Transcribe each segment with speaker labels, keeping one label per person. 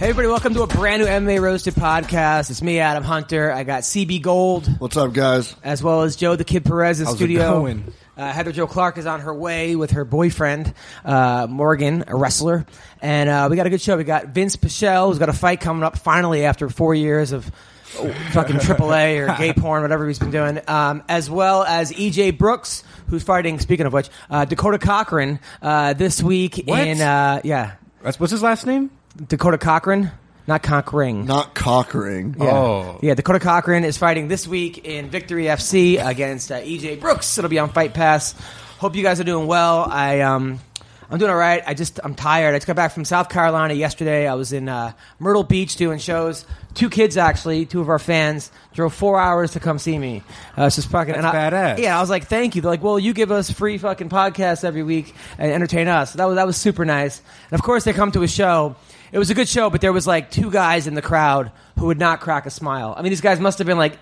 Speaker 1: everybody, welcome to a brand new MMA Roasted podcast. It's me, Adam Hunter. I got CB Gold,
Speaker 2: What's up, guys?
Speaker 1: as well as Joe the Kid Perez in
Speaker 2: How's it
Speaker 1: studio.
Speaker 2: going?
Speaker 1: Uh, Heather Joe Clark is on her way with her boyfriend, uh, Morgan, a wrestler. And uh, we got a good show. We got Vince Pichel, who's got a fight coming up finally after four years of oh, fucking AAA or gay porn, whatever he's been doing, um, as well as EJ Brooks, who's fighting, speaking of which, uh, Dakota Cochran uh, this week
Speaker 3: What?
Speaker 1: in, uh, yeah,
Speaker 3: That's what's his last name?
Speaker 1: Dakota Cochran, not Cochran.
Speaker 2: Not cockering.
Speaker 1: Yeah.
Speaker 3: Oh.
Speaker 1: Yeah, Dakota Cochran is fighting this week in Victory FC against uh, EJ Brooks. It'll be on Fight Pass. Hope you guys are doing well. I um I'm doing all right. I just I'm tired. I just got back from South Carolina yesterday. I was in uh, Myrtle Beach doing shows. Two kids actually, two of our fans drove 4 hours to come see me. Uh, it's just fucking
Speaker 3: That's
Speaker 1: and I-
Speaker 3: badass.
Speaker 1: Yeah, I was like, "Thank you." They're like, "Well, you give us free fucking podcasts every week and entertain us." That was that was super nice. And of course, they come to a show. It was a good show, but there was like two guys in the crowd who would not crack a smile. I mean, these guys must have been like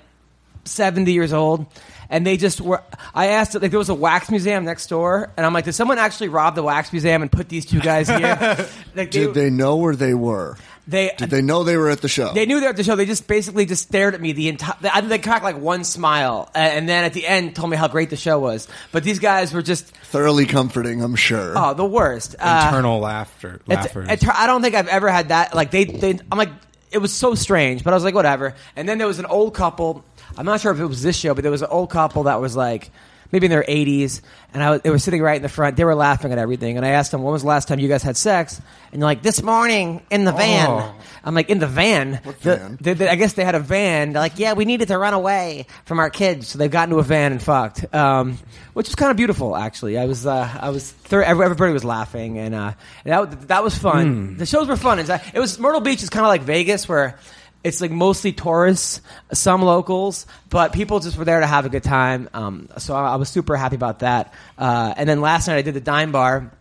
Speaker 1: 70 years old and they just were i asked like there was a wax museum next door and i'm like did someone actually rob the wax museum and put these two guys here like
Speaker 2: Did they know where they were?
Speaker 1: they,
Speaker 2: Did they know they were at the show?
Speaker 1: they knew they were at the show. They just basically just stared at me the entire. I think they cracked like one smile, a- and then at the end told me how great the show was. But these guys were just
Speaker 2: Thoroughly comforting, I'm sure.
Speaker 1: oh the worst. Uh,
Speaker 3: Internal laughter.
Speaker 1: it's-
Speaker 3: Laughers.
Speaker 1: it's- I don't think I've ever had that. Like they, they, I'm like it was so strange, but I was like whatever. And then there was an old couple. I'm not sure if it was this show, but there was an old couple that was like maybe in their 80s, and I was, they were sitting right in the front. They were laughing at everything, and I asked them, "When was the last time you guys had sex?" And they're like, "This morning in the van."
Speaker 3: Oh.
Speaker 1: I'm like, "In the van."
Speaker 2: What
Speaker 1: The-
Speaker 2: van?
Speaker 1: they- they- I guess they had a van. They're like, yeah, we needed to run away from our kids, so they got into a van and fucked, um, which was kind of beautiful, actually. I was, uh, I was, thir- every- everybody was laughing, and uh, that that was fun. The shows were fun. It's, uh, It was Myrtle Beach is kind of like Vegas, where it's like mostly tourists, some locals, but people just were there to have a good time. Um, so I, I was super happy about that. Uh, and then last night I did the Dime Bar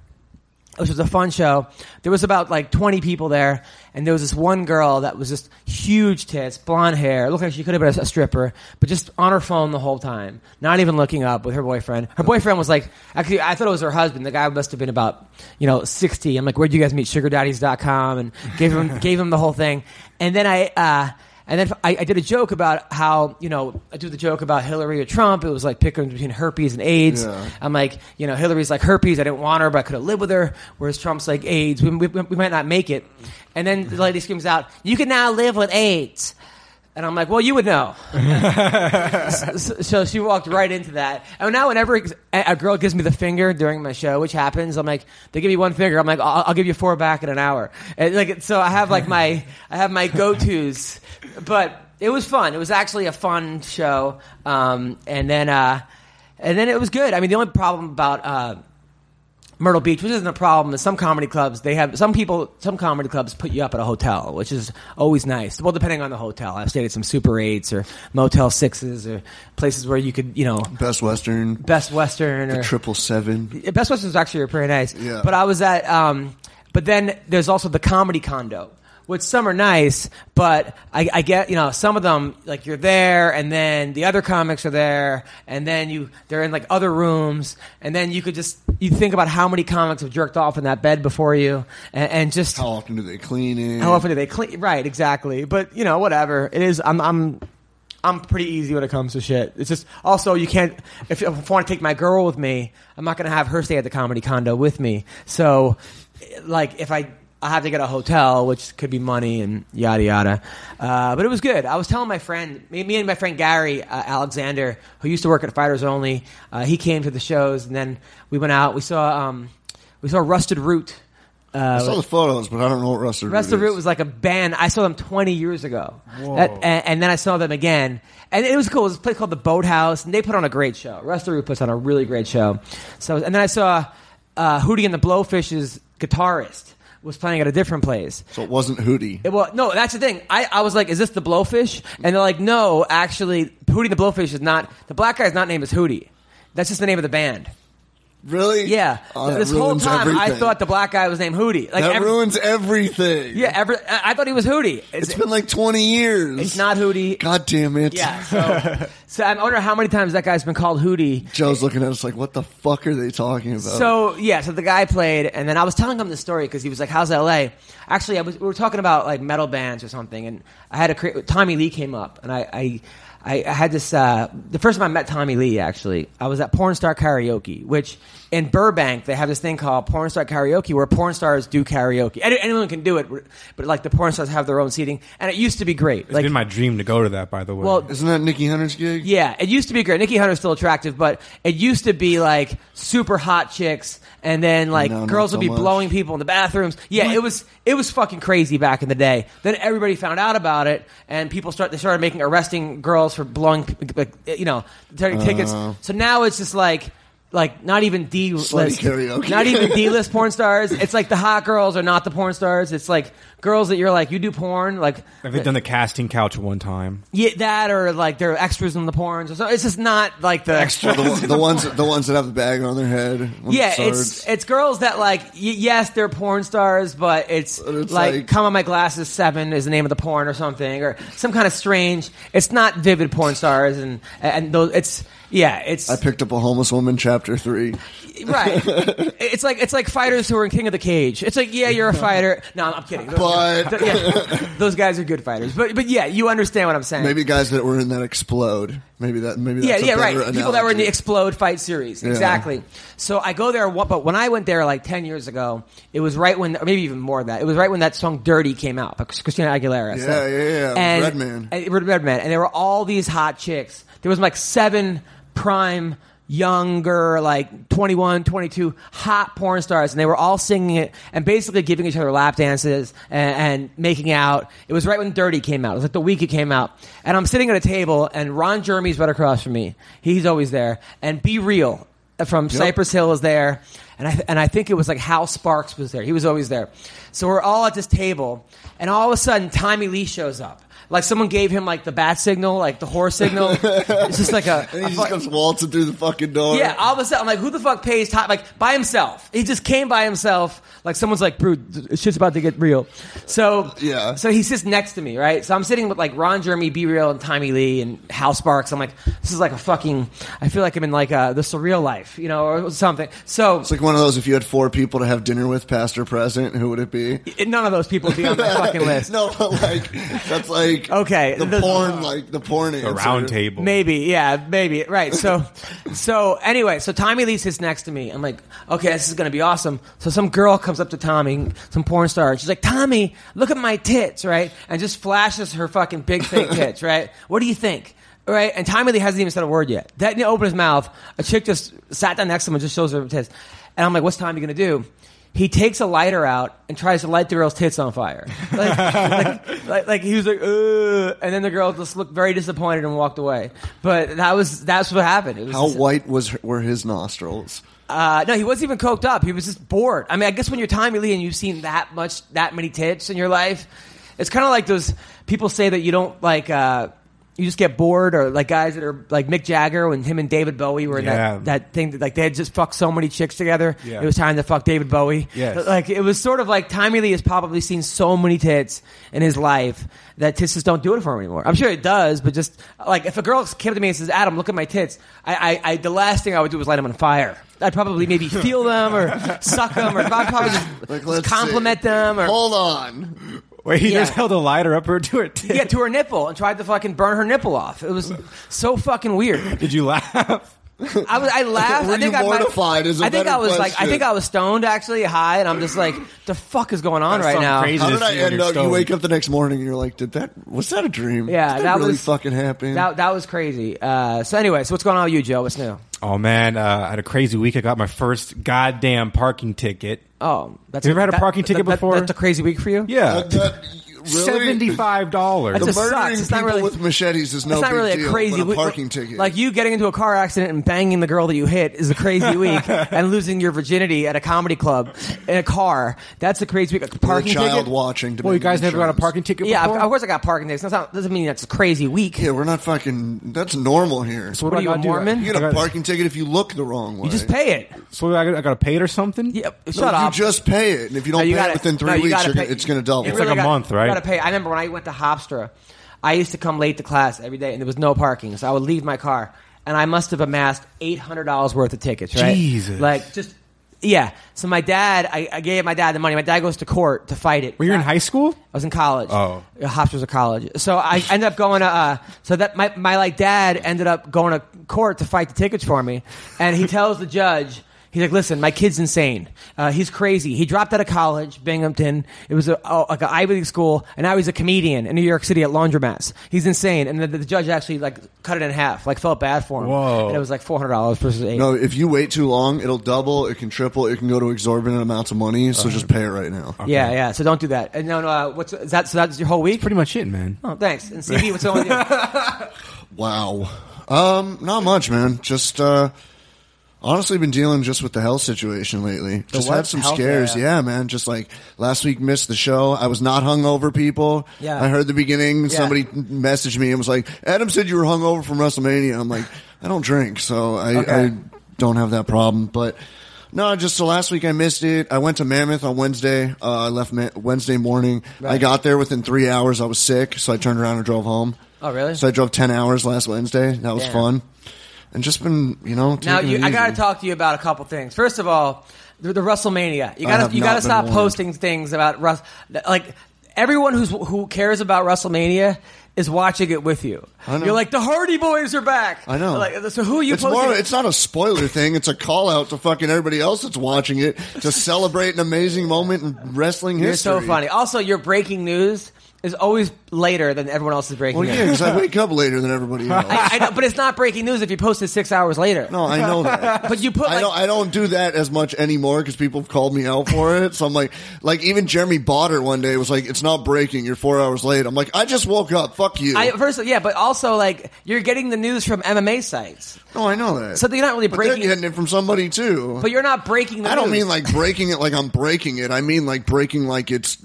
Speaker 1: which was a fun show. There was about like 20 people there, and there was this one girl that was just huge tits, blonde hair, looked like she could have been a, a stripper, but just on her phone the whole time, not even looking up with her boyfriend. Her boyfriend was like, actually, I thought it was her husband. The guy must have been about, you know, 60. I'm like, where'd you guys meet? SugarDaddies.com, and gave him gave him the whole thing. And then I. uh and then I, I did a joke about how, you know, I do the joke about Hillary or Trump. It was like picking between herpes and AIDS.
Speaker 2: Yeah.
Speaker 1: I'm like, you know, Hillary's like herpes. I didn't want her, but I could have lived with her. Whereas Trump's like AIDS. We, we, we might not make it. And then the lady screams out, you can now live with AIDS. And I'm like, well, you would know. so, so she walked right into that. And now, whenever ex- a a girl gives me the finger during my show, which happens, I'm like, they give me one finger. I'm like, I'll, I'll give you four back in an hour. And like, it- so I have like my, I have my go tos. But it was fun. It was actually a fun show. Um, and then, uh, and then it was good. I mean, the only problem about. Uh, Myrtle Beach, which isn't a problem. Is some comedy clubs they have some people, some comedy clubs put you up at a hotel, which is always nice. Well, depending on the hotel, I've stayed at some Super Eights or Motel Sixes or places where you could, you know,
Speaker 2: Best Western,
Speaker 1: Best Western or
Speaker 2: triple seven.
Speaker 1: Best Western's actually pretty nice.
Speaker 2: Yeah.
Speaker 1: But I was at, um, but then there's also the comedy condo, which some are nice, but I, I get, you know, some of them, like you're there and then the other comics are there and then you, they're in like other rooms and then you could just, you think about how many comics have jerked off in that bed before you and, and just,
Speaker 2: How often do they clean it?
Speaker 1: how often do they clean? Right, exactly. But you know, whatever. It is. I'm. I'm. I'm pretty easy when it comes to shit. It's just also you can't. If, if I want to take my girl with me, I'm not gonna have her stay at the comedy condo with me. So, like, if I I have to get a hotel, which could be money and yada yada. Uh, but it was good. I was telling my friend, me, me and my friend Gary uh, Alexander, who used to work at Fighters Only, uh, he came to the shows, and then we went out. We saw um, we saw Rusted Root. Uh,
Speaker 2: I saw the photos, but I don't know what Rusted Root
Speaker 1: Rest of Root
Speaker 2: is.
Speaker 1: was like a band. I saw them 20 years ago. That- and, and then I saw them again. And it was cool. It was a place called The Boathouse, and they put on a great show. Rest of Root puts on a really great show. So, And then I saw uh, Hootie and the Blowfish's guitarist was playing at a different place.
Speaker 2: So it wasn't Hootie.
Speaker 1: It- well, no, that's the thing. I, I was like, is this the Blowfish? And they're like, no, actually, Hootie and the Blowfish is not. The black guy's not named as Hootie. That's just the name of the band.
Speaker 2: Really?
Speaker 1: Yeah,
Speaker 2: Oh, that
Speaker 1: this whole
Speaker 2: ruins
Speaker 1: time I
Speaker 2: everything.
Speaker 1: thought the black guy was named Hootie. Like
Speaker 2: that
Speaker 1: every-
Speaker 2: ruins everything.
Speaker 1: yeah, every, I I thought he was Hootie. It's,
Speaker 2: it's been like twenty years.
Speaker 1: it's not Hootie.
Speaker 2: God damn it!
Speaker 1: Yeah. So, so I wonder how many times that guy's been called Hootie.
Speaker 2: Joe's looking at us like, what the fuck are they talking about?
Speaker 1: So yeah, so the guy played, and then I was telling him the story because he was like, "How's L.A.?" Actually, I was, we were talking about like metal bands or something, and I had a cre- Tommy Lee came up, and I. I I, I had this uh, the first time I met Tommy Lee. Actually, I was at Porn Star Karaoke, which in Burbank they have this thing called Porn Star Karaoke, where porn stars do karaoke. Any, anyone can do it, but like the porn stars have their own seating, and it used to be great.
Speaker 3: It's
Speaker 1: like
Speaker 3: been my dream to go to that, by the way.
Speaker 1: Well,
Speaker 2: isn't that Nikki Hunter's gig?
Speaker 1: yeah, it used to be great. Nikki Hunter's still attractive, but it used to be like super hot chicks, and then like
Speaker 2: No, not
Speaker 1: girls
Speaker 2: so
Speaker 1: would be
Speaker 2: much.
Speaker 1: blowing people in the bathrooms. Yeah, it was it was fucking crazy back in the day. Then everybody found out about it, and people start they started making arresting girls for blowing like you know taking tickets.
Speaker 2: Uh.
Speaker 1: So now it's just like. Like not even D list,
Speaker 2: karaoke.
Speaker 1: not even D list porn stars. It's like the hot girls are not the porn stars. It's like girls that you're like you do porn. Like
Speaker 3: Have they done the casting couch one time?
Speaker 1: yeah, that or like they're extras in the porns or so. It's just not like the
Speaker 2: Extra the, the ones the ones that have the bag on their head. when
Speaker 1: Yeah,
Speaker 2: it
Speaker 1: it's
Speaker 2: starts.
Speaker 1: it's girls that like y- yes, they're porn stars, but it's,
Speaker 2: it's
Speaker 1: like,
Speaker 2: like-
Speaker 1: "Come on My Glasses Seven is the name of the porn or something or some kind of strange. It's not vivid porn stars and and those. It's yeah, it's
Speaker 2: I picked up a homeless woman, chapter three.
Speaker 1: right. it's like it's like fighters who are in King of the Cage. It's like yeah, you're a fighter. No, I'm, I'm kidding. Those,
Speaker 2: But-
Speaker 1: yeah, those guys are good fighters, but but yeah, you understand what I'm saying.
Speaker 2: Maybe guys that were in that explode. Maybe that. Maybe
Speaker 1: Yeah,
Speaker 2: that's a
Speaker 1: yeah, right.
Speaker 2: better
Speaker 1: People that were in the
Speaker 2: analogy.
Speaker 1: Explode Fight series, exactly. So I go there, wa- but when I went there like ten years ago, it was right when, or maybe even more than that, it was right when that song "Dirty" came out by Christina Aguilera. so-
Speaker 2: Yeah, yeah, yeah.
Speaker 1: And
Speaker 2: Redman.
Speaker 1: and- Redman, and there were all these hot chicks. There was like seven prime younger like 21 22 hot porn stars and they were all singing it and basically giving each other lap dances and, and making out it was right when dirty came out it was like the week it came out and i'm sitting at a table and ron jeremy's right across from me he's always there and be real from cypress hill is there and I, and I think it was like hal sparks was there he was always there so we're all at this table and all of a sudden tommy lee shows up like someone gave him like the bat signal, like the horse signal. it's just like a,
Speaker 2: And
Speaker 1: a
Speaker 2: he
Speaker 1: fuck-
Speaker 2: just comes waltzing through the fucking door.
Speaker 1: yeah. All of a sudden, I'm like, who the fuck pays top? Like by himself. He just came by himself. Like someone's like, dude, shit's about to get real. So
Speaker 2: Yeah.
Speaker 1: So he sits next to me, right? So I'm sitting with like Ron Jeremy, B Real, and Tommy Lee and Hal Sparks. I'm like, this is like a fucking. I feel like I'm in like uh, the surreal life, you know, or something. So.
Speaker 2: It's like one of those if you had four people to have dinner with, past or present, who would it be?
Speaker 1: None of those people would be on my fucking list.
Speaker 2: no, but like that's like
Speaker 1: Okay,
Speaker 2: the,
Speaker 1: the-
Speaker 2: porn like the porn
Speaker 3: The
Speaker 2: answer.
Speaker 3: round table.
Speaker 1: Maybe, yeah, maybe. Right. So, so anyway, so Tommy Lee sits next to me. I'm like, okay, this is gonna be awesome. So some girl comes up to Tommy, some porn star, and she's like, Tommy, look at my tits, right? And just flashes her fucking big fake tits, right? What do you think? Right? And Tommy Lee hasn't even said a word yet. That didn't open his mouth. A chick just sat down next to him and just shows her tits. And I'm like, what's Tommy gonna do? He takes a lighter out and tries to light the girl's tits on fire. Like, like, like, like he was like, Ugh, and then the girl just looked very disappointed and walked away. But that was that's what happened. It was
Speaker 2: How
Speaker 1: just-
Speaker 2: white was were his nostrils?
Speaker 1: uh, no, he wasn't even coked up. He was just bored. I mean, I guess when you're Tommy Lee and you've seen that much, that many tits in your life, it's kind of like those people say that you don't like. Uh, you just get bored, or like guys that are like Mick Jagger when him and David Bowie were in
Speaker 3: Yeah.
Speaker 1: that, that thing that like they had just fucked so many chicks together.
Speaker 3: Yeah.
Speaker 1: It was time to fuck David Bowie.
Speaker 3: Yes.
Speaker 1: Like it was sort of like Tommy Lee has probably seen so many tits in his life that tits just don't do it for him anymore. I'm sure it does, but just like if a girl came to me and says, "Adam, look at my tits," I, I, I the last thing I would do was light them on fire. I'd probably maybe feel them or suck them or I'd probably just,
Speaker 2: Like
Speaker 1: just
Speaker 2: let's
Speaker 1: compliment
Speaker 2: see.
Speaker 1: them or
Speaker 2: hold on.
Speaker 3: Wait, he
Speaker 1: Yeah.
Speaker 3: just held a lighter up her to her tit.
Speaker 1: yeah to her nipple and tried to fucking burn her nipple off. It was so fucking weird.
Speaker 3: Did you laugh?
Speaker 1: I was I laughed.
Speaker 2: Were
Speaker 1: I think
Speaker 2: you
Speaker 1: I might-
Speaker 2: mortified is a
Speaker 1: I think
Speaker 2: better
Speaker 1: I was like I
Speaker 2: question.
Speaker 1: think I was stoned actually high and I'm just like the fuck is going on
Speaker 3: That's
Speaker 1: right
Speaker 3: something
Speaker 1: now.
Speaker 3: crazy.
Speaker 2: How did
Speaker 3: Just
Speaker 2: I
Speaker 3: you and
Speaker 2: end
Speaker 3: your
Speaker 2: up? You
Speaker 3: stone.
Speaker 2: wake up the next morning and you're like, did that? Was that a dream?
Speaker 1: Yeah,
Speaker 2: did that,
Speaker 1: that
Speaker 2: really
Speaker 1: was-
Speaker 2: fucking happen.
Speaker 1: That, that was crazy. Uh, so anyway, so what's going on with you, Joe? What's new?
Speaker 3: Oh man, uh, I had a crazy week. I got my first goddamn parking ticket.
Speaker 1: Oh, that's
Speaker 3: You ever had a parking ticket
Speaker 1: that-
Speaker 3: before?
Speaker 1: that's a crazy week for you.
Speaker 3: Yeah,
Speaker 2: Uh, that-
Speaker 3: seventy-five dollars.
Speaker 1: That's
Speaker 2: The
Speaker 1: just sucks.
Speaker 2: murdering
Speaker 1: It's not
Speaker 2: people
Speaker 1: really-
Speaker 2: with machetes is no
Speaker 1: it's not
Speaker 2: big
Speaker 1: really
Speaker 2: deal,
Speaker 1: a crazy
Speaker 2: but a
Speaker 1: week.
Speaker 2: parking ticket.
Speaker 1: Like you getting into a car accident and banging the girl that you hit is a crazy week, and losing your virginity at a comedy club in a car. That's a crazy week. A
Speaker 2: With a
Speaker 1: parking
Speaker 2: child
Speaker 1: ticket.
Speaker 2: watching. To
Speaker 3: Well, you
Speaker 2: make
Speaker 3: guys never got a
Speaker 2: insurance.
Speaker 3: parking ticket.
Speaker 1: yeah, of,
Speaker 3: before?
Speaker 1: of course I got parking tickets. That's not, doesn't mean that's a crazy week.
Speaker 2: Yeah, we're not fucking. That's normal here.
Speaker 3: So what,
Speaker 1: What
Speaker 3: do I
Speaker 1: are you,
Speaker 3: gotta
Speaker 1: a
Speaker 3: do?
Speaker 1: Mormon?
Speaker 2: You
Speaker 3: I
Speaker 2: get a
Speaker 3: gotta-
Speaker 2: parking ticket if you look the wrong way.
Speaker 1: You just pay it.
Speaker 3: So what, I gotta, I gotta pay it or something.
Speaker 1: Yeah, shut
Speaker 2: No, you
Speaker 1: up.
Speaker 2: just pay it, and if you don't
Speaker 1: No, you
Speaker 2: pay
Speaker 1: gotta-
Speaker 2: it within three
Speaker 1: no, you
Speaker 2: weeks,
Speaker 1: gotta
Speaker 2: you're gonna,
Speaker 1: pay-
Speaker 2: it's going to double.
Speaker 1: you
Speaker 3: like a
Speaker 1: gotta-
Speaker 3: month, right?
Speaker 1: You gotta pay. I remember when I went to Hofstra, I used to come late to class every day, and there was no parking, so I would leave my car, and I must have amassed eight hundred dollars worth of tickets, right?
Speaker 3: Jesus.
Speaker 1: like just yeah. So my dad, I, I gave my dad the money. My dad goes to court to fight it.
Speaker 3: Were you in high school?
Speaker 1: I was in college.
Speaker 3: Oh.
Speaker 1: Uh, Hofstra's a college. So I ended up going to, uh, so that my, my like dad ended up going to court to fight the tickets for me. And he tells the judge, he's like, listen, my kid's insane. Uh, he's crazy. He dropped out of college, Binghamton. It was a, oh, like an Ivy League school. And now he's a comedian in New York City at laundromats. He's insane. And the, the judge actually like cut it in half, like felt bad for him.
Speaker 3: Whoa.
Speaker 1: And it was like $400 versus eight.
Speaker 2: No, if you wait too long, it'll double. It can triple. It can go to exorbitant amounts of money. So Uh-huh. just pay it right now.
Speaker 1: Yeah, yeah. So don't do that. And no, no. Uh, what's is that? So that's your whole week.
Speaker 3: Pretty much it, man.
Speaker 1: Oh, thanks. And CB, what's going on? with you?
Speaker 2: Wow. Um, not much, man. Just uh, honestly, been dealing just with the health situation lately. just
Speaker 1: what?
Speaker 2: had some
Speaker 1: Health,
Speaker 2: scares.
Speaker 1: yeah.
Speaker 2: Yeah. man. Just like last week, missed the show. I was not hungover. People.
Speaker 1: Yeah.
Speaker 2: I heard the beginning.
Speaker 1: Yeah.
Speaker 2: Somebody messaged me and was like, "Adam said you were hungover from WrestleMania." I'm like, I don't drink, so I,
Speaker 1: Okay.
Speaker 2: I don't have that problem. But. No, just so last week I missed it. I went to Mammoth on Wednesday. Uh, I left Ma- Wednesday morning. I
Speaker 1: Right.
Speaker 2: got there within three hours. I was sick, so I turned around and drove home.
Speaker 1: Oh, really?
Speaker 2: So I drove ten hours last Wednesday. That was
Speaker 1: Damn.
Speaker 2: fun, and just been you know.
Speaker 1: Now
Speaker 2: taking
Speaker 1: you,
Speaker 2: it
Speaker 1: I got to
Speaker 2: easy.
Speaker 1: talk to you about a couple things. First of all, the, the WrestleMania. You got
Speaker 2: have
Speaker 1: to you
Speaker 2: not
Speaker 1: got to
Speaker 2: been
Speaker 1: stop
Speaker 2: warned.
Speaker 1: posting things about Rus- th- like everyone who's who cares about WrestleMania is watching it with you.
Speaker 2: I know.
Speaker 1: You're like the Hardy Boys are back.
Speaker 2: I know.
Speaker 1: Like, so who are you
Speaker 2: It's
Speaker 1: posting?
Speaker 2: more. It's not a spoiler thing. It's a call out to fucking everybody else that's watching it to celebrate an amazing moment in wrestling
Speaker 1: You're
Speaker 2: history.
Speaker 1: so funny. Also, your breaking news is always later than everyone else's breaking
Speaker 2: Well,
Speaker 1: news.
Speaker 2: yeah, because I wake up later than everybody else.
Speaker 1: I, I know, but it's not breaking news if you post it six hours later.
Speaker 2: no, I know that.
Speaker 1: But you put
Speaker 2: I
Speaker 1: like,
Speaker 2: don't. I don't do that as much anymore because people have called me out for it. So I'm like, like even Jeremy Botter one day was like, "It's not breaking. You're four hours late." I'm like, "I just woke up. Fuck you."
Speaker 1: I, first, yeah, but also like you're getting the news from MMA sites,
Speaker 2: no, I know that.
Speaker 1: so you're not really
Speaker 2: but they're
Speaker 1: breaking.
Speaker 2: getting it from somebody too.
Speaker 1: But you're not breaking the
Speaker 2: I don't
Speaker 1: news.
Speaker 2: mean like breaking it like I'm breaking it. I mean like breaking like it's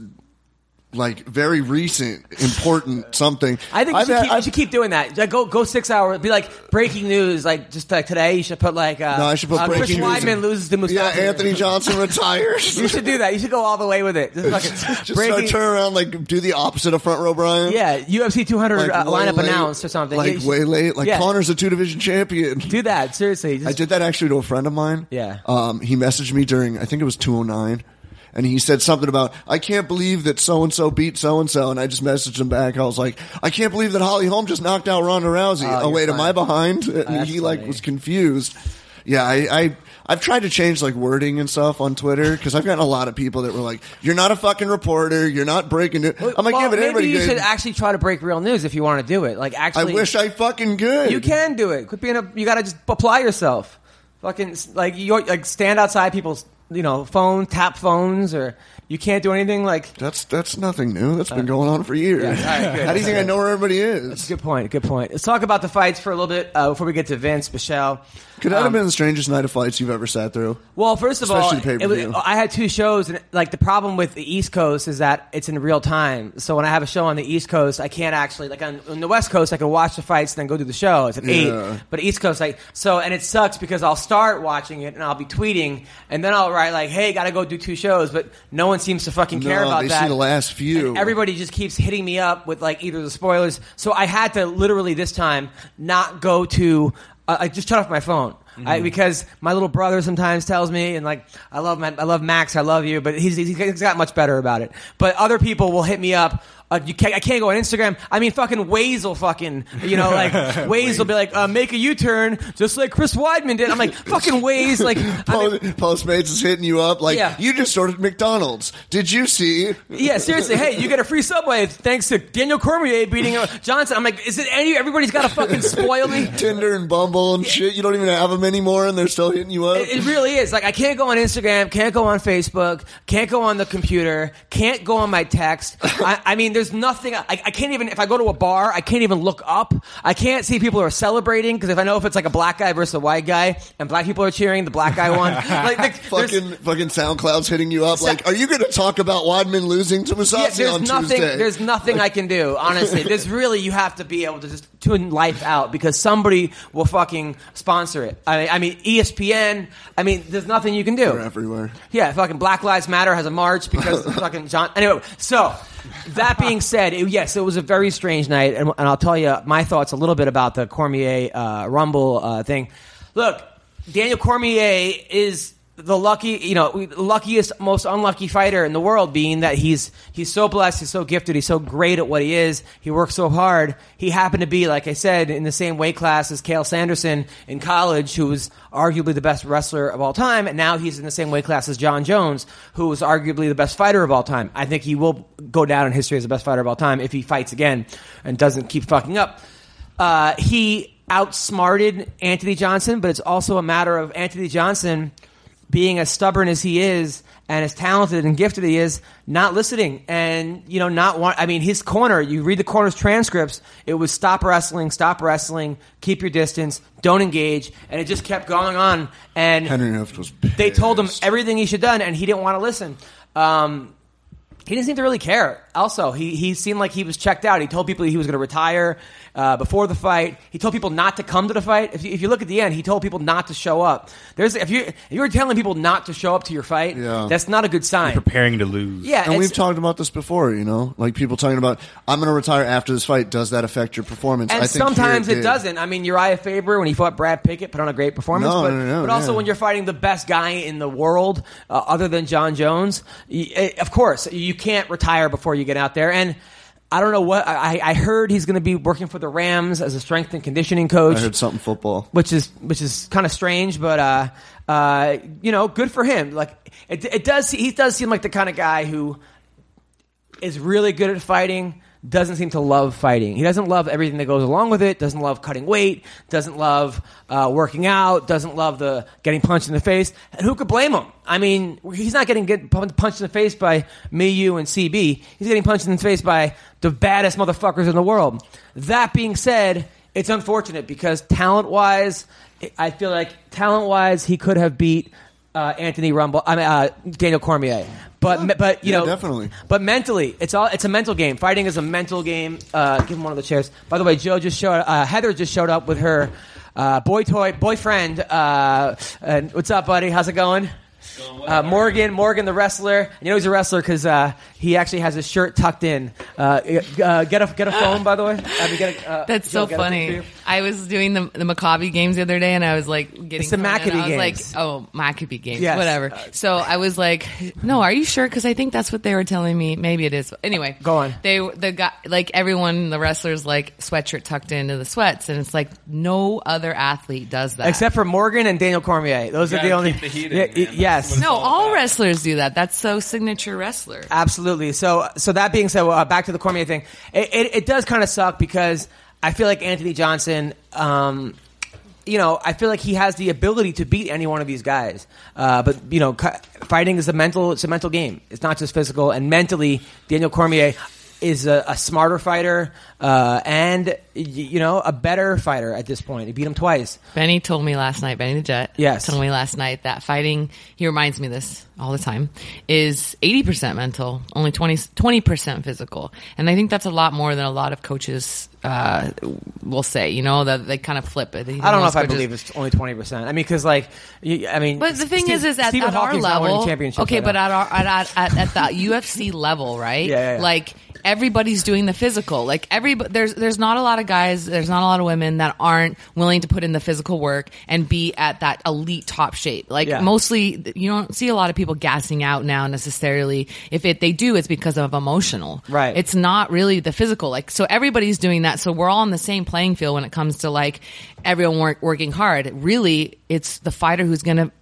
Speaker 2: like very recent, important something.
Speaker 1: I think you
Speaker 2: I've
Speaker 1: should,
Speaker 2: had-
Speaker 1: keep, you
Speaker 2: I've-
Speaker 1: should keep doing that. Like, go go six hours. Be like breaking news. Like just like today, you should put like uh,
Speaker 2: No, I should put
Speaker 1: uh, Chris
Speaker 2: breaking news
Speaker 1: Weidman
Speaker 2: in-
Speaker 1: loses to
Speaker 2: Yeah,
Speaker 1: Mustafa.
Speaker 2: Anthony Johnson retires.
Speaker 1: You should do that. You should go all the way with it. Just, fucking
Speaker 2: Just
Speaker 1: breaking.
Speaker 2: start turn around, like do the opposite of front row Brian.
Speaker 1: yeah, UFC 200
Speaker 2: like,
Speaker 1: uh,
Speaker 2: way
Speaker 1: lineup
Speaker 2: late-
Speaker 1: announced or something. Yeah,
Speaker 2: Like
Speaker 1: you should-
Speaker 2: way late. Like
Speaker 1: yeah.
Speaker 2: Connor's a two division champion.
Speaker 1: Do that seriously. Just,
Speaker 2: I did that actually to a friend of mine.
Speaker 1: Yeah.
Speaker 2: Um, he messaged me during I think it was 209 and he said something about I can't believe that so and so beat so and so and I just messaged him back. I was like, I can't believe that Holly Holm just knocked out Ronda Rousey.
Speaker 1: Oh,
Speaker 2: Oh,
Speaker 1: you're
Speaker 2: wait, am
Speaker 1: funny. Oh,
Speaker 2: I behind? And
Speaker 1: that's
Speaker 2: he like
Speaker 1: funny.
Speaker 2: was confused. Yeah, I, I I've tried to change like wording and stuff on Twitter because I've gotten a lot of people that were like, "You're not a fucking reporter. You're not breaking it." I'm like,
Speaker 1: well,
Speaker 2: "Yeah, but
Speaker 1: maybe
Speaker 2: everybody
Speaker 1: you
Speaker 2: did."
Speaker 1: should actually try to break real news if you want to do it. Like
Speaker 2: I
Speaker 1: actually,
Speaker 2: wish I fucking could.
Speaker 1: you can do it. Quit being a. You got to just apply yourself. Fucking like you like stand outside people's you know phone tap phones or you can't do anything like.
Speaker 2: That's that's nothing new. That's been going on for years.
Speaker 1: Uh, yeah, all right, good.
Speaker 2: How do you think I know where everybody is?
Speaker 1: Good point. Good point. Let's talk about the fights for a little bit uh, before we get to Vince Michelle.
Speaker 2: Could that
Speaker 1: Um,
Speaker 2: have been the strangest night of fights you've ever sat through?
Speaker 1: Well, first of all,
Speaker 2: Especially the
Speaker 1: it was-
Speaker 2: pay-per-view.
Speaker 1: I had two shows, and like the problem with the East Coast is that it's in real time. So when I have a show on the East Coast, I can't actually like on, on the West Coast, I can watch the fights and then go do the show. It's at
Speaker 2: Yeah.
Speaker 1: eight, but East Coast, like so, and it sucks because I'll start watching it and I'll be tweeting, and then I'll write like, "Hey, gotta go do two shows," but no one seems to fucking care
Speaker 2: No,
Speaker 1: about
Speaker 2: they
Speaker 1: that.
Speaker 2: see the last few.
Speaker 1: And everybody just keeps hitting me up with like either the spoilers. So I had to literally this time not go to. Uh, I just shut off my phone I, because my little brother sometimes tells me, and like I love my, I love Max, I love you, but he's he's he's got much better about it. But other people will hit me up. Uh, you can't, I can't go on Instagram. I mean, fucking Waze will fucking, you know, like Waze will be like, uh, make a U turn, just like Chris Weidman did. I'm like, fucking Waze, like, I mean,
Speaker 2: Post, Postmates is hitting you up like
Speaker 1: Yeah.
Speaker 2: you just ordered McDonald's. Did you see?
Speaker 1: Yeah, seriously. Hey, you get a free subway thanks to Daniel Cormier beating Johnson. I'm like, is it any? Everybody's got to fucking spoil me.
Speaker 2: Tinder and Bumble and shit. You don't even have them anymore, and they're still hitting you up.
Speaker 1: It, it really is. Like, I can't go on Instagram, can't go on Facebook, can't go on the computer, can't go on my text. I, I mean, there's there's nothing. I, I can't even if I go to a bar, I can't even look up. I can't see people who are celebrating because if I know if it's like a black guy versus a white guy, and black people are cheering, the black guy won. like the,
Speaker 2: Fucking fucking SoundCloud's hitting you up. Like, are you going to talk about Wadman losing to
Speaker 1: Yeah,
Speaker 2: Masasi
Speaker 1: there's
Speaker 2: on
Speaker 1: nothing.
Speaker 2: Tuesday?
Speaker 1: There's nothing I can do. Honestly, there's really you have to be able to just tune life out because somebody will fucking sponsor it. I mean, I mean E ESPN. I mean, there's nothing you can do.
Speaker 2: They're everywhere.
Speaker 1: Yeah, fucking Black Lives Matter has a march because of fucking John. Anyway, so that being said, it- yes, it was a very strange night, and, and I'll tell you my thoughts a little bit about the Cormier uh, Rumble uh, thing. Look, Daniel Cormier is the lucky, you know, luckiest, most unlucky fighter in the world, being that he's he's so blessed, he's so gifted, he's so great at what he is. He works so hard. He happened to be, like I said, in the same weight class as Kale Sanderson in college, who was arguably the best wrestler of all time, and now he's in the same weight class as John Jones, who was arguably the best fighter of all time. I think he will go down in history as the best fighter of all time if he fights again and doesn't keep fucking up. Uh, he outsmarted Anthony Johnson, but it's also a matter of Anthony Johnson being as stubborn as he is and as talented and gifted he is, not listening and you know not want. I mean, his corner. You read the corner's transcripts. It was stop wrestling, stop wrestling, keep your distance, don't engage, and it just kept going on. And
Speaker 2: Henry Hooft was.
Speaker 1: they told him
Speaker 2: pissed.
Speaker 1: everything he should done, and he didn't want to listen. Um, he didn't seem to really care. Also, he, he seemed like he was checked out. He told people he was going to retire uh, before the fight. He told people not to come to the fight. If you, if you look at the end, he told people not to show up. There's if you if you're telling people not to show up to your fight,
Speaker 2: Yeah.
Speaker 1: that's not a good sign.
Speaker 3: preparing to lose.
Speaker 1: Yeah,
Speaker 2: And
Speaker 1: it's-
Speaker 2: we've talked about this before, you know, like people talking about, I'm going to retire after this fight. Does that affect your performance?
Speaker 1: And
Speaker 2: I think here
Speaker 1: sometimes it,
Speaker 2: did.
Speaker 1: doesn't. I mean, Uriah Faber when he fought Brad Pickett put on a great performance,
Speaker 2: No,
Speaker 1: but,
Speaker 2: no, no,
Speaker 1: but also
Speaker 2: yeah.
Speaker 1: when you're fighting the best guy in the world, uh, other than John Jones, y- eh, of course you can't retire before you get out there. And I don't know what I, I heard he's going to be working for the Rams as a strength and conditioning coach
Speaker 2: I heard something football.
Speaker 1: which is which is kind of strange, but uh, uh, you know, good for him. Like it, it does, he does seem like the kind of guy who is really good at fighting. Doesn't seem to love fighting. He doesn't love everything that goes along with it. Doesn't love cutting weight. Doesn't love uh, working out. Doesn't love the getting punched in the face. And who could blame him? I mean, he's not getting get pun- punched in the face by me, you, and CB. He's getting punched in the face by the baddest motherfuckers in the world. That being said, it's unfortunate because talent wise, I feel like talent wise, he could have beat uh, Anthony Rumble. I mean, uh, Daniel Cormier. But but you
Speaker 2: Yeah,
Speaker 1: know
Speaker 2: definitely.
Speaker 1: But mentally, it's all it's a mental game. Fighting is a mental game. Uh, give him one of the chairs. By the way, Joe just showed. Uh, Heather just showed up with her uh, boy toy boyfriend. Uh, and what's up, buddy? How's it going? Uh, Morgan, Morgan the wrestler. You know he's a wrestler because uh, he actually has his shirt tucked in. Uh, uh, get a get a phone, by the way. I mean, get a, uh,
Speaker 4: That's
Speaker 1: Joe,
Speaker 4: so
Speaker 1: get a phone
Speaker 4: funny.
Speaker 1: for you.
Speaker 4: I was doing the the Maccabi games the other day, and I was like getting
Speaker 1: It's the
Speaker 4: thrown in.
Speaker 1: Maccabee
Speaker 4: I was
Speaker 1: games.
Speaker 4: like, oh, Maccabee games,
Speaker 1: Yes. Uh,
Speaker 4: whatever. So I was like, no, are you sure? Because I think that's what they were telling me. Maybe it is. Anyway,
Speaker 1: Go on.
Speaker 4: They the guy like everyone the wrestlers like sweatshirt tucked into the sweats, and it's like no other athlete does that
Speaker 1: Except for Morgan and Daniel Cormier. Those are
Speaker 5: gotta
Speaker 1: the only.
Speaker 5: keep the heat in,
Speaker 1: Yeah,
Speaker 5: man. That's
Speaker 1: yes.
Speaker 5: what
Speaker 4: no
Speaker 5: all
Speaker 4: all
Speaker 5: about.
Speaker 4: wrestlers do that. That's so signature wrestler.
Speaker 1: Absolutely. So, so that being said, uh, back to the Cormier thing. It, it, it does kind of suck because I feel like Anthony Johnson. Um, you know, I feel like he has the ability to beat any one of these guys. Uh, but you know, cu- fighting is a mental. It's a mental game. It's not just physical. And mentally, Daniel Cormier is a, a smarter fighter uh, and y- you know a better fighter at this point. He beat him twice.
Speaker 4: Benny told me last night, Benny the Jet.
Speaker 1: Yes.
Speaker 4: Told me last night that fighting, he reminds me this all the time, is 80% mental, only 20, 20% physical. And I think that's a lot more than a lot of coaches uh, will say, you know, that they kind of flip it.
Speaker 1: I don't know if I believe it's only twenty percent. I mean, because like, you, I mean,
Speaker 4: But the thing
Speaker 1: Steve-
Speaker 4: is, is at,
Speaker 1: Stephen
Speaker 4: at our
Speaker 1: Hawking's not winning
Speaker 4: level,
Speaker 1: championships
Speaker 4: okay,
Speaker 1: right
Speaker 4: but
Speaker 1: now.
Speaker 4: at our at, at, at, at the UFC level, right?
Speaker 1: Yeah, yeah, yeah.
Speaker 4: Like everybody's doing the physical. Like every there's there's not a lot of guys, there's not a lot of women that aren't willing to put in the physical work and be at that elite top shape. Like
Speaker 1: Yeah.
Speaker 4: mostly, you don't see a lot of people gassing out now necessarily. If it they do, it's because of emotional.
Speaker 1: Right.
Speaker 4: It's not really the physical. Like, so everybody's doing that. So we're all on the same playing field when it comes to like everyone work, working hard. Really, it's the fighter who's going to,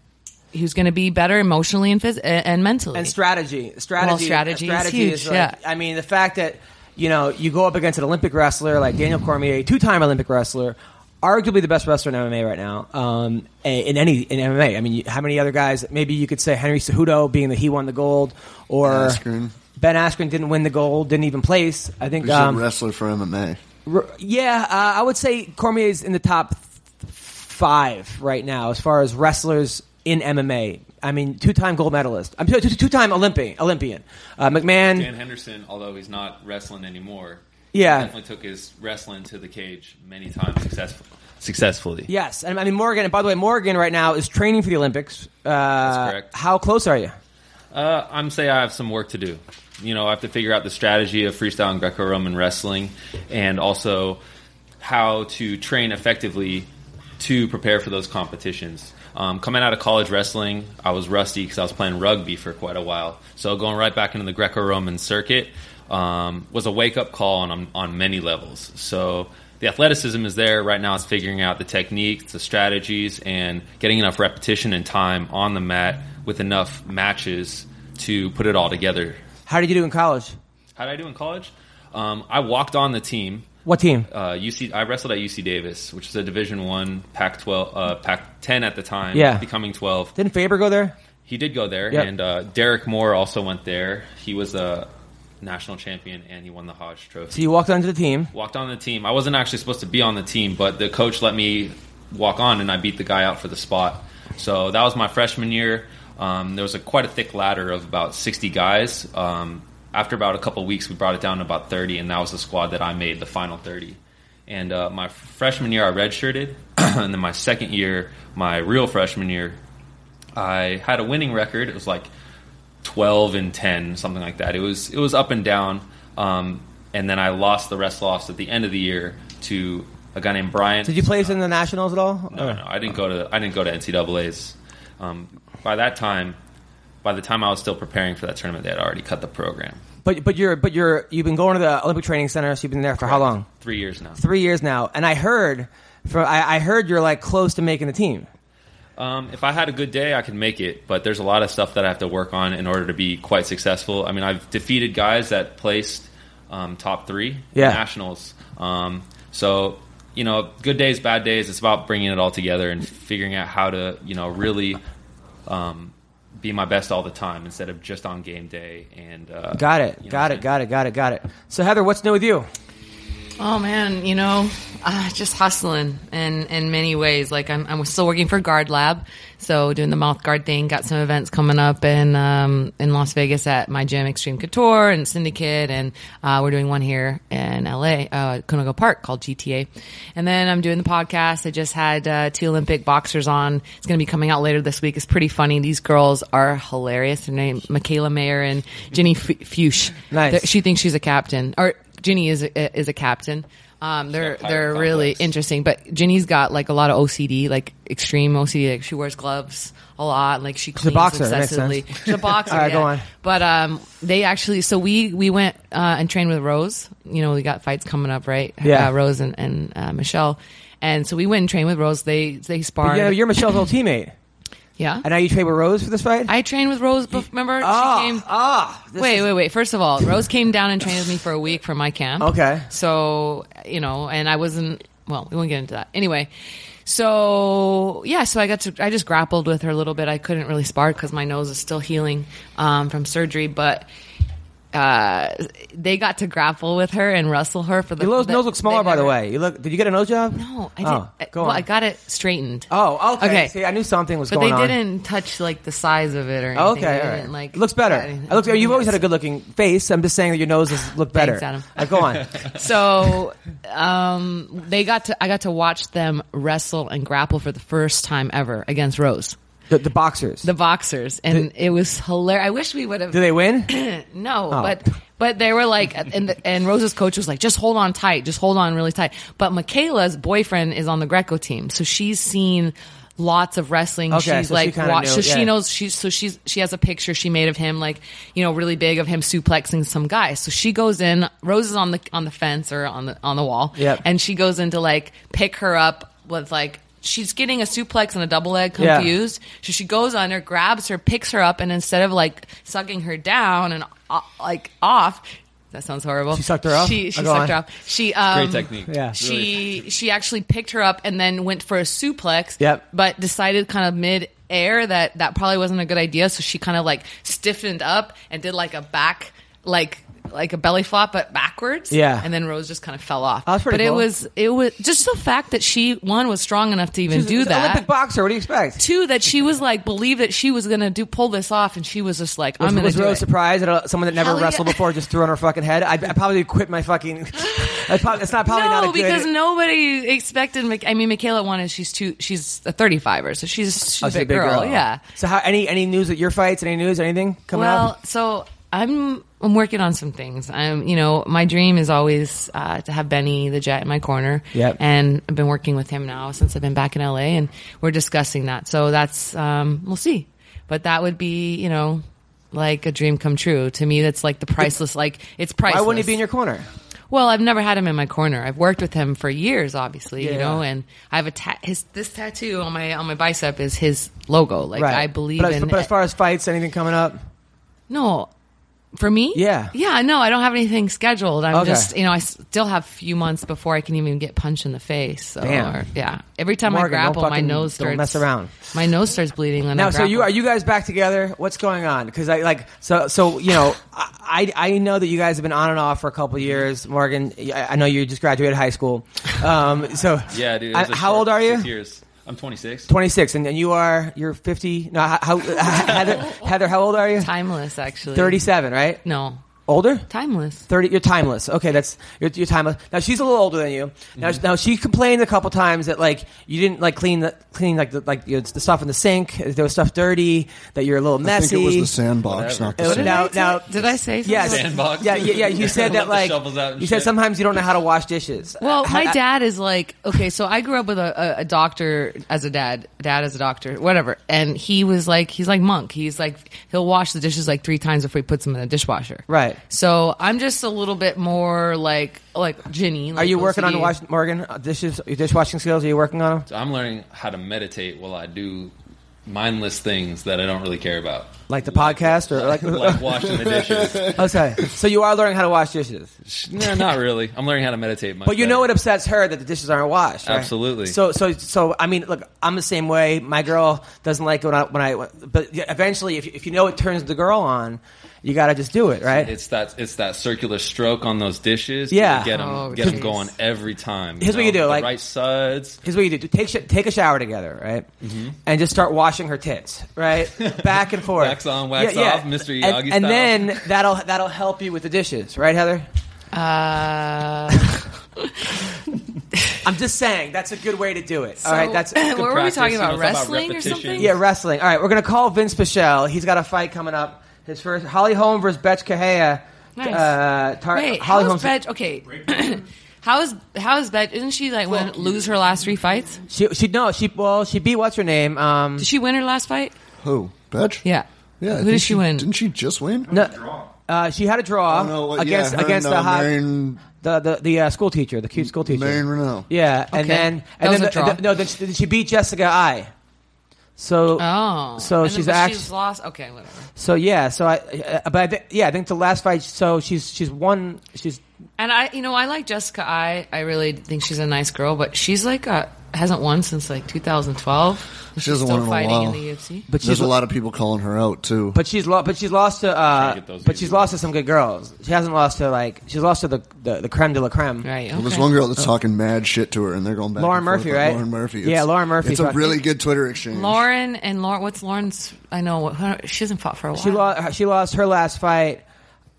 Speaker 4: who's going to be better emotionally and phys- and mentally.
Speaker 1: and strategy, strategy,
Speaker 4: Well, strategy is huge,
Speaker 1: like-
Speaker 4: yeah.
Speaker 1: I mean, the fact that you know you go up against an Olympic wrestler like Daniel Cormier, two-time Olympic wrestler, arguably the best wrestler in MMA right now, um, a- in any in MMA. I mean, you- how many other guys? Maybe you could say Henry Cejudo, being that he won the gold, or
Speaker 2: Askren.
Speaker 1: Ben Askren didn't win the gold, didn't even place. I think
Speaker 2: He's
Speaker 1: um,
Speaker 2: a wrestler for MMA.
Speaker 1: R- Yeah, uh, I would say Cormier's in the top th- five right now as far as wrestlers in MMA. I mean, two-time gold medalist. I'm sorry, two- two-time Olympian. Olympian. Uh, McMahon.
Speaker 5: Dan Henderson, although he's not wrestling anymore,
Speaker 1: Yeah.
Speaker 5: definitely took his wrestling to the cage many times successful, successfully.
Speaker 1: Yes, and I mean Morgan. And by the way, Morgan right now is training for the Olympics. Uh, That's
Speaker 5: correct.
Speaker 1: How close are you?
Speaker 5: Uh, I'm say I have some work to do. You know, I have to figure out the strategy of freestyle and Greco-Roman wrestling, and also how to train effectively to prepare for those competitions. Um, coming out of college wrestling, I was rusty because I was playing rugby for quite a while. So going right back into the Greco-Roman circuit um, was a wake-up call on on many levels. So the athleticism is there right now. It's figuring out the techniques, the strategies, and getting enough repetition and time on the mat with enough matches to put it all together.
Speaker 1: How did you do in college?
Speaker 5: How did I do in college? Um, I walked on the team.
Speaker 1: What team?
Speaker 5: Uh, UC, I wrestled at UC Davis, which is a Division One Pac twelve, uh, Pac ten at the time.
Speaker 1: Yeah.
Speaker 5: becoming twelve.
Speaker 1: Didn't Faber go there?
Speaker 5: He did go there,
Speaker 1: Yep.
Speaker 5: and uh, Derek Moore also went there. He was a national champion, and he won the Hodge Trophy
Speaker 1: So you walked onto the team.
Speaker 5: walked on the team. I wasn't actually supposed to be on the team, but the coach let me walk on, and I beat the guy out for the spot. So that was my freshman year. Um, there was a quite a thick ladder of about 60 guys. Um, after about a couple weeks, we brought it down to about 30, and that was the squad that I made the final 30. And uh, my freshman year, I redshirted, and then my second year, my real freshman year, I had a winning record. It was like 12 and 10, something like that. It was it was up and down. Um, and then I lost the rest loss at the end of the year to a guy named Brian.
Speaker 1: Did you play in the nationals at all?
Speaker 5: No, no, I didn't go to I didn't go to NCAA's. Um, by that time, by the time I was still preparing for that tournament, they had already cut the program.
Speaker 1: But but you're but you're you've been going to the Olympic Training Center. So you've been there for how long?
Speaker 5: Three years now.
Speaker 1: Three years now. And I heard from I, I heard you're like close to making the team.
Speaker 5: Um, if I had a good day, I could make it, but there's a lot of stuff that I have to work on in order to be quite successful. I mean, I've defeated guys that placed um, top three
Speaker 1: Yeah.
Speaker 5: nationals. Um, so, you know, good days, bad days, it's about bringing it all together and figuring out how to, you know, really um, be my best all the time instead of just on game day. And uh,
Speaker 1: Got it.
Speaker 5: you know
Speaker 1: got
Speaker 5: what
Speaker 1: it.
Speaker 5: I'm saying?
Speaker 1: Got it. Got it. Got it. So Heather, what's new with you?
Speaker 4: Oh man, you know, uh, just hustling in in many ways. Like I'm, I'm still working for Guard Lab, so doing the mouth guard thing. Got some events coming up in um, in Las Vegas at my gym, Extreme Couture and Syndicate, and uh, we're doing one here in LA, uh, Conoco Park, called GTA. And then I'm doing the podcast. I just had uh, two Olympic boxers on. It's going to be coming out later this week. It's pretty funny. These girls are hilarious. Their name Michaela Mayer and Jenny F- Fuchs.
Speaker 1: Nice.
Speaker 4: They're- she thinks she's a captain, or Ginny is a, is a captain. Um, they're
Speaker 5: got
Speaker 4: they're
Speaker 5: pirate
Speaker 4: really
Speaker 5: complex.
Speaker 4: interesting, but Ginny's got like a lot of OCD, like extreme OCD. Like she wears gloves a lot, like she cleans
Speaker 1: boxer, that makes
Speaker 4: obsessively.
Speaker 1: sense.
Speaker 4: She's a boxer.
Speaker 1: All right, go
Speaker 4: yeah.
Speaker 1: on.
Speaker 4: But um, they actually, so we we went uh, and trained with Rose. You know, we got fights coming up, right?
Speaker 1: Yeah.
Speaker 4: uh, Rose and and uh, Michelle, and so we went and trained with Rose. They they sparred.
Speaker 1: You know, you're Michelle's old teammate.
Speaker 4: yeah.
Speaker 1: And now you trade with Rose for this fight?
Speaker 4: I trained with Rose. Bef- remember,
Speaker 1: Ah,
Speaker 4: she came.
Speaker 1: ah, this
Speaker 4: wait,
Speaker 1: is-
Speaker 4: wait, wait. First of all, Rose came down and trained with me for a week for my camp.
Speaker 1: Okay.
Speaker 4: So, you know, and I wasn't, well, we won't get into that. Anyway, so yeah, so I got to, I just grappled with her a little bit. I couldn't really spar because my nose is still healing um, from surgery, but. Uh, they got to grapple with her and wrestle her for the.
Speaker 1: Your nose,
Speaker 4: the-
Speaker 1: nose looks smaller,
Speaker 4: they
Speaker 1: by the
Speaker 4: never-
Speaker 1: way. You look. Did you get a nose job?
Speaker 4: No, I
Speaker 1: Oh,
Speaker 4: didn't. I-
Speaker 1: go
Speaker 4: well,
Speaker 1: on.
Speaker 4: I got it straightened.
Speaker 1: Oh, okay.
Speaker 4: Okay.
Speaker 1: See, I knew something was
Speaker 4: But
Speaker 1: going
Speaker 4: they
Speaker 1: on.
Speaker 4: didn't touch like the size of it or anything.
Speaker 1: Okay,
Speaker 4: They
Speaker 1: all right.
Speaker 4: didn't, like
Speaker 1: looks better.
Speaker 4: got anything.
Speaker 1: I look, you've always had a
Speaker 4: Yes.
Speaker 1: good-looking face. I'm just saying that your nose has looked better.
Speaker 4: Thanks, Adam.
Speaker 1: Uh, go on.
Speaker 4: so um, they got to I got to watch them wrestle and grapple for the first time ever against Rose,
Speaker 1: The, the boxers.
Speaker 4: the boxers, and it was hilarious. I wish we would have
Speaker 1: Do they win?
Speaker 4: no,
Speaker 1: Oh.
Speaker 4: but but they were like, and the, and Rose's coach was like, just hold on tight, just hold on really tight. But Michaela's boyfriend is on the Greco team, so she's seen lots of wrestling.
Speaker 1: Okay,
Speaker 4: she's
Speaker 1: so she
Speaker 4: like,
Speaker 1: kinda
Speaker 4: watched,
Speaker 1: knew,
Speaker 4: so
Speaker 1: yeah.
Speaker 4: she knows she's so she's she has a picture she made of him, like you know, really big of him suplexing some guy. So she goes in, Rose is on the on the fence or on the on the wall,
Speaker 1: Yep.
Speaker 4: and she goes in to like pick her up with like. She's getting a suplex and a double leg
Speaker 1: Yeah.
Speaker 4: confused. So she goes under, grabs her, picks her up, and instead of like sucking her down and uh, like off, that sounds horrible.
Speaker 1: She sucked her up?
Speaker 4: She, she
Speaker 1: Oh,
Speaker 4: sucked
Speaker 1: go on.
Speaker 4: her up. She um,
Speaker 5: Great technique.
Speaker 1: Yeah.
Speaker 4: She she actually picked her up and then went for a suplex.
Speaker 1: Yep.
Speaker 4: But decided kind of mid air that that probably wasn't a good idea. So she kind of like stiffened up and did like a back like like a belly flop but backwards.
Speaker 1: Yeah.
Speaker 4: And then Rose just kind of fell off.
Speaker 1: Oh, that's pretty
Speaker 4: but
Speaker 1: cool.
Speaker 4: it was it was just the fact that she one was strong enough to even
Speaker 1: She's-
Speaker 4: do
Speaker 1: she's an
Speaker 4: that.
Speaker 1: Olympic boxer. What do you expect?
Speaker 4: Two that she was like believed that she was gonna do pull this off, and she was just like, I'm
Speaker 1: was,
Speaker 4: gonna
Speaker 1: was
Speaker 4: do
Speaker 1: Rose
Speaker 4: it.
Speaker 1: surprised that uh, someone that never
Speaker 4: Hell yeah.
Speaker 1: wrestled before just threw on her fucking head? I'd, I'd probably quit my fucking. I'd probably, it's not probably
Speaker 4: no,
Speaker 1: not a good.
Speaker 4: because nobody expected. Mik- I mean, Michaela wanted. She's two. She's a thirty-fiver, so she's she's,
Speaker 1: Oh,
Speaker 4: a,
Speaker 1: she's
Speaker 4: big girl. Yeah.
Speaker 1: So how any any news at your fights? Any news? Anything coming
Speaker 4: well,
Speaker 1: up?
Speaker 4: so I'm I'm working on some things. I'm you know my dream is always uh, to have Benny the Jet in my corner.
Speaker 1: Yep.
Speaker 4: And I've been working with him now since I've been back in LA, and we're discussing that. So that's um, we'll see. But that would be you know like a dream come true to me. That's like the priceless. Like it's
Speaker 1: Why
Speaker 4: priceless.
Speaker 1: wouldn't he be in your corner?
Speaker 4: Well, I've never had him in my corner. I've worked with him for years, obviously,
Speaker 1: Yeah.
Speaker 4: you know, and I have a ta- his this tattoo on my on my bicep is his logo. Like
Speaker 1: Right.
Speaker 4: I believe
Speaker 1: But, as-
Speaker 4: in
Speaker 1: but as far as fights, anything coming up?
Speaker 4: no. For me?
Speaker 1: Yeah.
Speaker 4: Yeah, no, I don't have anything scheduled. I'm
Speaker 1: Okay.
Speaker 4: just, you know, I still have a few months before I can even get punched in the face. So,
Speaker 1: Damn.
Speaker 4: or- yeah. Every time
Speaker 1: Morgan,
Speaker 4: I
Speaker 1: don't
Speaker 4: grapple, my
Speaker 1: fucking-
Speaker 4: nose
Speaker 1: don't
Speaker 4: starts
Speaker 1: mess around.
Speaker 4: My nose starts bleeding when I
Speaker 1: Now, so you
Speaker 4: grapple.
Speaker 1: are you guys back together? What's going on? Because I like so so you know I I I know that you guys have been on and off for a couple years. Morgan, I I know you just graduated high school. Um, so
Speaker 5: Yeah, dude. it
Speaker 1: I-
Speaker 5: was a
Speaker 1: how
Speaker 5: short
Speaker 1: old are you?
Speaker 5: six years. I'm 26.
Speaker 1: 26, and, and you are you're 50. No, how, how Heather Heather, how old are you?
Speaker 4: timeless actually.
Speaker 1: 37, right?
Speaker 4: No.
Speaker 1: Older?
Speaker 4: Timeless.
Speaker 1: 30 you're timeless okay that's you're, you're timeless now she's a little older than you now,
Speaker 4: Mm-hmm.
Speaker 1: now she complained a couple times that like you didn't like clean the clean like the like you know, the stuff in the sink there was stuff dirty that you're a little
Speaker 2: I
Speaker 1: messy
Speaker 2: think it was the sandbox,
Speaker 5: Whatever.
Speaker 2: not
Speaker 1: It
Speaker 2: the
Speaker 1: was-
Speaker 2: sink.
Speaker 1: now now
Speaker 4: Did I say something?
Speaker 1: yes
Speaker 5: Sandbox.
Speaker 1: yeah yeah yeah you said that
Speaker 5: Let the
Speaker 1: like
Speaker 5: shovels out and
Speaker 1: you said
Speaker 5: shit.
Speaker 1: sometimes you don't know how to wash dishes
Speaker 4: Well,
Speaker 1: I-
Speaker 4: my
Speaker 1: I-
Speaker 4: dad is like okay. So I grew up with a, a, a doctor as a dad, dad as a doctor, whatever. And he was like, he's like monk. He's like he'll wash the dishes like three times before he puts them in the dishwasher.
Speaker 1: Right.
Speaker 4: So I'm just a little bit more like like Ginny.
Speaker 1: are
Speaker 4: like
Speaker 1: you working on
Speaker 4: OCD.
Speaker 1: wash Morgan uh, dishes your dishwashing skills are you working on them
Speaker 5: So I'm learning how to meditate while I do mindless things that I don't really care about,
Speaker 1: like the podcast or like
Speaker 5: like washing the dishes.
Speaker 1: okay so you are learning how to wash dishes
Speaker 5: no, not really. I'm learning how to meditate. Much
Speaker 1: But you
Speaker 5: better.
Speaker 1: know it upsets her that the dishes aren't washed. right?
Speaker 5: Absolutely.
Speaker 1: So so so I mean, look, I'm the same way. My girl doesn't like it when I when I but eventually, if if you know it turns the girl on, you got to just do it, right?
Speaker 5: It's that it's that circular stroke on those dishes. to
Speaker 1: Yeah.
Speaker 5: get them
Speaker 4: Oh,
Speaker 5: get 'em
Speaker 4: geez.
Speaker 5: going every time.
Speaker 1: Here's what you
Speaker 5: know,
Speaker 1: do,
Speaker 5: the
Speaker 1: like-
Speaker 5: right sides.
Speaker 1: Here's what you do: Do- take sh- take a shower together, right?
Speaker 5: Mm-hmm.
Speaker 1: And just start washing her tits, right, back and forth,
Speaker 5: Wax on, wax off, Mr. Miyagi
Speaker 1: and, and
Speaker 5: style.
Speaker 1: then that'll that'll help you with the dishes, right, Heather?
Speaker 4: Uh,
Speaker 1: I'm just saying that's a good way to do it.
Speaker 4: so,
Speaker 1: all right, that's
Speaker 4: what were we
Speaker 5: practice,
Speaker 4: talking
Speaker 5: you
Speaker 4: about?
Speaker 5: know, it's about
Speaker 4: wrestling or
Speaker 5: repetition.
Speaker 4: something?
Speaker 1: Yeah, wrestling. All right, we're gonna call Vince Pichel. He's got a fight coming up. His first Holly Holm versus Betch Kahea.
Speaker 4: Nice.
Speaker 1: Uh, tar-
Speaker 4: Wait,
Speaker 1: Holly
Speaker 4: how's
Speaker 1: Holm's.
Speaker 4: Betch? Okay. How is how is Betch? Didn't she like win, lose her last three fights?
Speaker 1: she, she no, she well, she beat what's her name? Um,
Speaker 4: Did she win her last fight?
Speaker 2: Who? Betch?
Speaker 4: Yeah.
Speaker 2: Yeah. I
Speaker 4: Who
Speaker 2: think
Speaker 4: did she, win?
Speaker 2: Didn't she just win?
Speaker 1: no, uh, she had a draw
Speaker 2: I don't know, like,
Speaker 1: against
Speaker 2: yeah, her
Speaker 1: against
Speaker 2: and,
Speaker 1: the
Speaker 2: uh,
Speaker 1: hot,
Speaker 2: Marion-
Speaker 1: the the, the uh, school teacher, the cute school teacher.
Speaker 2: Marion Renault.
Speaker 1: Yeah, and
Speaker 4: Okay.
Speaker 1: then
Speaker 4: That
Speaker 1: and
Speaker 4: was
Speaker 1: then
Speaker 4: a draw.
Speaker 1: the, no, then she, then she beat Jessica I. So
Speaker 4: Oh,
Speaker 1: so
Speaker 4: And then-
Speaker 1: she's
Speaker 4: but
Speaker 1: actually
Speaker 4: she's lost. Okay, whatever.
Speaker 1: so yeah so I uh, but I thi- yeah I think the last fight so she's she's won she's
Speaker 4: And I, you know, I like Jessica. I, I really think she's a nice girl, but she's like a, hasn't won since like 2012. She's
Speaker 2: hasn't
Speaker 4: still
Speaker 2: won in a
Speaker 4: fighting
Speaker 2: while.
Speaker 4: in the UFC.
Speaker 1: but
Speaker 2: There's
Speaker 1: she's
Speaker 2: a lot of people calling her out too.
Speaker 1: But she's lost. But she's lost to.
Speaker 5: Trying
Speaker 1: Uh,
Speaker 5: to get those
Speaker 1: but
Speaker 5: easy
Speaker 1: she's lost to some good girls. She hasn't lost to like. She's lost to the the, the creme de la creme.
Speaker 4: right.
Speaker 2: Well, there's
Speaker 4: okay.
Speaker 2: one girl that's talking mad shit to her, and they're going back.
Speaker 1: Oh. Lauren
Speaker 2: and forth
Speaker 1: Murphy,
Speaker 2: with
Speaker 1: right?
Speaker 2: Lauren Murphy.
Speaker 1: Yeah, Lauren Murphy
Speaker 2: It's a
Speaker 1: fucking-
Speaker 2: really good Twitter exchange.
Speaker 4: Lauren and Lauren. What's Lauren's? I know what her, she hasn't fought for a while.
Speaker 1: She lost. She lost her last fight.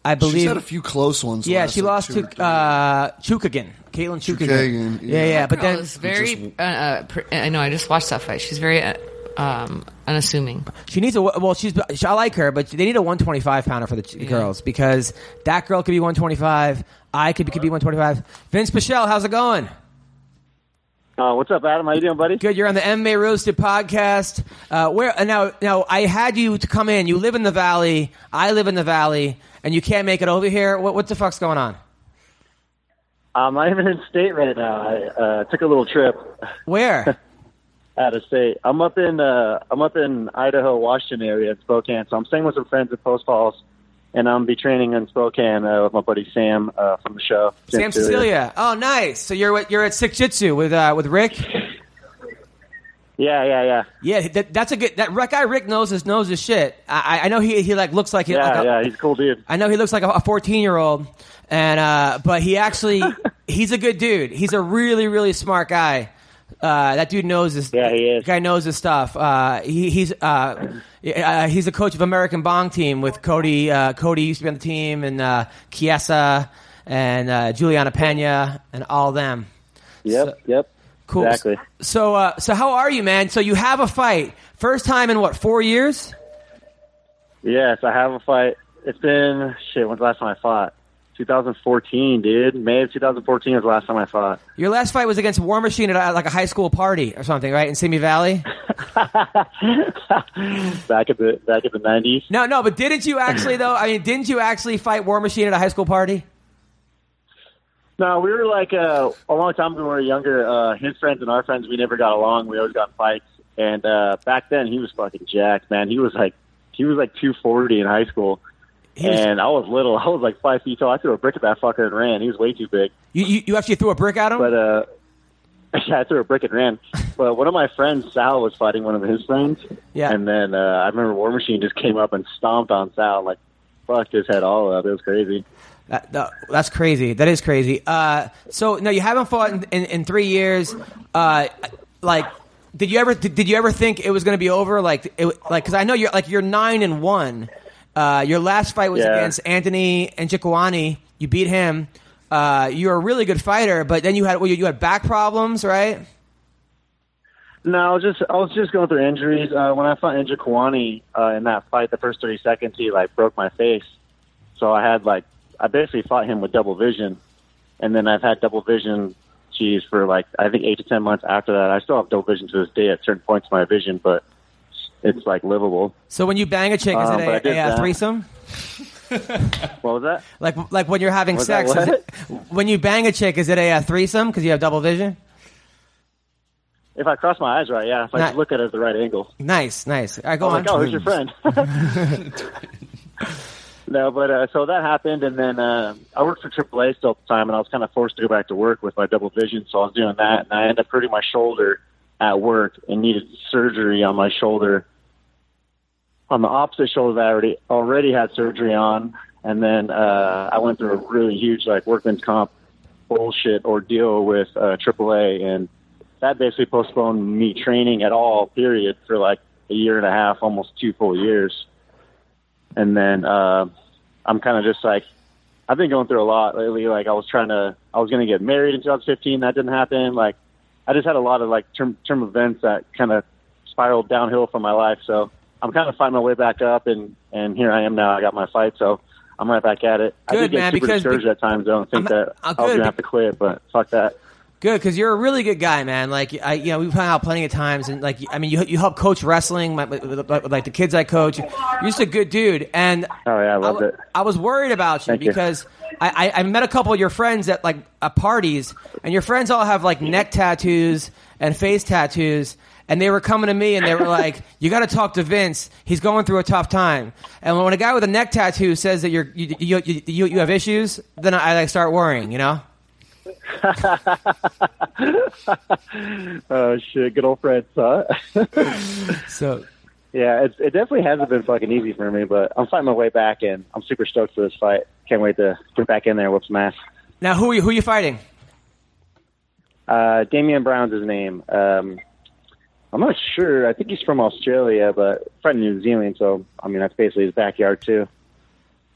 Speaker 1: I believe.
Speaker 2: She's had a few close ones.
Speaker 1: yeah,
Speaker 2: last,
Speaker 1: she
Speaker 2: like,
Speaker 1: lost
Speaker 2: two or
Speaker 1: to
Speaker 2: three.
Speaker 1: uh, Chukagan, Caitlin Chukagan.
Speaker 2: Chukagian,
Speaker 1: Yeah, yeah,
Speaker 2: yeah.
Speaker 1: but
Speaker 4: Girl
Speaker 1: then
Speaker 4: is very.
Speaker 2: Just-
Speaker 4: uh, uh, pr- I know. I just watched that fight. She's very uh, um, unassuming.
Speaker 1: she needs a. Well, she's. I like her, but they need a 125 pounder for the ch girls because that girl could be 125. I could could be 125. Vince Pichel, how's it going?
Speaker 6: Uh, what's up, Adam? How you doing, buddy?
Speaker 1: Good. You're on the MMA Roasted podcast. Uh, where uh, now? Now I had you to come in. You live in the valley. I live in the valley, and you can't make it over here. What, what the fuck's going on?
Speaker 6: Um, I'm not even in state right now. I uh, took a little trip
Speaker 1: Where?
Speaker 6: out of state. I'm up in uh, I'm up in Idaho, Washington area in Spokane. So I'm staying with some friends at Post Falls, and I'm be training in Spokane uh, with my buddy Sam uh, from the show.
Speaker 1: Sam Cecilia. Oh, nice. So you're at- you're at Sick Jitsu with uh, with Rick.
Speaker 6: Yeah, yeah, yeah.
Speaker 1: Yeah, that, that's a good. That Rick- guy Rick knows his knows his shit. I, I- I know he he like looks like he,
Speaker 6: Yeah,
Speaker 1: like a-
Speaker 6: yeah, he's a cool dude.
Speaker 1: I know he looks like a fourteen year old, and uh, but he actually he's a good dude. He's a really really smart guy. Uh, that dude knows his.
Speaker 6: Yeah, he is.
Speaker 1: Guy knows his stuff. Uh, he, he's uh, yeah, uh, he's the coach of American Bong Team with Cody. Uh, Cody used to be on the team, and uh, Chiesa and uh, Juliana Pena and all them.
Speaker 6: Yep,
Speaker 1: So-
Speaker 6: yep.
Speaker 1: Cool.
Speaker 6: Exactly.
Speaker 1: So, uh, so how are you, man? So you have a fight, first time in what four years?
Speaker 6: Yes, I have a fight. It's been shit. When's the last time I fought? 2014, dude. May of 2014 was the last time I fought.
Speaker 1: Your last fight was against War Machine at uh, like a high school party or something, right? In Simi Valley.
Speaker 6: Back at the back at the 90s.
Speaker 1: No, no, but didn't you actually though? I mean, didn't you actually fight War Machine at a high school party?
Speaker 6: No, we were like uh, a long time ago when we were younger. Uh, his friends and our friends, we never got along. We always got in fights. And uh, back then, he was fucking jacked, man. He was like he was like 240 in high school,
Speaker 1: He was-
Speaker 6: and I was little. I was like five feet tall. I threw a brick at that fucker and ran. He was way too big.
Speaker 1: You, you, you actually threw a brick at him.
Speaker 6: But uh, yeah, I threw a brick and ran. But one of my friends, Sal, was fighting one of his friends.
Speaker 1: Yeah.
Speaker 6: And then uh, I remember War Machine just came up and stomped on Sal, and, like fucked his head all up. It was crazy.
Speaker 1: That- that- that's crazy. That is crazy. Uh, so no, you haven't fought in, in, in three years. Uh, like, did you ever did, did you ever think it was going to be over? Like, it, like because I know you're like you're nine and one. Uh, your last fight was
Speaker 6: Yeah.
Speaker 1: against Anthony and Chikwani. You beat him. Uh, you're a really good fighter, but then you had well, you, you had back problems, right?
Speaker 6: No, I was just I was just going through injuries. Uh, when I fought Inja Kawani uh, in that fight, the first thirty seconds, he like broke my face. So I had like I basically fought him with double vision, and then I've had double vision. Geez, for like I think eight to ten months after that, I still have double vision to this day at certain points of my vision, but it's like livable.
Speaker 1: So when you bang a chick, is
Speaker 6: Um,
Speaker 1: it
Speaker 6: but I
Speaker 1: a,
Speaker 6: did
Speaker 1: a, uh
Speaker 6: that.
Speaker 1: threesome?
Speaker 6: What was that?
Speaker 1: Like like when you're having
Speaker 6: Was
Speaker 1: sex?
Speaker 6: that
Speaker 1: is
Speaker 6: what?
Speaker 1: it- when you bang a chick, is it a, uh threesome because you have double vision?
Speaker 6: If I cross my eyes right, yeah. If I
Speaker 1: Not-
Speaker 6: just look at it at the right angle.
Speaker 1: Nice, nice. All right, go
Speaker 6: I
Speaker 1: on.
Speaker 6: was like, oh, who's your friend? no, but uh, so that happened, and then uh, I worked for AAA still at the time, and I was kind of forced to go back to work with my double vision, so I was doing that, and I ended up hurting my shoulder at work and needed surgery on my shoulder, on the opposite shoulder that I already already had surgery on, and then uh, I went through a really huge like workman's comp bullshit ordeal with uh, AAA, and that basically postponed me training at all, period, for like a year and a half, almost two full years. And then uh, I'm kind of just like, I've been going through a lot lately. Like I was trying to, I was going to get married in 2015. That didn't happen. Like I just had a lot of like term, term events that kind of spiraled downhill for my life. So I'm kind of finding my way back up and, and here I am now. I got my fight. So I'm right back at it. I
Speaker 1: Good,
Speaker 6: did get
Speaker 1: man,
Speaker 6: super
Speaker 1: because-
Speaker 6: discouraged at times. I don't think
Speaker 1: I'm-
Speaker 6: that
Speaker 1: uh,
Speaker 6: I was
Speaker 1: good,
Speaker 6: going
Speaker 1: be-
Speaker 6: to have to quit, but fuck that.
Speaker 1: Good, because you're a really good guy, man. Like I, you know, we've hung out plenty of times, and like I mean, you you help coach wrestling, my, with, with, with, like the kids I coach. You're just a good dude, and
Speaker 6: Oh, yeah, I loved
Speaker 1: w-
Speaker 6: it.
Speaker 1: I was worried about you
Speaker 6: Thank you.
Speaker 1: because I, I I met a couple of your friends at like uh, parties, and your friends all have like neck tattoos and face tattoos. And they were coming to me and they were like, "You got to talk to Vince. He's going through a tough time." And when a guy with a neck tattoo says that you're you you, you, you, you have issues, then I like start worrying, you know.
Speaker 6: Oh shit, good old friends, huh?
Speaker 1: So
Speaker 6: yeah, it, it definitely hasn't been fucking easy for me, but I'm fighting my way back, and I'm super stoked for this fight. Can't wait to get back in there, and whoop some ass.
Speaker 1: now, who are you, who are you fighting?
Speaker 6: Uh, Damian Brown's his name. Um, I'm not sure. I think he's from Australia, but from New Zealand, so I mean that's basically his backyard too.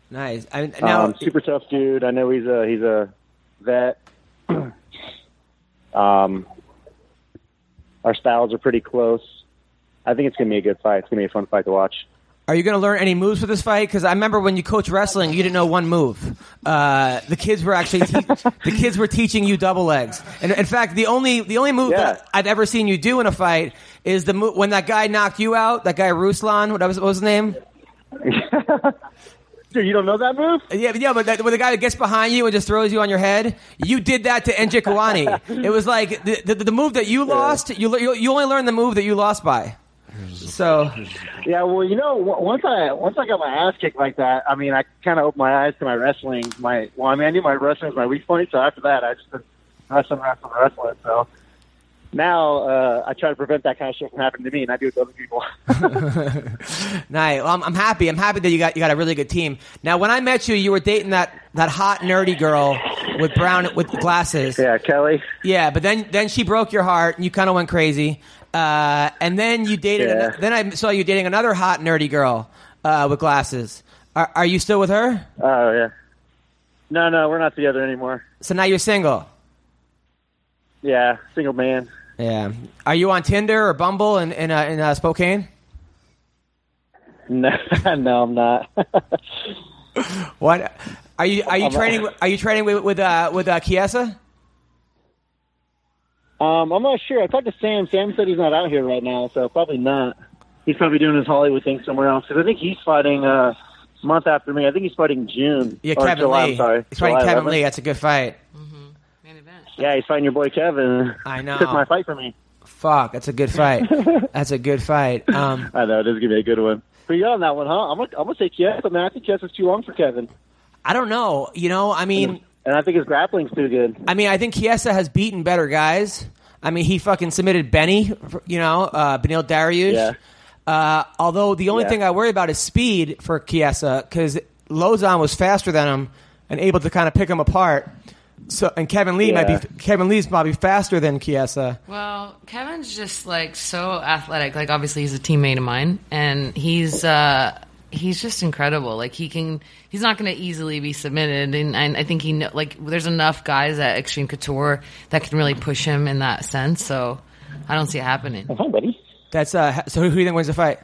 Speaker 1: Nice. I mean, now,
Speaker 6: Um, super tough dude. I know he's a he's a vet. um, our styles are pretty close. I think it's gonna be a good fight. It's gonna be a fun fight to watch.
Speaker 1: are you going to learn any moves for this fight? Because I remember when you coach wrestling, you didn't know one move. Uh, the kids were actually te- the kids were teaching you double legs. And in fact, the only the only move
Speaker 6: Yeah.
Speaker 1: that I've ever seen you do in a fight is the move when that guy knocked you out. That guy Ruslan, what was, what was his name?
Speaker 6: Dude, you don't know that move?
Speaker 1: Yeah, but- yeah, but that, when the guy that gets behind you and just throws you on your head, you did that to Njikawani. it was like the, the, the move that you lost. You, le- you you only learned the move that you lost by. So
Speaker 6: Yeah, well, you know, w- once I once I got my ass kicked like that, I mean, I kind of opened my eyes to my wrestling. My well, I mean, I knew my wrestling was my weak point, so after that, I just been wrestling, wrestling, wrestling. So now uh, I try to prevent that kind of shit from happening to me, and I do it to other people.
Speaker 1: Nice. Well, I'm, I'm happy. I'm happy that you got you got a really good team. Now, when I met you, you were dating that, that hot nerdy girl with brown with glasses.
Speaker 6: yeah, Kelly.
Speaker 1: Yeah, but then then she broke your heart, and you kind of went crazy. Uh, and then you dated.
Speaker 6: Yeah.
Speaker 1: ano- then I saw you dating another hot nerdy girl uh, with glasses. Are, are you still with her?
Speaker 6: Oh yeah. No, no, we're not together anymore.
Speaker 1: So now you're single.
Speaker 6: Yeah, single man.
Speaker 1: Yeah. Are you on Tinder or Bumble in in, uh, in uh, Spokane?
Speaker 6: No, no, I'm not.
Speaker 1: What are you are you training? Are you training with with uh, with uh, Kiesa?
Speaker 6: um, I'm not sure. I talked to Sam. Sam said he's not out here right now, so probably not. He's probably doing his Hollywood thing somewhere else. Because I think he's fighting uh, a month after me. I think he's fighting June.
Speaker 1: Yeah,
Speaker 6: or
Speaker 1: Kevin
Speaker 6: Oh, July,
Speaker 1: Lee.
Speaker 6: I'm sorry.
Speaker 1: He's fighting
Speaker 6: July
Speaker 1: Kevin
Speaker 6: 11th.
Speaker 1: Lee. That's a good fight.
Speaker 4: Main event.
Speaker 6: Yeah, he's fighting your boy Kevin.
Speaker 1: I know.
Speaker 6: Took my fight from me.
Speaker 1: Fuck, that's a good fight. that's a good fight. Um,
Speaker 6: I know. This is gonna be a good one. But you on that one, huh? I'm gonna, I'm gonna say Kiesa, man. I think Kiesa's too long for Kevin,
Speaker 1: I don't know. You know, I mean,
Speaker 6: and I think his grappling's too good.
Speaker 1: I mean, I think Kiesa has beaten better guys. I mean, he fucking submitted Benny, you know, uh, Benil Dariush.
Speaker 6: Yeah.
Speaker 1: Uh, although the only
Speaker 6: Yeah.
Speaker 1: thing I worry about is speed for Kiesa because Lozon was faster than him and able to kind of pick him apart. So and Kevin Lee might
Speaker 6: Yeah.
Speaker 1: be Kevin Lee's probably faster than Kiesa.
Speaker 4: Well, Kevin's just like so athletic. Like obviously he's a teammate of mine and he's uh he's just incredible. Like he can he's not going to easily be submitted and, and I think he know, like there's enough guys at Extreme Couture that can really push him in that sense. So I don't see it happening.
Speaker 6: Hi, buddy.
Speaker 1: That's uh. So who do you think wins the fight?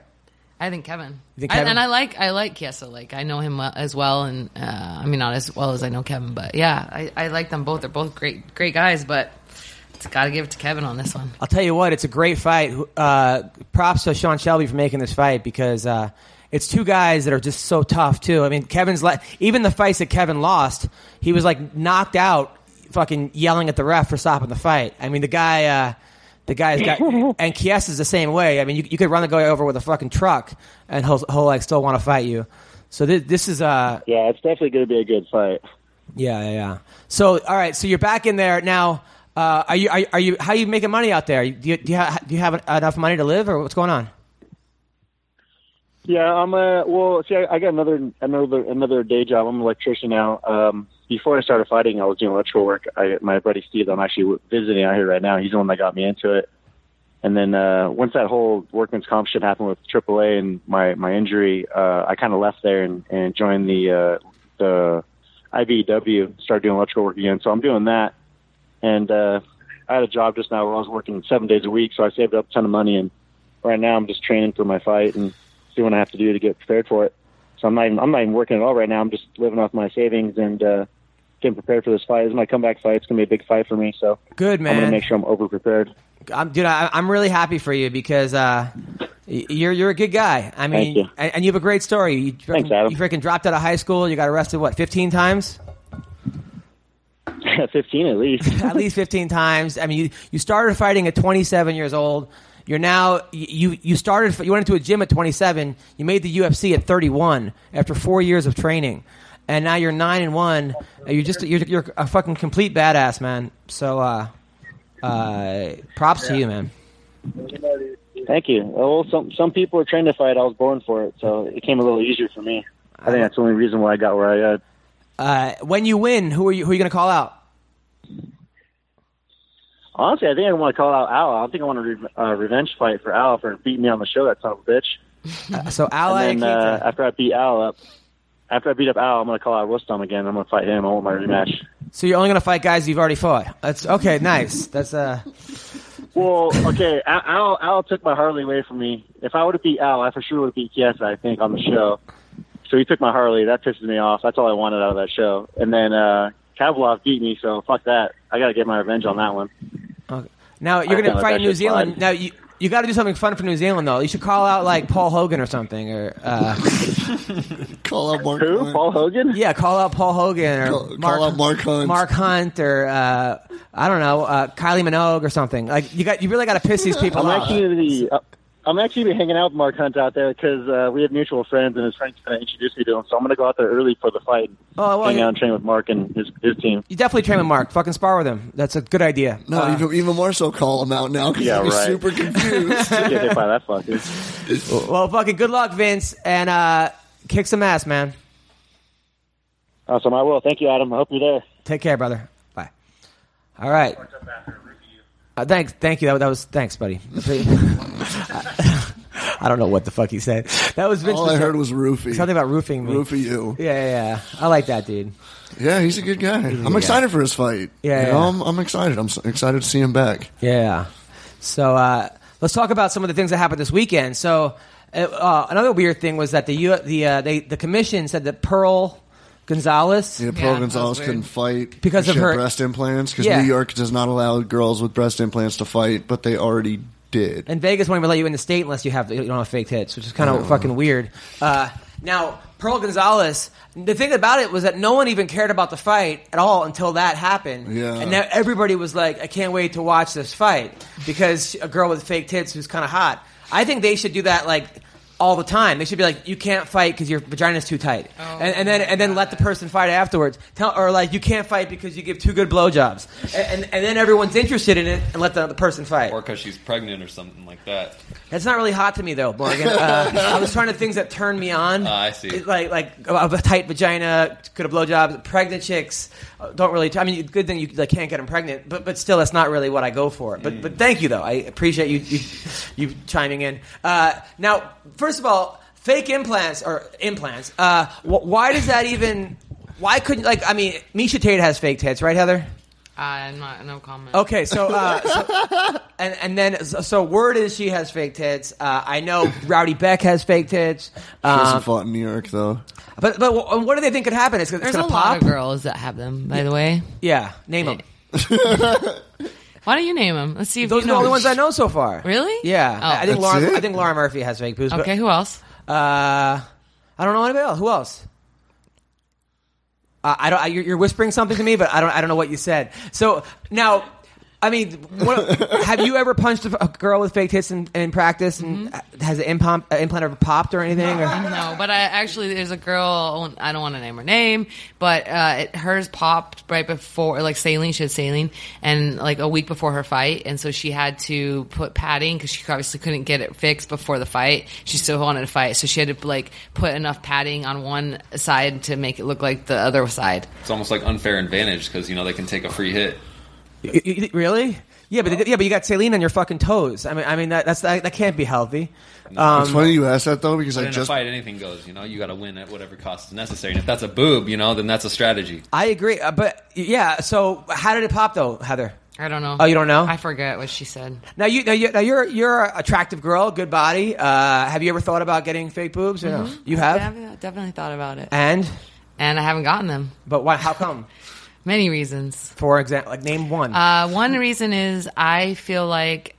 Speaker 4: I think Kevin.
Speaker 1: think
Speaker 4: I-
Speaker 1: Kevin?
Speaker 4: and I like I like Kiesa. Like I know him well- as well, and uh, I mean not as well as I know Kevin, but yeah, I, I like them both. They're both great great guys, but it's got to give it to Kevin on this one.
Speaker 1: I'll tell you what, it's a great fight. Uh, props to Sean Shelby for making this fight because uh, it's two guys that are just so tough too. I mean, Kevin's le- even the fights that Kevin lost, he was like knocked out, fucking yelling at the ref for stopping the fight. I mean, the guy, uh, the guy's got, and Kies is the same way. I mean, you, you could run the guy over with a fucking truck, and he'll, he'll like still want to fight you. So this, this is uh,
Speaker 6: Yeah, it's definitely gonna be a good fight.
Speaker 1: yeah, yeah, yeah. So, all right. So you're back in there now. Uh, are you? Are, you- are you? How you making money out there? Do you, do you, ha- do you have enough money to live, or what's going on?
Speaker 6: Yeah, I'm a well. See, I, I got another another another day job. I'm an electrician now. Um, before I started fighting, I was doing electrical work. I, my buddy Steve, that I'm actually visiting out here right now. He's the one that got me into it. And then uh, once that whole workman's comp shit happened with AAA and my my injury, uh, I kind of left there and, and joined the uh, the IBW, started doing electrical work again. So I'm doing that. And uh, I had a job just now where I was working seven days a week, so I saved up a ton of money. And right now I'm just training for my fight and doing what I have to do to get prepared for it. So I'm not even, I'm not even working at all right now. I'm just living off my savings and uh, getting prepared for this fight. This is my comeback fight. It's gonna be a big fight for me. So
Speaker 1: Good
Speaker 6: I'm gonna
Speaker 1: man.
Speaker 6: make sure I'm over prepared.
Speaker 1: I'm, dude, I, I'm really happy for you because uh, y- you're you're a good guy. I mean,
Speaker 6: Thank you.
Speaker 1: And, and you have a great story. You freaking,
Speaker 6: Thanks, Adam.
Speaker 1: you freaking dropped out of high school. You got arrested what 15 times?
Speaker 6: 15 at least.
Speaker 1: at least 15 times. I mean, you, you started fighting at 27 years old. You're now you you started you went into a gym at 27. You made the UFC at 31 after four years of training, and now you're nine and one. and You're just you're, you're a fucking complete badass, man. So, uh, uh, props to you, man.
Speaker 6: Thank you. Well, some some people are trained to fight. I was born for it, so it came a little easier for me. I think that's the only reason why I got where I got.
Speaker 1: Uh, when you win, who are you who are you gonna call out?
Speaker 6: Honestly, I think I want to call out Al. I don't think I want to re- uh, revenge fight for Al for beating me on the show. That son of a bitch.
Speaker 1: So, Ally
Speaker 6: And then uh,
Speaker 1: Akita.
Speaker 6: after I beat Al up, after I beat up Al, I'm gonna call out Rustam again. I'm gonna fight him. I want my rematch.
Speaker 1: so you're only gonna fight guys you've already fought. That's okay. Nice. That's uh.
Speaker 6: Well, okay, Al, Al, Al took my Harley away from me. If I would have beat Al, I for sure would have beat Kiesa, I think, on the show. So he took my Harley. That pisses me off. That's all I wanted out of that show. And then uh, Kavlov beat me, so fuck that. I gotta get my revenge on that one.
Speaker 1: Okay. Now you're going
Speaker 6: thought
Speaker 1: to fight
Speaker 6: that
Speaker 1: New
Speaker 6: was
Speaker 1: Zealand.
Speaker 6: fun.
Speaker 1: Now you you got to do something fun for New Zealand though. You should call out like Paul Hogan or something, or uh,
Speaker 2: Call out Mark.
Speaker 6: Who?
Speaker 2: Hunt.
Speaker 6: Paul Hogan?
Speaker 1: yeah, call out Paul Hogan or
Speaker 2: Call- call
Speaker 1: Mark,
Speaker 2: out Mark Hunt.
Speaker 1: Mark Hunt or uh, I don't know uh, Kylie Minogue or something. Like you got you really got to piss these people
Speaker 6: I'm
Speaker 1: off.
Speaker 6: actually the. Uh, I'm actually be hanging out with Mark Hunt out there 'cause uh, we have mutual friends, and his friends kind of introduced me to him. So I'm going to go out there early for the fight. and
Speaker 1: Oh, well,
Speaker 6: hang
Speaker 1: you-
Speaker 6: out and train with Mark and his his team.
Speaker 1: You definitely train with Mark. Fucking spar with him. That's a good idea.
Speaker 2: No,
Speaker 1: Uh,
Speaker 2: you can even more so call him out now because
Speaker 6: Yeah,
Speaker 2: he'll be
Speaker 6: right.
Speaker 2: super confused.
Speaker 6: Get hit by that fucker.
Speaker 1: well, fucking good luck, Vince, and uh, kick some ass, man.
Speaker 6: Awesome. I will. Thank you, Adam. I hope you're there.
Speaker 1: Take care, brother. Bye. All right. Uh, thanks. Thank you. That, that was thanks, buddy. I don't know what the fuck he said. That was Vince.
Speaker 2: All I
Speaker 1: Vizquel-
Speaker 2: heard was roofie.
Speaker 1: something about roofing me.
Speaker 2: roofie you.
Speaker 1: Yeah, yeah, yeah. I like that dude.
Speaker 2: Yeah, he's a good guy. I'm
Speaker 1: guy.
Speaker 2: excited for his fight.
Speaker 1: Yeah,
Speaker 2: You know,
Speaker 1: yeah.
Speaker 2: I'm, I'm excited. I'm s- excited to see him back.
Speaker 1: Yeah. So uh, let's talk about some of the things that happened this weekend. So uh, uh, another weird thing was that the U- the uh, they, the commission said that Pearl Gonzalez.
Speaker 2: Yeah,
Speaker 4: that
Speaker 2: Pearl
Speaker 4: was
Speaker 2: Gonzalez
Speaker 4: weird.
Speaker 2: couldn't fight
Speaker 1: Because
Speaker 2: She
Speaker 1: of
Speaker 2: had
Speaker 1: her-
Speaker 2: breast implants. Because
Speaker 1: Yeah.
Speaker 2: New York does not allow girls with breast implants to fight, but they already did.
Speaker 1: And Vegas won't even let you in the state unless you have you don't have fake tits, which is kind of fucking weird. Uh, now Pearl Gonzalez, the thing about it was that no one even cared about the fight at all until that happened.
Speaker 2: Yeah.
Speaker 1: And now everybody was like, "I can't wait to watch this fight" because a girl with fake tits who's kind of hot. I think they should do that like all the time. They should be like, "You can't fight because your vagina's too tight," and, and then and then let the person fight afterwards. Tell or like, "You can't fight because you give two good blowjobs," and, and and then everyone's interested in it and let the, the person fight.
Speaker 5: or because she's pregnant or something like that.
Speaker 1: That's not really hot to me though, Morgan. Uh, I was trying to things that turn me on.
Speaker 5: Ah, I see.
Speaker 1: Like like a a tight vagina, good a blowjob. Pregnant chicks uh, don't really. I mean, good thing you like, can't get them pregnant, but but still, that's not really what I go for. But but thank you though. I appreciate you you, you chiming in. Uh, now, first of all, fake implants or implants. Uh, wh- why does that even? Why couldn't like? I mean, Misha Tate has fake tits, right, Heather?
Speaker 4: I'm not, Uh, no comment.
Speaker 1: Okay, so, uh, so- and and then so, so word is she has fake tits. Uh, I know Rowdy Beck has fake tits.
Speaker 2: She
Speaker 1: Um,
Speaker 2: hasn't fought in New York though.
Speaker 1: but but wh- what do they think could happen? It's, it's
Speaker 4: There's a
Speaker 1: gonna
Speaker 4: lot
Speaker 1: pop.
Speaker 4: of girls that have them, by the way.
Speaker 1: Yeah, name them.
Speaker 4: Why don't you name them? Let's see if
Speaker 1: Those are
Speaker 4: you
Speaker 1: the
Speaker 4: know.
Speaker 1: only ones I know so far.
Speaker 4: Really?
Speaker 1: Yeah,
Speaker 4: Oh.
Speaker 1: I- I think
Speaker 2: That's
Speaker 1: Laura.
Speaker 2: it?
Speaker 1: I think Laura Murphy has fake boobs.
Speaker 4: Okay, who else?
Speaker 1: But, uh, I don't know anybody else. Who else? Uh, I don't. I, you're, you're whispering something to me, but I don't. I don't know what you said. So now. I mean, what, have you ever punched a, a girl with fake tits in, in practice? And has an implant, uh, implant ever popped or anything? Or?
Speaker 4: No, but I actually there's a girl. I don't want to name her name, but uh, it, hers popped right before, like saline. She had saline, and like a week before her fight, and so she had to put padding because she obviously couldn't get it fixed before the fight. She still wanted to fight, so she had to like put enough padding on one side to make it look like the other side.
Speaker 5: It's almost like unfair advantage because you know they can take a free hit.
Speaker 1: Y- y- Really? Yeah, but yeah, but you got saline on your fucking toes. I mean, I mean that that's that, that can't be healthy. Um,
Speaker 2: It's funny you asked that though because
Speaker 5: But
Speaker 2: I
Speaker 5: in
Speaker 2: just
Speaker 5: a fight, anything goes. You know, you got to win at whatever cost is necessary. And if that's a boob, you know, then that's a strategy.
Speaker 1: I agree, uh, but yeah. So how did it pop though, Heather?
Speaker 4: I don't know.
Speaker 1: Oh, you don't know?
Speaker 4: I forget what she said.
Speaker 1: Now you now, you, now you're you're an attractive girl, good body. Uh, have you ever thought about getting fake boobs? Or no? You have,
Speaker 4: I haven't- definitely thought about it,
Speaker 1: and
Speaker 4: and I haven't gotten them.
Speaker 1: but why? How come?
Speaker 4: Many reasons.
Speaker 1: For example, like name one.
Speaker 4: Uh, one reason is I feel like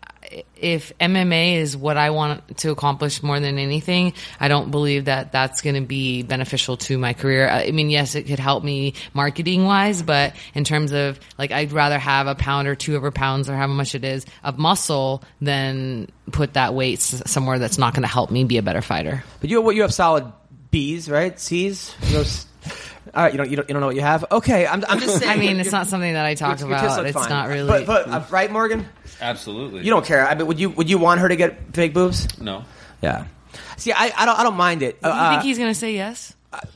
Speaker 4: if MMA is what I want to accomplish more than anything, I don't believe that that's going to be beneficial to my career. Uh, I I mean, yes, it could help me marketing wise, but in terms of like, I'd rather have a pound or two over pounds or however much it is of muscle than put that weight s- somewhere that's not going to help me be a better fighter.
Speaker 1: But you you have solid B's, right? C's. Those, all right, you don't, you don't you don't know what you have. Okay, I'm I'm just saying.
Speaker 4: I mean,
Speaker 1: your-
Speaker 4: it's not something that I
Speaker 1: your-
Speaker 4: talk
Speaker 1: your tits
Speaker 4: about.
Speaker 1: look
Speaker 4: It's
Speaker 1: fine.
Speaker 4: not really.
Speaker 1: But, but uh, right, Morgan,
Speaker 5: Absolutely.
Speaker 1: you don't care. I mean, would you would you want her to get fake boobs?
Speaker 5: No.
Speaker 1: Yeah. See, I, I don't I don't mind it.
Speaker 4: you
Speaker 1: Uh,
Speaker 4: think he's going to say yes?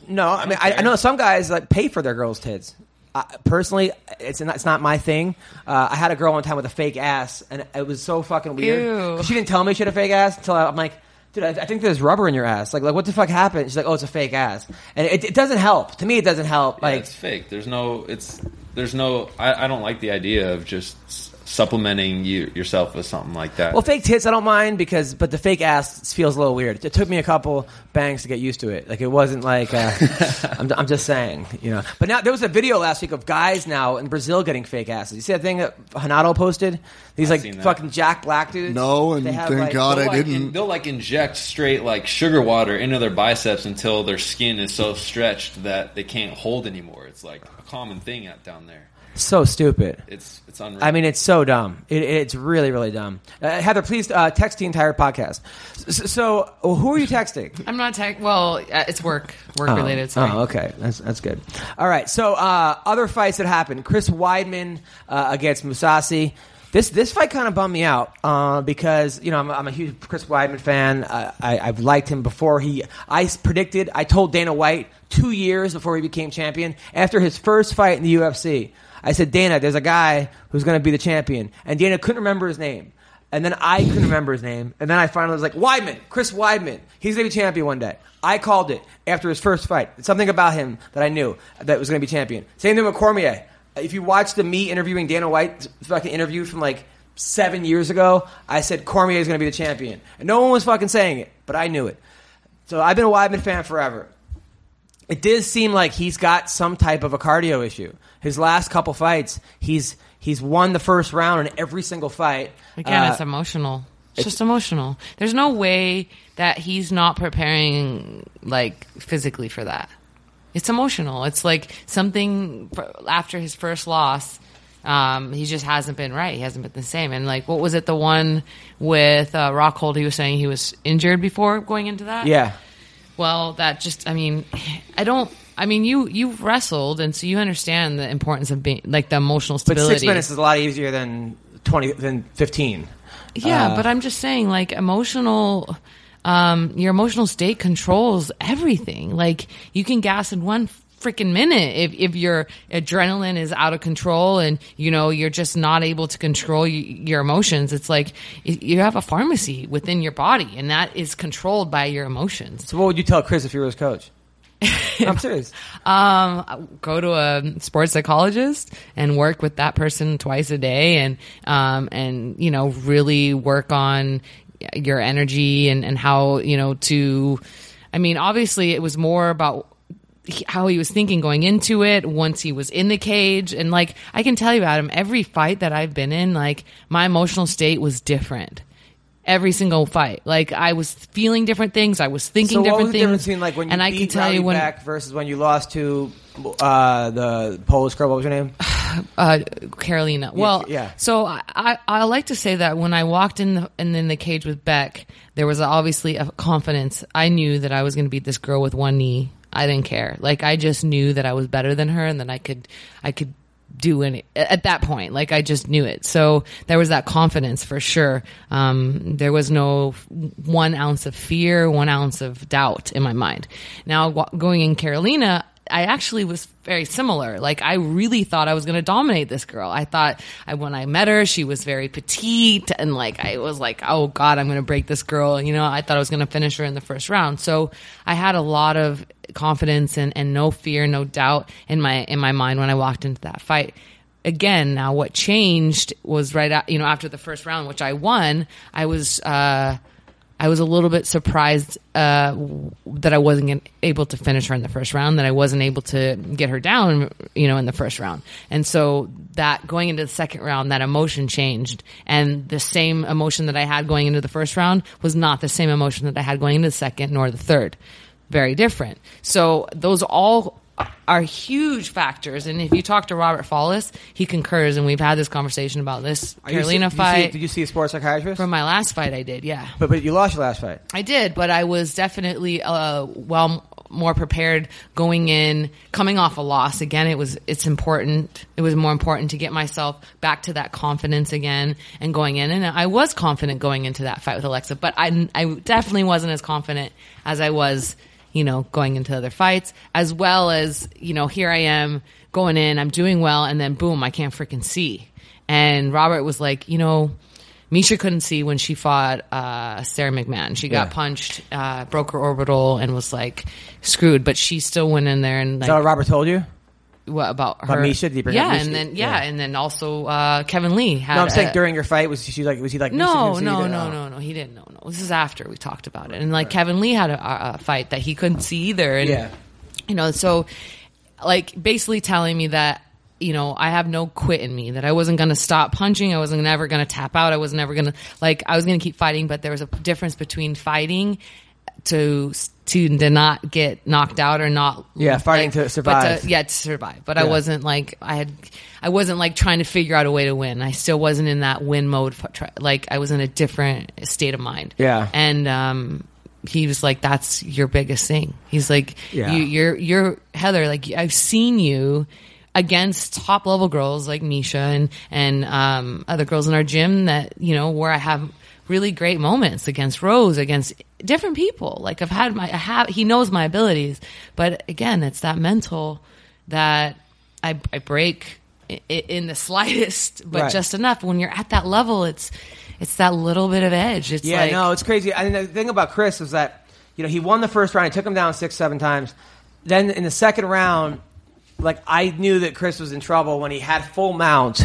Speaker 1: no, I mean I, I know some guys like pay for their girls' tits. I, personally, it's not, it's not my thing. Uh, I had a girl one time with a fake ass, and it was so fucking weird.
Speaker 4: Ew.
Speaker 1: 'Cause She didn't tell me she had a fake ass until I, I'm like, dude, I, I think there's rubber in your ass. Like, like what the fuck happened? She's like, oh, it's a fake ass, and it, it doesn't help. To me, it doesn't help.
Speaker 5: Yeah,
Speaker 1: Like,
Speaker 5: it's fake. There's no. It's there's no. I, I don't like the idea of just s- supplementing you yourself with something like that.
Speaker 1: Well, fake tits I don't mind because, but the fake ass feels a little weird. It took me a couple bangs to get used to it. Like it wasn't like uh, I'm, I'm just saying, you know. But now there was a video last week of guys now in Brazil getting fake asses. You see that thing that Hanato posted? These
Speaker 5: seen
Speaker 1: like
Speaker 5: that.
Speaker 1: fucking Jack Black dudes.
Speaker 2: No, and
Speaker 1: They have,
Speaker 2: thank
Speaker 1: like,
Speaker 2: God
Speaker 1: the
Speaker 2: I
Speaker 5: They'll, like,
Speaker 2: didn't.
Speaker 5: in- they'll like inject straight like sugar water into their biceps until their skin is so stretched that they can't hold anymore. It's like a common thing out down there.
Speaker 1: so stupid.
Speaker 5: It's it's unreal.
Speaker 1: I mean, it's so dumb. It, it's really, really dumb. Uh, Heather, please uh, text the entire podcast. So, so who are you texting?
Speaker 4: I'm not tech. Well, uh, it's work, work related. Sorry.
Speaker 1: Oh, okay, that's that's good. All right, so uh, other fights that happened: Chris Weidman uh, against Musasi. This this fight kind of bummed me out uh, because you know I'm, I'm a huge Chris Weidman fan. I, I, I've liked him before he. I s- predicted. I told Dana White two years before he became champion after his first fight in the UFC. I said, Dana, there's a guy who's going to be the champion, and Dana couldn't remember his name. And then I couldn't remember his name. And then I finally was like, Weidman, Chris Weidman. He's going to be champion one day. I called it after his first fight. Something about him that I knew that was going to be champion. Same thing with Cormier. If you watch the me interviewing Dana White fucking interview from like seven years ago, I said Cormier is going to be the champion. And no one was fucking saying it, but I knew it. So I've been a Weidman fan forever it does seem like he's got some type of a cardio issue. His last couple fights, he's he's won the first round in every single fight.
Speaker 4: Again,
Speaker 1: Uh,
Speaker 4: it's emotional. It's, just emotional. There's no way that he's not preparing like physically for that. It's emotional. It's like something fr- after his first loss. Um, he just hasn't been right. He hasn't been the same. And like, what was it? The one with uh, Rockhold, he was saying he was injured before going into that.
Speaker 1: yeah.
Speaker 4: Well, that just I mean, I don't I mean, you you've wrestled and so you understand the importance of being like the emotional
Speaker 1: But
Speaker 4: stability.
Speaker 1: six minutes is a lot easier than twenty than fifteen.
Speaker 4: Yeah, but I'm just saying like emotional um your emotional state controls everything. Like you can gas in one freaking minute if if your adrenaline is out of control and you know you're just not able to control y- your emotions. It's like y- you have a pharmacy within your body and that is controlled by your emotions.
Speaker 1: So what would you tell Chris if you were his coach? I'm serious.
Speaker 4: um, go to a sports psychologist and work with that person twice a day and um, and you know really work on your energy and, and how you know to i mean obviously it was more about he- how he was thinking going into it once he was in the cage and like i can tell you about him every fight that i've been in like my emotional state was different every single fight like i was feeling different things i was thinking
Speaker 1: So what
Speaker 4: different
Speaker 1: was the
Speaker 4: things
Speaker 1: difference between like when you
Speaker 4: and i
Speaker 1: beat
Speaker 4: can tell
Speaker 1: Rowdy
Speaker 4: you when
Speaker 1: back versus when you lost to uh, the Polish girl? What was your name?
Speaker 4: uh, Carolina. Well,
Speaker 1: yeah.
Speaker 4: So I, I I like to say that when I walked in the, and in the cage with Beck, there was obviously a confidence. I knew that I was going to beat this girl with one knee. I didn't care. Like I just knew that I was better than her, and then I could I could do any at that point. Like I just knew it. So there was that confidence for sure. Um, there was no f- one ounce of fear, one ounce of doubt in my mind. Now wa- going in Carolina. I actually was very similar. Like I really thought I was going to dominate this girl. I thought I, when I met her, she was very petite and like I was like, "Oh god, I'm going to break this girl." You know, I thought I was going to finish her in the first round. So, I had a lot of confidence and and no fear, no doubt in my in my mind when I walked into that fight again now what changed was right out you know after the first round which i won i was uh I was a little bit surprised uh, w- that I wasn't gonna- able to finish her in the first round, that I wasn't able to get her down, you know, in the first round. And so that going into the second round, that emotion changed, and the same emotion that I had going into the first round was not the same emotion that I had going into the second nor the third. Very different. So those all are huge factors. And if you talk to Robert Fallis, he concurs, and we've had this conversation about this
Speaker 1: Are you-
Speaker 4: Carolina
Speaker 1: did you see-
Speaker 4: fight.
Speaker 1: did you see a sports psychiatrist?
Speaker 4: from my last fight, I did, yeah.
Speaker 1: but but you lost your last fight.
Speaker 4: I did, but I was definitely uh, well m- more prepared going in, coming off a loss. Again, it was it's important. It was more important to get myself back to that confidence again and going in. And I was confident going into that fight with Alexa, but I I definitely wasn't as confident as I was. You know, going into other fights, as well as, you know, here I am going in, I'm doing well, and then boom, I can't freaking see. And Robert was like, you know, Misha couldn't see when she fought uh, Sarah McMahon. She got
Speaker 1: Yeah.
Speaker 4: punched, uh, broke her orbital, and was like screwed. But she still went in there and
Speaker 1: Is that what
Speaker 4: like
Speaker 1: Robert told you?
Speaker 4: what about her?
Speaker 1: Misha? Did he bring up
Speaker 4: yeah,
Speaker 1: Misha?
Speaker 4: and then yeah,
Speaker 1: Yeah.
Speaker 4: and then also uh, Kevin Lee. Had
Speaker 1: No, I'm saying
Speaker 4: a-
Speaker 1: during your fight was she like was he like
Speaker 4: no,
Speaker 1: "Misha,
Speaker 4: no,
Speaker 1: Misha,
Speaker 4: no,
Speaker 1: oh."
Speaker 4: no, no. He didn't. No, no. This is after we talked about it, and like Kevin Lee had a, a fight that he couldn't see either, and
Speaker 1: Yeah.
Speaker 4: you know, so like basically telling me that you know I have no quit in me, that I wasn't going to stop punching, I wasn't never going to tap out, I was never going to like I was going to keep fighting, but there was a difference between fighting to to to not get knocked out or not
Speaker 1: Yeah, fighting to
Speaker 4: but
Speaker 1: survive.
Speaker 4: yeah to survive but I
Speaker 1: Yeah.
Speaker 4: wasn't like I had I wasn't like trying to figure out a way to win I still wasn't in that win mode f- try- like I was in a different state of mind
Speaker 1: Yeah.
Speaker 4: and um he was like that's your biggest thing he's like
Speaker 1: Yeah.
Speaker 4: you, you're you're Heather like I've seen you against top level girls like Misha and and um, other girls in our gym that you know where I have really great moments against Rose against different people like I've had my I have he knows my abilities but again it's that mental that I I break i- i- in the slightest but
Speaker 1: Right.
Speaker 4: just enough when you're at that level it's it's that little bit of edge it's
Speaker 1: yeah,
Speaker 4: like
Speaker 1: no, it's crazy. And the thing about Chris is that you know he won the first round. I took him down six, seven times. Then in the second round, like I knew that Chris was in trouble when he had full mount,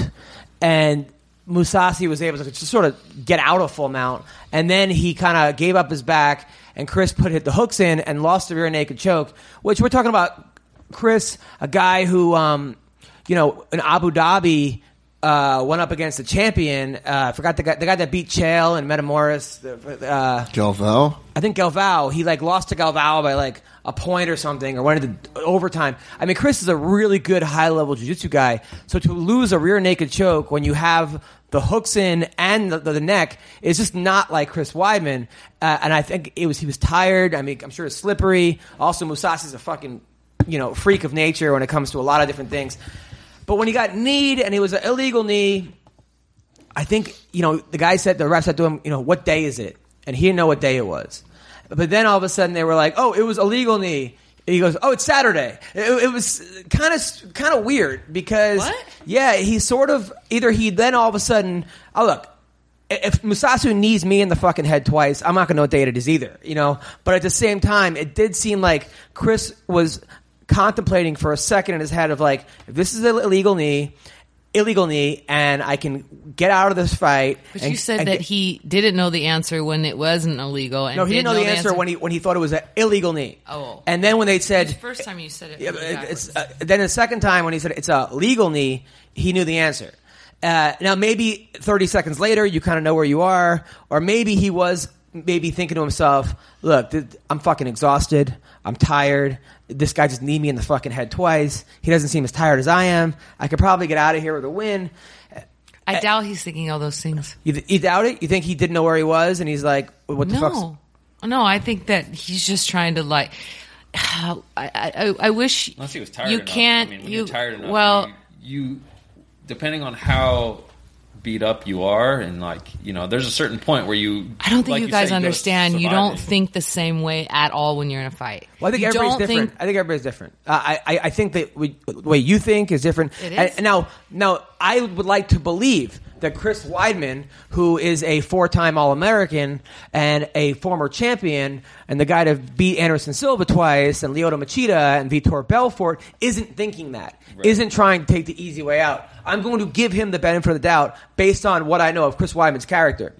Speaker 1: and Musasi was able to just sort of get out of full mount, and then he kind of gave up his back, and Chris put hit the hooks in and lost the rear naked choke, which we're talking about Chris, a guy who, um, you know, in Abu Dhabi, uh, went up against the champion. Uh, I forgot the guy, the guy that beat Chael and Metamoris. Uh,
Speaker 2: Galvao.
Speaker 1: I think Galvao. He like lost to Galvao by like a point or something, or went into overtime. I mean, Chris is a really good high level jiu-jitsu guy. So to lose a rear naked choke when you have the hooks in and the, the neck is just not like Chris Weidman. Uh, and I think it was he was tired. I mean, I'm sure it's slippery. Also, Musasi's a fucking you know freak of nature when it comes to a lot of different things. But when he got kneed and it was an illegal knee, I think you know the guy said the ref said to him, you know, what day is it? And he didn't know what day it was. But then all of a sudden they were like, oh, it was illegal knee. He goes, oh, it's Saturday. It, it was kind of kind of weird because
Speaker 4: What?
Speaker 1: yeah, he sort of either he then all of a sudden oh look. i- If Musasu knees me in the fucking head twice, I'm not gonna know what day it is either, you know. But at the same time, it did seem like Chris was contemplating for a second in his head of like, if this is an illegal knee, illegal knee and I can get out of this fight.
Speaker 4: But
Speaker 1: and-
Speaker 4: you said
Speaker 1: and
Speaker 4: that
Speaker 1: get-
Speaker 4: he didn't know the answer when it wasn't illegal. And
Speaker 1: No, he
Speaker 4: did
Speaker 1: didn't know the answer, when he when he thought it was an illegal knee.
Speaker 4: Oh.
Speaker 1: and then when they said
Speaker 4: The first time you said it.
Speaker 1: Yeah,
Speaker 4: was
Speaker 1: but it- it's,
Speaker 4: backwards.
Speaker 1: uh, then the second time when he said it's a legal knee, he knew the answer. Uh, now maybe 30 seconds later, you kind of know where you are, or maybe he was maybe thinking to himself, "Look, th- I'm fucking exhausted. I'm tired. This guy just kneed me in the fucking head twice. He doesn't seem as tired as I am. I could probably get out of here with a win."
Speaker 4: I doubt he's thinking all those things.
Speaker 1: You, you doubt it? You think he didn't know where he was, and he's like, "What the fuck?"
Speaker 4: No, no, I think that he's just trying to like. I, I, I wish
Speaker 5: Unless he was tired.
Speaker 4: You
Speaker 5: enough.
Speaker 4: can't.
Speaker 5: I mean, when
Speaker 4: you
Speaker 5: are tired enough.
Speaker 4: well.
Speaker 5: you, you depending on how beat up you are, and like you know, there's a certain point where you.
Speaker 4: I don't think
Speaker 5: like
Speaker 4: you
Speaker 5: said,
Speaker 4: guys
Speaker 5: go to
Speaker 4: understand. You don't
Speaker 5: surviving.
Speaker 4: think the same way at all when you're in a fight.
Speaker 1: Well, I think
Speaker 4: you
Speaker 1: everybody's
Speaker 4: don't
Speaker 1: different.
Speaker 4: think
Speaker 1: I think everybody's different. Uh, I, I I think that we, the way you think is different.
Speaker 4: It
Speaker 1: And-
Speaker 4: is.
Speaker 1: And now, now I would like to believe that Chris Weidman, who is a four-time All-American and a former champion, and the guy to beat Anderson Silva twice, and Lyoto Machida and Vitor Belfort, isn't thinking that. not trying to take the easy way out. I'm going to give him the benefit of the doubt based on what I know of Chris Weidman's character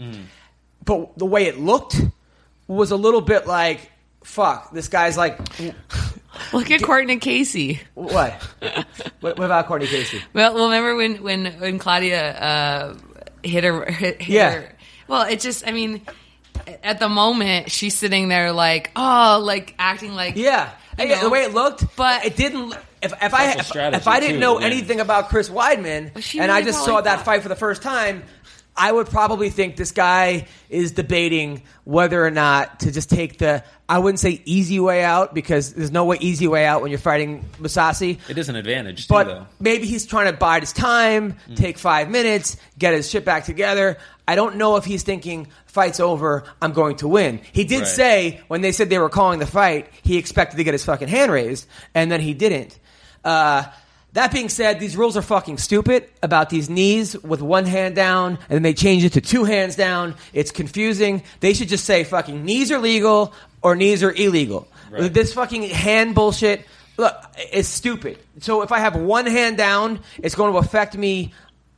Speaker 1: but the way it looked was a little bit like fuck this guy's like w-
Speaker 4: Look at Courtney Casey.
Speaker 1: what what, what about courtney casey
Speaker 4: Well, well, remember when when when Claudia uh, hit her? Hit, hit
Speaker 1: Yeah.
Speaker 4: Her, well, it just. I mean, at the moment, she's sitting there like, oh, like acting like,
Speaker 1: yeah
Speaker 4: you
Speaker 1: Yeah,
Speaker 4: know.
Speaker 1: the way it looked
Speaker 4: but-
Speaker 1: it didn't l- if, if i if,
Speaker 5: strategy,
Speaker 1: if i didn't
Speaker 5: too,
Speaker 1: know
Speaker 5: yeah.
Speaker 1: anything about chris weidman
Speaker 4: But she
Speaker 1: and i
Speaker 4: really
Speaker 1: just
Speaker 4: felt
Speaker 1: saw
Speaker 4: like
Speaker 1: that
Speaker 4: that.
Speaker 1: fight for the first time i would probably think this guy is debating whether or not to just take the i wouldn't say easy way out because there's no way easy way out when you're fighting Musasi.
Speaker 5: It is an advantage, too,
Speaker 1: But
Speaker 5: though. Hmm.
Speaker 1: maybe he's trying to bide his time, take five minutes, get his shit back together. I don't know if he's thinking fight's over, I'm going to win. He did
Speaker 5: Right.
Speaker 1: say when they said they were calling the fight, he expected to get his fucking hand raised, and then he didn't. Uh, that being said, these rules are fucking stupid about these knees with one hand down, and then they change it to two hands down. It's confusing. They should just say fucking knees are legal or knees are illegal.
Speaker 5: Right.
Speaker 1: This fucking hand bullshit look it's stupid so if i have one hand down it's going to affect me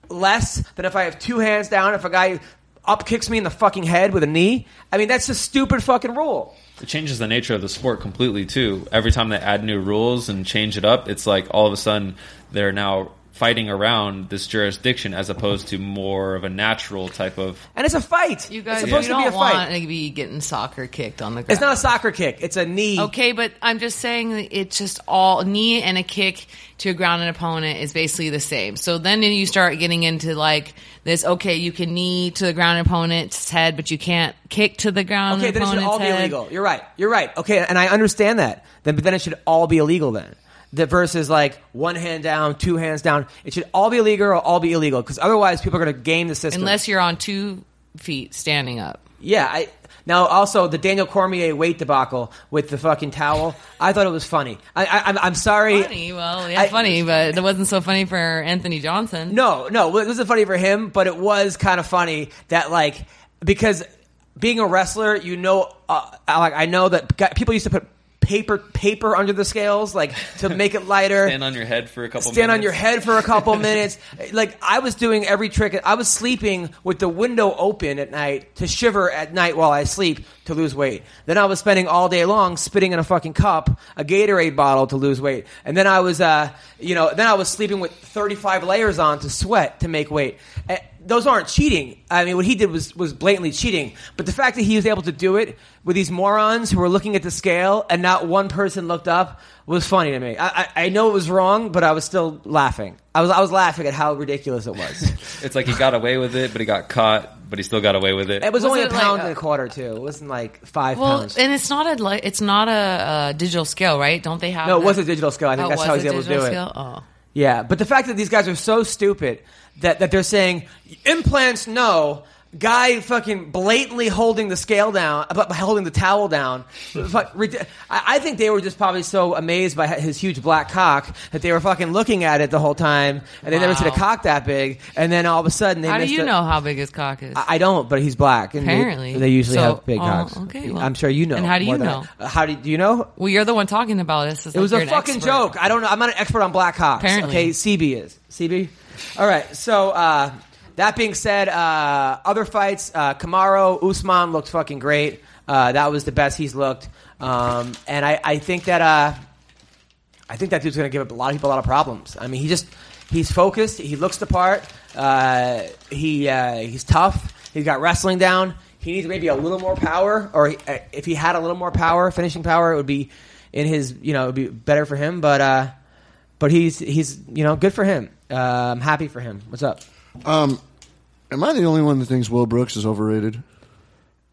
Speaker 1: less than if i have two hands down if a guy up kicks me in the fucking head with a knee i mean that's a stupid fucking rule
Speaker 5: It changes the nature of the sport completely too. Every time they add new rules and change it up, it's like all of a sudden they're now fighting around this jurisdiction as opposed to more of a natural type of
Speaker 1: and it's a fight.
Speaker 4: You guys,
Speaker 1: it's supposed
Speaker 4: you
Speaker 1: to
Speaker 4: don't
Speaker 1: be a fight.
Speaker 4: want to be getting soccer kicked on the ground.
Speaker 1: It's not a soccer kick. It's a knee.
Speaker 4: Okay, but I'm just saying that it's just all knee and a kick to ground an opponent is basically the same. So then you start getting into like this. Okay, you can knee to the ground opponent's head, but you can't kick to the ground.
Speaker 1: Okay, then it
Speaker 4: opponent's
Speaker 1: should all be
Speaker 4: head.
Speaker 1: illegal. You're right. You're right. Okay, and I understand that. Then, but then it should all be illegal. Then the versus like one hand down, two hands down. It should all be legal or all be illegal because otherwise people are going to game the system.
Speaker 4: unless you're on two feet standing up.
Speaker 1: yeah. I, now also the Daniel Cormier weight debacle with the fucking towel. I thought it was funny. I, I, I'm, I'm sorry.
Speaker 4: Funny, well, yeah,
Speaker 1: I-
Speaker 4: funny, but it wasn't so funny for Anthony Johnson.
Speaker 1: No, no, well, it wasn't funny for him, but it was kind of funny that like because being a wrestler, you know, uh, I- like I know that gu- people used to put paper paper under the scales like to make it lighter.
Speaker 5: stand on your head for a couple
Speaker 1: Stand on
Speaker 5: minutes.
Speaker 1: your head for a couple minutes. Like I was doing every trick. I was sleeping with the window open at night to shiver at night while I sleep to lose weight. Then I was spending all day long spitting in a fucking cup, a Gatorade bottle to lose weight. And then I was, uh, you know, then I was sleeping with 35 layers on to sweat to make weight. Eh, Those aren't cheating. I mean, what he did was was blatantly cheating. But the fact that he was able to do it with these morons who were looking at the scale and not one person looked up was funny to me. I, I, I know it was wrong, but I was still laughing. I was I was laughing at how ridiculous it was.
Speaker 5: It's like he got away with it, but he got caught, but he still got away with it.
Speaker 1: It was,
Speaker 4: Was
Speaker 1: only a
Speaker 4: it
Speaker 1: pound
Speaker 4: like a-
Speaker 1: and a quarter too. It wasn't like five
Speaker 4: Well,
Speaker 1: pounds.
Speaker 4: and it's not a li- it's not a, a digital scale, right? Don't they have?
Speaker 1: no, it
Speaker 4: that-
Speaker 1: was a digital scale. I think
Speaker 4: Oh,
Speaker 1: that's
Speaker 4: was
Speaker 1: how he's
Speaker 4: it
Speaker 1: able to do
Speaker 4: digital
Speaker 1: it.
Speaker 4: scale? Oh.
Speaker 1: Yeah, but the fact that these guys are so stupid that, that they're saying implants no, guy fucking blatantly holding the scale down, uh, but holding the towel down. Fuck, rid- I I think they were just probably so amazed by his huge black cock that they were fucking looking at it the whole time, and they never
Speaker 4: Wow.
Speaker 1: seen a cock that big. And then all of a sudden, they
Speaker 4: How do
Speaker 1: missed
Speaker 4: you
Speaker 1: it.
Speaker 4: know how big his cock is?
Speaker 1: I I don't, but he's black. And they-
Speaker 4: Apparently.
Speaker 1: they, usually
Speaker 4: So,
Speaker 1: have big
Speaker 4: oh,
Speaker 1: cocks.
Speaker 4: okay, well.
Speaker 1: I'm sure you know.
Speaker 4: And how do you
Speaker 1: more than I-
Speaker 4: know?
Speaker 1: Uh, How do, do you know?
Speaker 4: well, you're the one talking about this. It's
Speaker 1: It
Speaker 4: like
Speaker 1: was
Speaker 4: you're
Speaker 1: a
Speaker 4: an
Speaker 1: fucking
Speaker 4: expert.
Speaker 1: joke. I don't know. I'm not an expert on black cocks.
Speaker 4: Apparently.
Speaker 1: Okay, CB is. CB? All right. So, uh, that being said, uh, other fights, uh, Kamaro, Usman looked fucking great. Uh, that was the best he's looked. Um, and I, I think that, uh, I think that dude's going to give a lot of people a lot of problems. I mean, he just he's focused. He looks the part. Uh, he uh, he's tough. He's got wrestling down. He needs maybe a little more power, or he, uh, if he had a little more power, finishing power, it would be in his you know it would be better for him. But uh, but he's he's you know good for him. Uh, I'm happy for him. What's up?
Speaker 2: Am I the only one that thinks Will Brooks is overrated?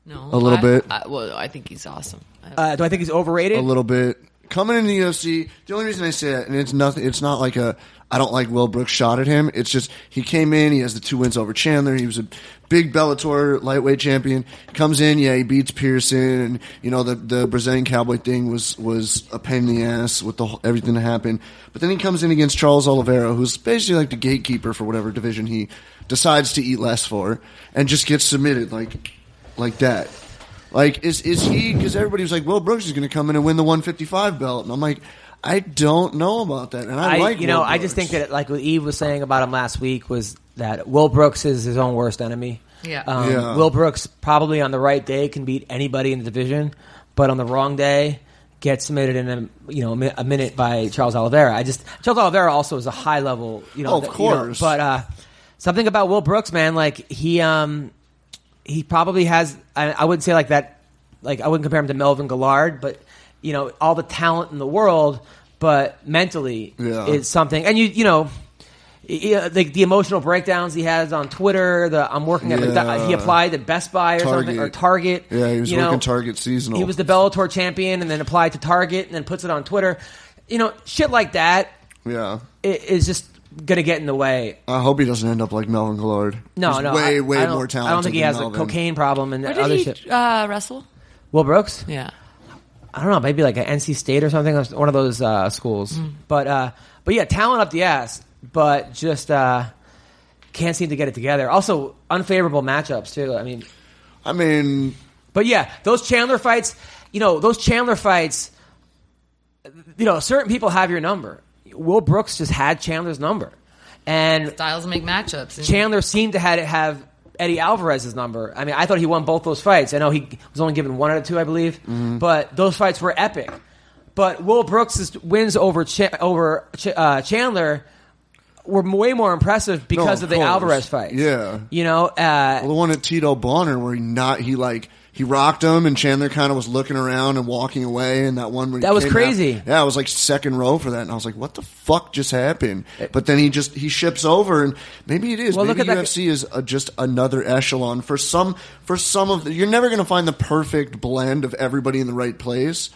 Speaker 4: No,
Speaker 2: A little
Speaker 4: I-
Speaker 2: bit.
Speaker 4: I, well, I think he's awesome.
Speaker 1: Uh, do I think he's overrated?
Speaker 2: A little bit. Coming into the UFC, the only reason I say that, and it's nothing. It's not like a I don't like Will Brooks shot at him. It's just he came in. He has the two wins over Chandler. He was a big Bellator lightweight champion. Comes in, yeah, he beats Pearson, and you know the the Brazilian cowboy thing was was a pain in the ass with the whole- everything that happened. But then he comes in against Charles Oliveira, who's basically like the gatekeeper for whatever division he decides to eat less for, and just gets submitted like like that. Like, is is he? Because everybody was like, Will Brooks is going to come in and win the 155 belt, and I'm like, I don't know about that. And I,
Speaker 1: I,
Speaker 2: like,
Speaker 1: you know,
Speaker 2: Will
Speaker 1: I just
Speaker 2: Brooks.
Speaker 1: think that like what Eve was saying about him last week was that Will Brooks is his own worst enemy.
Speaker 4: Yeah.
Speaker 1: Um,
Speaker 2: Yeah.
Speaker 1: Will Brooks probably on the right day can beat anybody in the division, but on the wrong day gets submitted in a you know a mi- a minute by Charles Oliveira. I just Charles Oliveira also is a high level you know
Speaker 2: Oh, of
Speaker 1: th- you know,
Speaker 2: course.
Speaker 1: but uh, something about Will Brooks, man, like he um he probably has. I, I wouldn't say like that. Like I wouldn't compare him to Melvin Gillard, but you know all the talent in the world, but mentally
Speaker 2: Yeah.
Speaker 1: it's something. And you you know. Yeah, like the emotional breakdowns he has on Twitter. The I'm working at
Speaker 2: Yeah.
Speaker 1: he applied to Best Buy or something or
Speaker 2: Target.
Speaker 1: Target.
Speaker 2: Yeah, he was
Speaker 1: you
Speaker 2: working
Speaker 1: know.
Speaker 2: Target seasonal.
Speaker 1: He was the Bellator champion and then applied to Target and then puts it on Twitter. You know, shit like that
Speaker 2: yeah.
Speaker 1: i- is just gonna get in the way.
Speaker 2: I hope he doesn't end up like Melvin Gillard.
Speaker 1: No,
Speaker 2: He's
Speaker 1: no,
Speaker 2: way
Speaker 1: I-
Speaker 2: way
Speaker 1: I don't-
Speaker 2: more talented.
Speaker 1: I don't think he
Speaker 2: than
Speaker 1: has
Speaker 2: Melvin.
Speaker 1: a cocaine problem and
Speaker 4: Where
Speaker 1: other
Speaker 4: did he
Speaker 1: shit.
Speaker 4: uh, wrestle?
Speaker 1: Will Brooks?
Speaker 4: Yeah.
Speaker 1: I don't know, maybe like at NC State or something, one of those uh, schools. But uh, but yeah, talent up the ass, but just uh, can't seem to get it together. Also, unfavorable matchups too. I mean,
Speaker 2: I mean,
Speaker 1: but yeah, those Chandler fights, you know, those Chandler fights, you know, certain people have your number. Will Brooks just had Chandler's number, and
Speaker 4: Styles make matchups. and-
Speaker 1: Chandler seemed to had have Eddie Alvarez's number. I mean, I thought he won both those fights. I know he was only given one out of two, I believe,
Speaker 2: Mm-hmm.
Speaker 1: but those fights were epic. But Will Brooks' wins over Ch- over Ch- uh, Chandler were way more impressive because
Speaker 2: No,
Speaker 1: of,
Speaker 2: of
Speaker 1: the
Speaker 2: course.
Speaker 1: Alvarez fight.
Speaker 2: Yeah.
Speaker 1: you know, uh,
Speaker 2: Well, the one at Tito Bonner where he not he like he rocked him and Chandler kind of was looking around and walking away and that one where he
Speaker 1: That was
Speaker 2: came
Speaker 1: crazy.
Speaker 2: out- yeah, I was like second row for that and I was like, what the fuck just happened? But then he just he ships over and maybe it
Speaker 1: Eh.
Speaker 2: is.
Speaker 1: Well, look
Speaker 2: maybe
Speaker 1: at that-
Speaker 2: UFC is uh just another echelon for some for some of the, you're never gonna find the perfect blend of everybody in the right place.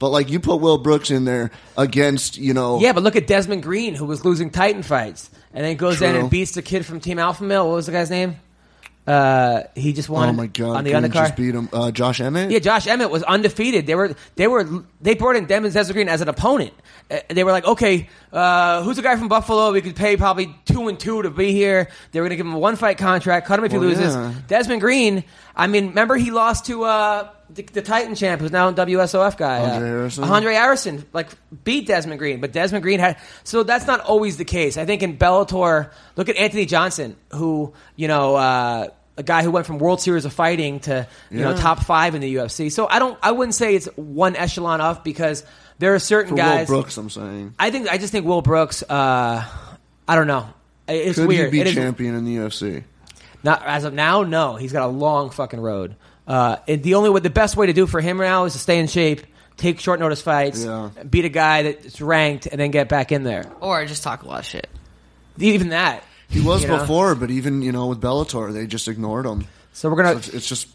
Speaker 2: But like you put Will Brooks in there against you know
Speaker 1: yeah. But look at Desmond Green, who was losing Titan fights, and then goes in
Speaker 2: True.
Speaker 1: and beats the kid from Team Alpha Male. What was the guy's name? Uh, he just won.
Speaker 2: oh my god
Speaker 1: on the
Speaker 2: Green
Speaker 1: undercard.
Speaker 2: just beat him uh, Josh Emmett
Speaker 1: Yeah, Josh Emmett was undefeated. They were they were they brought in Demon Desert Green as an opponent. Uh, They were like, okay, uh, who's the guy from Buffalo? We could pay probably two and two to be here. They were going to give him a one fight contract, cut him if he
Speaker 2: Well,
Speaker 1: loses.
Speaker 2: yeah.
Speaker 1: Desmond Green. I mean, remember he lost to uh, the, the Titan champ, who's now in WSOF guy, uh,
Speaker 2: Andre Harrison?
Speaker 1: Andre Harrison, like beat Desmond Green, but Desmond Green had so that's not always the case. I think in Bellator, look at Anthony Johnson, who you know. Uh, a guy who went from World Series of Fighting to you know
Speaker 2: Yeah.
Speaker 1: top five in the UFC. So I don't, I wouldn't say it's one echelon up because there are certain
Speaker 2: for Will
Speaker 1: guys.
Speaker 2: Brooks I'm saying
Speaker 1: I think I just think Will Brooks. Uh, I don't know. I- It's
Speaker 2: could
Speaker 1: weird.
Speaker 2: he
Speaker 1: It
Speaker 2: be
Speaker 1: is-
Speaker 2: champion in the UFC.
Speaker 1: not as of now. No, he's got a long fucking road. Uh, and the only way, the best way to do for him now is to stay in shape, take short notice fights,
Speaker 2: Yeah.
Speaker 1: beat a guy that's ranked, and then get back in there.
Speaker 4: or just talk a lot of shit.
Speaker 1: Even that.
Speaker 2: He was
Speaker 1: you know?
Speaker 2: before, but even you know with Bellator, they just ignored him.
Speaker 1: So we're gonna
Speaker 2: it's, it's just,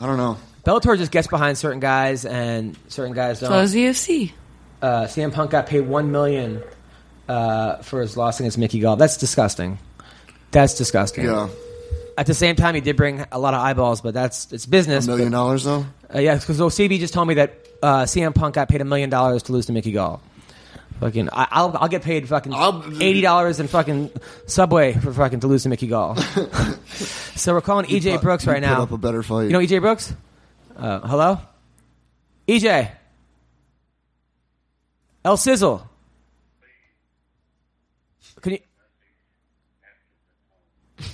Speaker 2: I don't know.
Speaker 1: Bellator just gets behind certain guys and certain guys don't.
Speaker 4: So is UFC.
Speaker 1: uh, CM Punk got paid one million uh, for his loss against Mickey Gall. That's disgusting. That's disgusting.
Speaker 2: Yeah,
Speaker 1: At the same time, he did bring a lot of eyeballs, but that's it's business.
Speaker 2: a million
Speaker 1: but-
Speaker 2: dollars though.
Speaker 1: Uh, yeah, because OCB just told me that uh, CM Punk got paid a million dollars to lose to Mickey Gall. Fucking, I, I'll I'll get paid fucking
Speaker 2: I'll-
Speaker 1: eighty dollars in fucking Subway for fucking to lose to Mickey Gall. so we're calling EJ
Speaker 2: But
Speaker 1: Brooks
Speaker 2: you
Speaker 1: right
Speaker 2: put
Speaker 1: now.
Speaker 2: Up a better fight.
Speaker 1: You know EJ Brooks? Uh, hello? EJ. El Sizzle. Can you.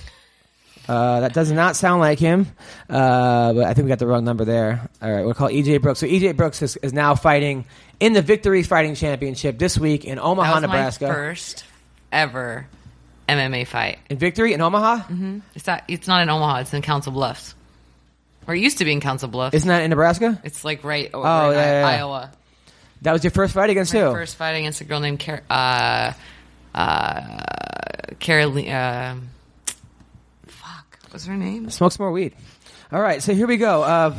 Speaker 1: Uh, that does not sound like him, uh, but I think we got the wrong number there. All right, we'll call EJ Brooks. So EJ Brooks is, is now fighting in the Victory Fighting Championship this week in
Speaker 4: That
Speaker 1: Omaha,
Speaker 4: was
Speaker 1: Nebraska.
Speaker 4: my first ever MMA fight.
Speaker 1: In Victory in Omaha,
Speaker 4: Mm-hmm. It's not. It's not in Omaha. It's in Council Bluffs, or it used to be in Council Bluffs.
Speaker 1: isn't that in Nebraska?
Speaker 4: it's like right over
Speaker 1: Oh,
Speaker 4: in
Speaker 1: yeah,
Speaker 4: I-
Speaker 1: yeah, yeah.
Speaker 4: Iowa.
Speaker 1: That was your first fight against
Speaker 4: My
Speaker 1: who?
Speaker 4: first fight against a girl named Car- uh, uh, Caroline. Uh, fuck, what's her name?
Speaker 1: Smoke some more weed. All right, so here we go. Uh,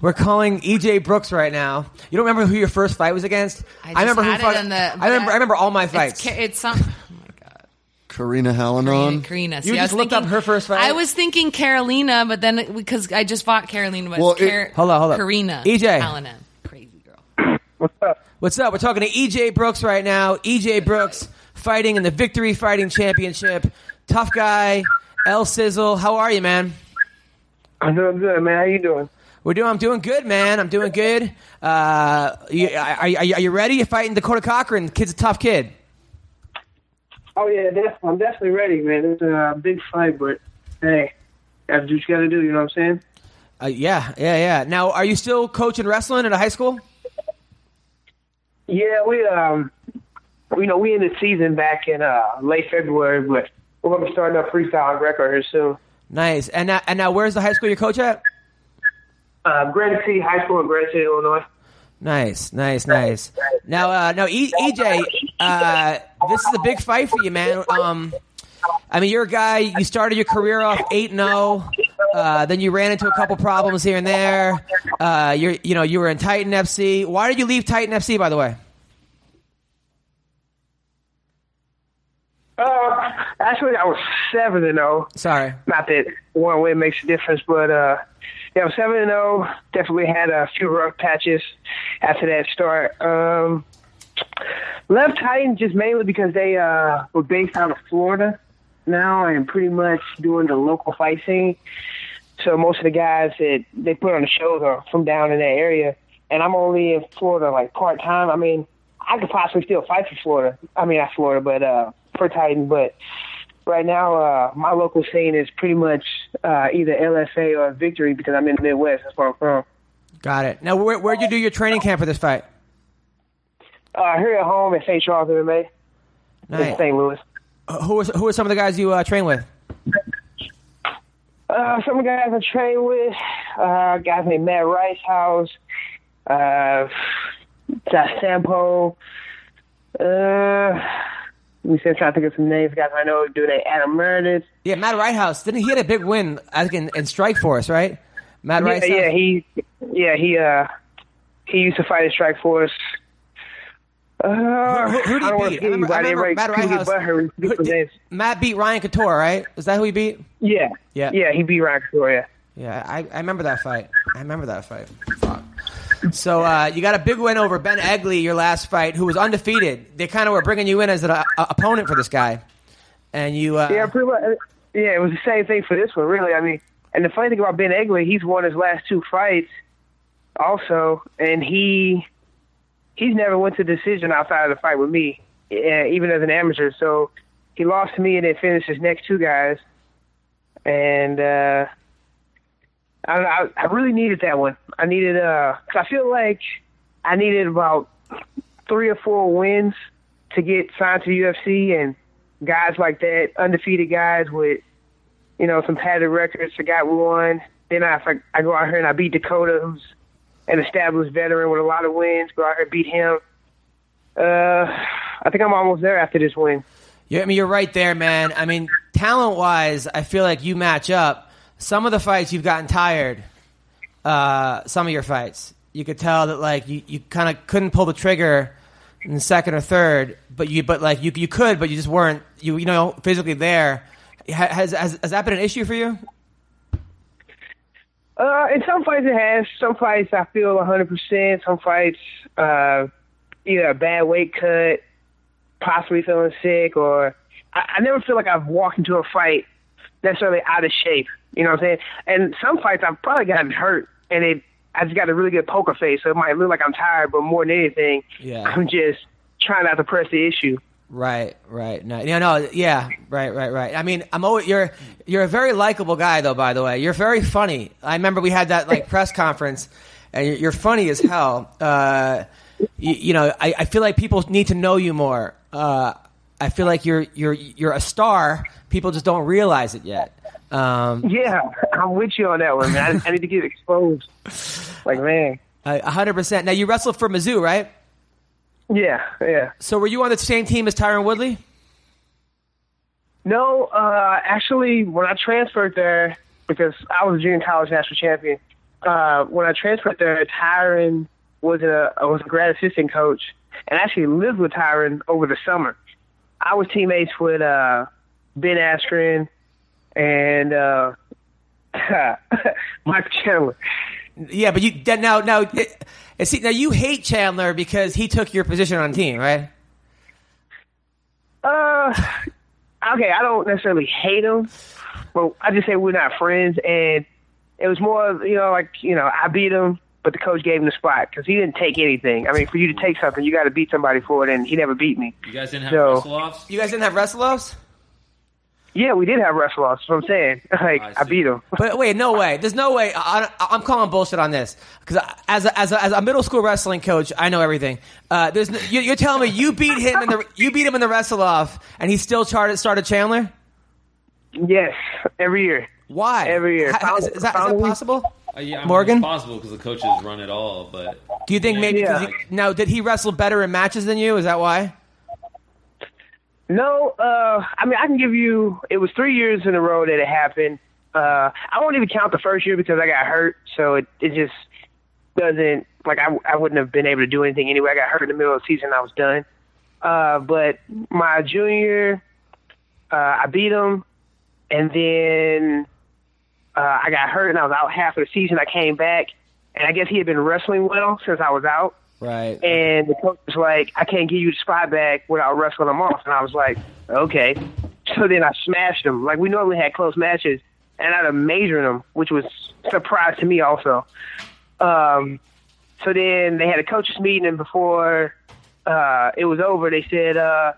Speaker 1: we're calling EJ Brooks right now. You don't remember who your first fight was against?
Speaker 4: just
Speaker 1: remember who
Speaker 4: had it
Speaker 1: fought-
Speaker 4: in the-
Speaker 1: I remember. I remember all my fights.
Speaker 4: It's, Ca- it's some. Oh my god.
Speaker 2: Karina
Speaker 4: Karina,
Speaker 2: Hallinan.
Speaker 4: Karina. See,
Speaker 1: You
Speaker 4: I
Speaker 1: just
Speaker 4: was
Speaker 1: looked
Speaker 4: thinking-
Speaker 1: up her first fight?
Speaker 4: I was thinking Carolina, but then because I just fought Carolina, but
Speaker 2: Well,
Speaker 4: it's Car-
Speaker 2: it-
Speaker 1: Hold on, E hold on.
Speaker 4: Karina,
Speaker 1: EJ.
Speaker 4: Alana, crazy girl.
Speaker 1: What's up? We're talking to EJ Brooks right now. EJ Brooks fighting in the Victory Fighting Championship. Tough guy, El Sizzle. How are you, man?
Speaker 7: I'm doing good, man. How you doing?
Speaker 1: We're doing. I'm doing good, man. I'm doing good. Uh, you, are, are, you- are you ready? You're fighting Dakota Cochran. Kid's a tough kid.
Speaker 7: Oh yeah, def- I'm definitely ready, man. It's a uh, big fight, but hey, gotta do what you gotta do. You know what I'm saying?
Speaker 1: Uh, yeah, yeah, yeah. Now, are you still coaching wrestling at a high school?
Speaker 7: Yeah, we um, you know, we in the season back in uh late February, but we're gonna be starting up freestyle record here soon.
Speaker 1: Nice. And now, and now, where's the high school you coach at?
Speaker 7: Uh, Grand City High School in Grand City, Illinois.
Speaker 1: Nice, nice, nice. Now, uh, now, e- EJ, uh, this is a big fight for you, man. Um, I mean, you're a guy. You started your career off eight and zero. Uh, then you ran into a couple problems here and there. Uh, you're, you know, you were in Titan FC. Why did you leave Titan FC, by the way?
Speaker 7: Uh, actually, I was seven and oh. zero.
Speaker 1: Sorry.
Speaker 7: Not that one win makes a difference, but uh, yeah, I was seven and zero. Definitely had a few rough patches after that start. Um, left Titans just mainly because they uh were based out of Florida now and pretty much doing the local fight scene. So most of the guys that they put on the shows are from down in that area, and I'm only in Florida like part time. I mean, I could possibly still fight for Florida. I mean, not Florida, but uh, for Titan. But right now, uh, my local scene is pretty much uh, either LFA or Victory because I'm in the Midwest. That's where I'm from.
Speaker 1: Got it. Now, where, where'd you do your training camp for this fight?
Speaker 7: Uh, here at home at St. Charles MMA in
Speaker 1: Nice.
Speaker 7: St. Louis.
Speaker 1: Who are who are some of the guys you uh, train with?
Speaker 7: Uh, some guys I train with, uh, guys named Matt Ricehouse, uh, Josh Sampo. Uh, we said trying to think of some names. Guys I know do they Adam Meredith.
Speaker 1: Yeah, Matt Wrighthouse didn't he had a big win I think in, in Strike Force, right? Matt
Speaker 7: Yeah,
Speaker 1: Wrighthouse.
Speaker 7: yeah, he, yeah, he, uh, he used to fight at Strike Force. Uh,
Speaker 1: who, who did
Speaker 7: I
Speaker 1: he
Speaker 7: don't wanna
Speaker 1: beat?
Speaker 7: see anybody
Speaker 1: remember
Speaker 7: right-
Speaker 1: Matt
Speaker 7: people get
Speaker 1: Wrighthouse.
Speaker 7: butthurt with
Speaker 1: who
Speaker 7: people's
Speaker 1: did-
Speaker 7: names.
Speaker 1: Matt beat Ryan Couture, right? Is that who he beat?
Speaker 7: Yeah,
Speaker 1: Yeah.
Speaker 7: yeah, he beat Ryan Victoria.
Speaker 1: Yeah, I, I remember that fight. I remember that fight. Fuck. So uh, you got a big win over Ben Egley your last fight, who was undefeated. They kind of were bringing you in as an uh, opponent for this guy, and you. Uh,
Speaker 7: Yeah, pretty much. Yeah, it was the same thing for this one, really. I mean, and the funny thing about Ben Egley, he's won his last two fights, also, and he he's never went to decision outside of the fight with me, eh, even as an amateur. So he lost to me, and then finished his next two guys. And uh, I, don't know, I I really needed that one. I needed uh, cause I feel like I needed about three or four wins to get signed to the UFC and guys like that, undefeated guys with, you know, some padded records. I got one. Then I, if I, I go out here and I beat Dakota, who's an established veteran with a lot of wins. Go out here, beat him. Uh, I think I'm almost there after this win.
Speaker 1: Yeah, I mean, you're right there, man. I mean, talent wise, I feel like you match up. Some of the fights you've gotten tired. Uh, some of your fights, you could tell that like you, you kind of couldn't pull the trigger in the second or third, but you but like you you could, but you just weren't you you know physically there. Ha- Has has, has that been an issue for you?
Speaker 7: Uh, in some fights it has. Some fights I feel 100%. Some fights, uh, either a bad weight cut, possibly feeling sick, or I, I never feel like I've walked into a fight necessarily out of shape. You know what I'm saying? And some fights I've probably gotten hurt, and it I just got a really good poker face, so it might look like I'm tired, but more than anything,
Speaker 1: Yeah.
Speaker 7: I'm just trying not to press the issue.
Speaker 1: Right, right. No, no, no, yeah, right, right, right. I mean, I'm always you're you're a very likable guy though. By the way, you're very funny. I remember we had that like press conference, and you're, you're funny as hell. Uh, you, you know, I, I feel like people need to know you more. Uh, I feel like you're you're you're a star. People just don't realize it yet. Um,
Speaker 7: Yeah, I'm with you on that one, man. I, I need to get exposed. Like, man.
Speaker 1: I- a hundred percent. Now you wrestled for Mizzou, right?
Speaker 7: Yeah, yeah.
Speaker 1: So were you on the same team as Tyron Woodley?
Speaker 7: No, uh, actually, when I transferred there, because I was a junior college national champion, uh, when I transferred there, Tyron was a was a grad assistant coach, and I actually lived with Tyron over the summer. I was teammates with uh, Ben Askren and uh, Mike Chandler.
Speaker 1: Yeah, but you that- now now it, it, see now you hate Chandler because he took your position on the team, right?
Speaker 7: Uh, okay, I don't necessarily hate him, but I just say we're not friends. And it was more, of, you know, like you know, I beat him, but the coach gave him the spot because he didn't take anything. I mean, for you to take something, you got to beat somebody for it, and he never beat me.
Speaker 5: You guys didn't have
Speaker 7: No.
Speaker 5: wrestle offs?
Speaker 1: You guys didn't have wrestle offs?
Speaker 7: Yeah, we did have wrestle offs. That's what I'm saying. Like
Speaker 5: I
Speaker 7: I,
Speaker 5: see.
Speaker 7: beat him.
Speaker 1: But wait, no way. There's no way. I, I- I'm calling bullshit on this because as a, as, a, as a middle school wrestling coach, I know everything. Uh, there's no, you, you're telling me you beat him in the you beat him in the wrestle off, and he still charted started Chandler.
Speaker 7: Yes, every year.
Speaker 1: Why?
Speaker 7: Every year.
Speaker 1: How- is, is that, is that
Speaker 7: Found-
Speaker 1: possible?
Speaker 5: Uh, yeah, I mean,
Speaker 1: Morgan?
Speaker 5: it's possible because the coaches run it all, but
Speaker 1: Do you think maybe 'cause
Speaker 7: Yeah.
Speaker 1: he, now did he wrestle better in matches than you? Is that why?
Speaker 7: No, uh, I mean I can give you. It was three years in a row that it happened. Uh, I won't even count the first year because I got hurt, so it it just doesn't like I I wouldn't have been able to do anything anyway. I got hurt in the middle of the season. I was done. Uh, but my junior, uh, I beat him, and then uh, I got hurt and I was out half of the season. I came back, and I guess he had been wrestling well since I was out.
Speaker 1: Right.
Speaker 7: And the coach was like, I can't give you the spot back without wrestling him off. And I was like, okay. So then I smashed him. Like, we normally had close matches, and I had a major in him, which was a surprise to me also. Um, so then they had a coaches meeting, and before uh, it was over, they said, uh,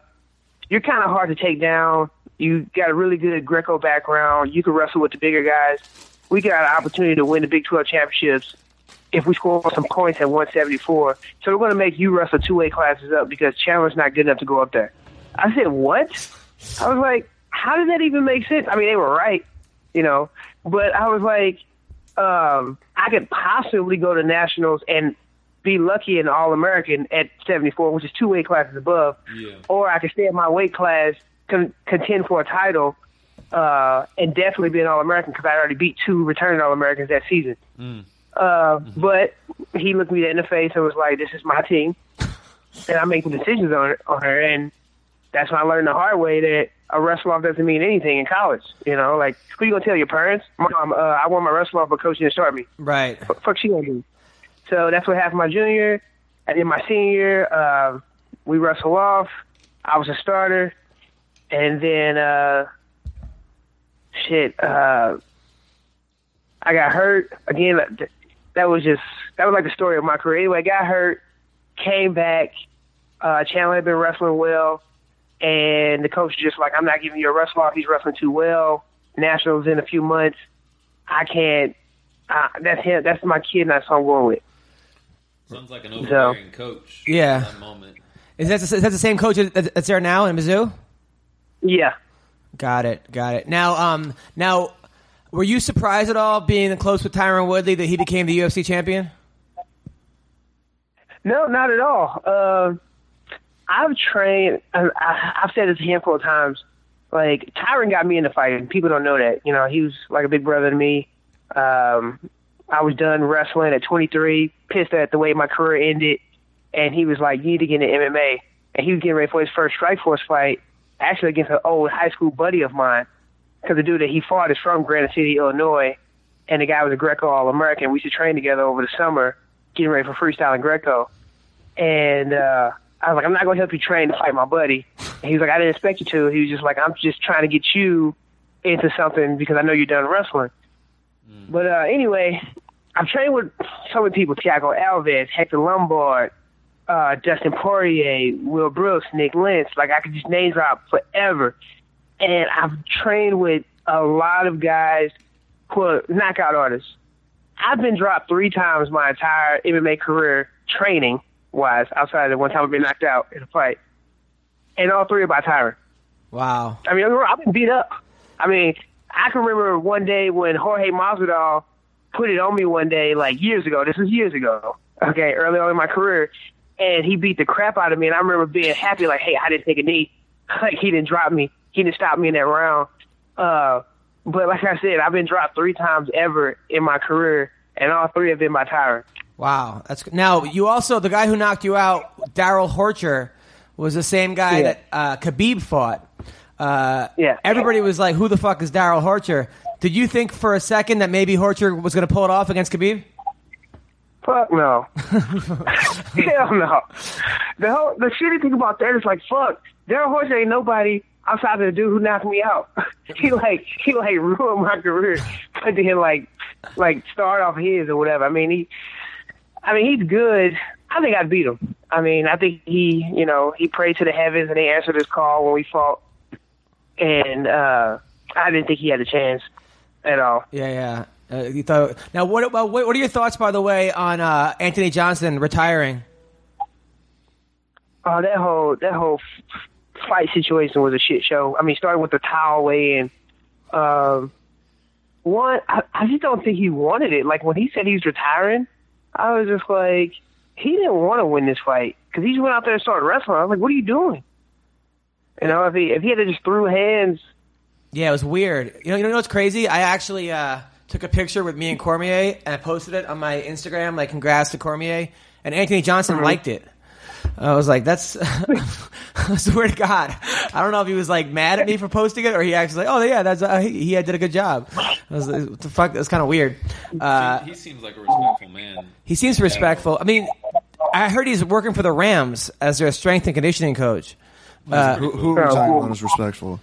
Speaker 7: you're kind of hard to take down. You got a really good Greco background. You can wrestle with the bigger guys. We got an opportunity to win the Big 12 championships if we score some points at 174. So we're going to make you wrestle two way classes up because Chandler's not good enough to go up there. I said, what? I was like, how did that even make sense? I mean, they were right, you know, but I was like, um, I could possibly go to nationals and be lucky and all American at 74, which is two weight classes above,
Speaker 5: Yeah.
Speaker 7: or I could stay in my weight class, con- contend for a title, uh, and definitely be an all American because I already beat two returning all Americans that season. Uh, But he looked me in the face and was like, "This is my team." and I make the decisions on on her, and that's when I learned the hard way that a wrestle off doesn't mean anything in college. You know, like who you gonna tell your parents? Mom, uh, I won my wrestle off, but coach didn't start me.
Speaker 1: Right.
Speaker 7: Fuck, she gonna do. So that's what happened my junior, and then my senior, uh, we wrestle off. I was a starter, and then uh, shit, uh, I got hurt again. like, th- That was just that was like the story of my career. Anyway, I got hurt, came back. Uh, Chandler had been wrestling well, and the coach was just like, "I'm not giving you a wrestle off. He's wrestling too well. Nationals in a few months. I can't. Uh, that's him. That's my kid. and That's who I'm going with."
Speaker 5: Sounds like an overbearing coach.
Speaker 1: Yeah.
Speaker 5: At that moment.
Speaker 1: Is that, the, is that the same coach that- that's there now in Mizzou?
Speaker 7: Yeah.
Speaker 1: Got it. Got it. Now, um, now, were you surprised at all being close with Tyron Woodley that he became the UFC champion?
Speaker 7: No, not at all. Uh, I've trained. I, I, I've said this a handful of times. Like Tyron got me into fighting. People don't know that. You know, he was like a big brother to me. Um, I was done wrestling at 23, pissed at the way my career ended, and he was like, "You need to get into MMA." And he was getting ready for his first Strikeforce fight, actually against an old high school buddy of mine, because the dude that he fought is from Granite City, Illinois, and the guy was a Greco All American. We used to train together over the summer, getting ready for freestyling Greco and uh, I was like, I'm not gonna help you train to fight my buddy. And he was like, I didn't expect you to. He was just like, I'm just trying to get you into something because I know you're done wrestling. But uh, anyway, I've trained with so many people: Thiago Alves, Hector Lombard, uh, Dustin Poirier, Will Brooks, Nick Lynch. Like I could just name drop forever. And I've trained with a lot of guys who are knockout artists. I've been dropped three times my entire MMA career, training wise, outside of the one time I've been knocked out in a fight, and all three by Tyron.
Speaker 1: Wow.
Speaker 7: I mean, I've been beat up. I mean, I can remember one day when Jorge Masvidal put it on me one day, like years ago. This was years ago, okay, early on in my career, and he beat the crap out of me. And I remember being happy, like, hey, I didn't take a knee, like he didn't drop me, he didn't stop me in that round. Uh, but like I said, I've been dropped three times ever in my career, and all three have been by Tyron.
Speaker 1: Wow. That's now you also the guy who knocked you out, Daryl Horcher, was the same guy
Speaker 7: Yeah.
Speaker 1: that uh, Khabib fought. Uh,
Speaker 7: Yeah.
Speaker 1: Everybody was like, "Who the fuck is Daryl Horcher?" Did you think for a second that maybe Horcher was going to pull it off against Khabib?
Speaker 7: Fuck no. Hell no. The whole the shitty thing about that is like fuck. Daryl Horse ain't nobody outside of the dude who knocked me out. he like he like ruined my career, but then like like start off his or whatever. I mean he, I mean he's good. I think I beat him. I mean I think he you know he prayed to the heavens and he answered his call when we fought, and uh I didn't think he had a chance at all.
Speaker 1: Yeah, yeah. Uh, you thought, now, what, well, what? What are your thoughts, by the way, on uh, Anthony Johnson retiring?
Speaker 7: Oh, that whole that whole f- fight situation was a shit show. I mean, starting with the towel weigh-in. Um, one, I, I just don't think he wanted it. Like when he said he's retiring, I was just like, he didn't want to win this fight because he just went out there and started wrestling. I was like, what are you doing? You know, if he if he had just threw hands,
Speaker 1: Yeah, it was weird. You know, you know what's crazy? I actually uh, took a picture with me and Cormier, and I posted it on my Instagram. Like, congrats to Cormier, and Anthony Johnson liked it. I was like, "That's." I swear to God, I don't know if he was like mad at me for posting it, or he actually like, "Oh yeah, that's uh, he, he did a good job." I was like, what "The fuck, that's kind of weird." Uh,
Speaker 5: he seems like a respectful man.
Speaker 1: he seems respectful. I mean, I heard he's working for the Rams as their strength and conditioning coach.
Speaker 2: Uh, Who, who are we talking about is respectful?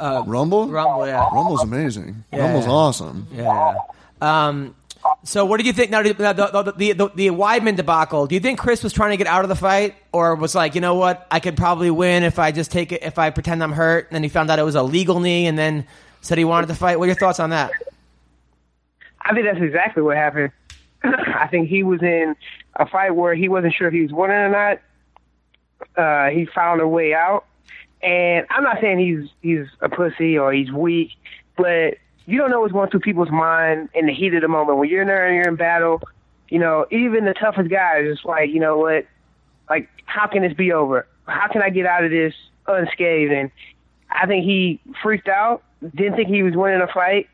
Speaker 2: Rumble?
Speaker 1: Uh, Rumble, yeah.
Speaker 2: Rumble's amazing. Rumble's
Speaker 1: yeah.
Speaker 2: awesome.
Speaker 1: Yeah. Um, so, what did you think? Now, the, the, the, the, the Weidman debacle. Do you think Chris was trying to get out of the fight, or was like, you know what, I could probably win if I just take it, if I pretend I'm hurt? And then he found out it was a legal knee, and then said he wanted to fight. What are your thoughts on that?
Speaker 7: I think that's exactly what happened. I think he was in a fight where he wasn't sure if he was winning or not. Uh, he found a way out, And I'm not saying he's he's a pussy or he's weak, but you don't know what's going through people's mind in the heat of the moment. When you're in there and you're in battle, you know, even the toughest guy is just like, you know what, like how can this be over? How can I get out of this unscathed? And I think he freaked out, didn't think he was winning a fight,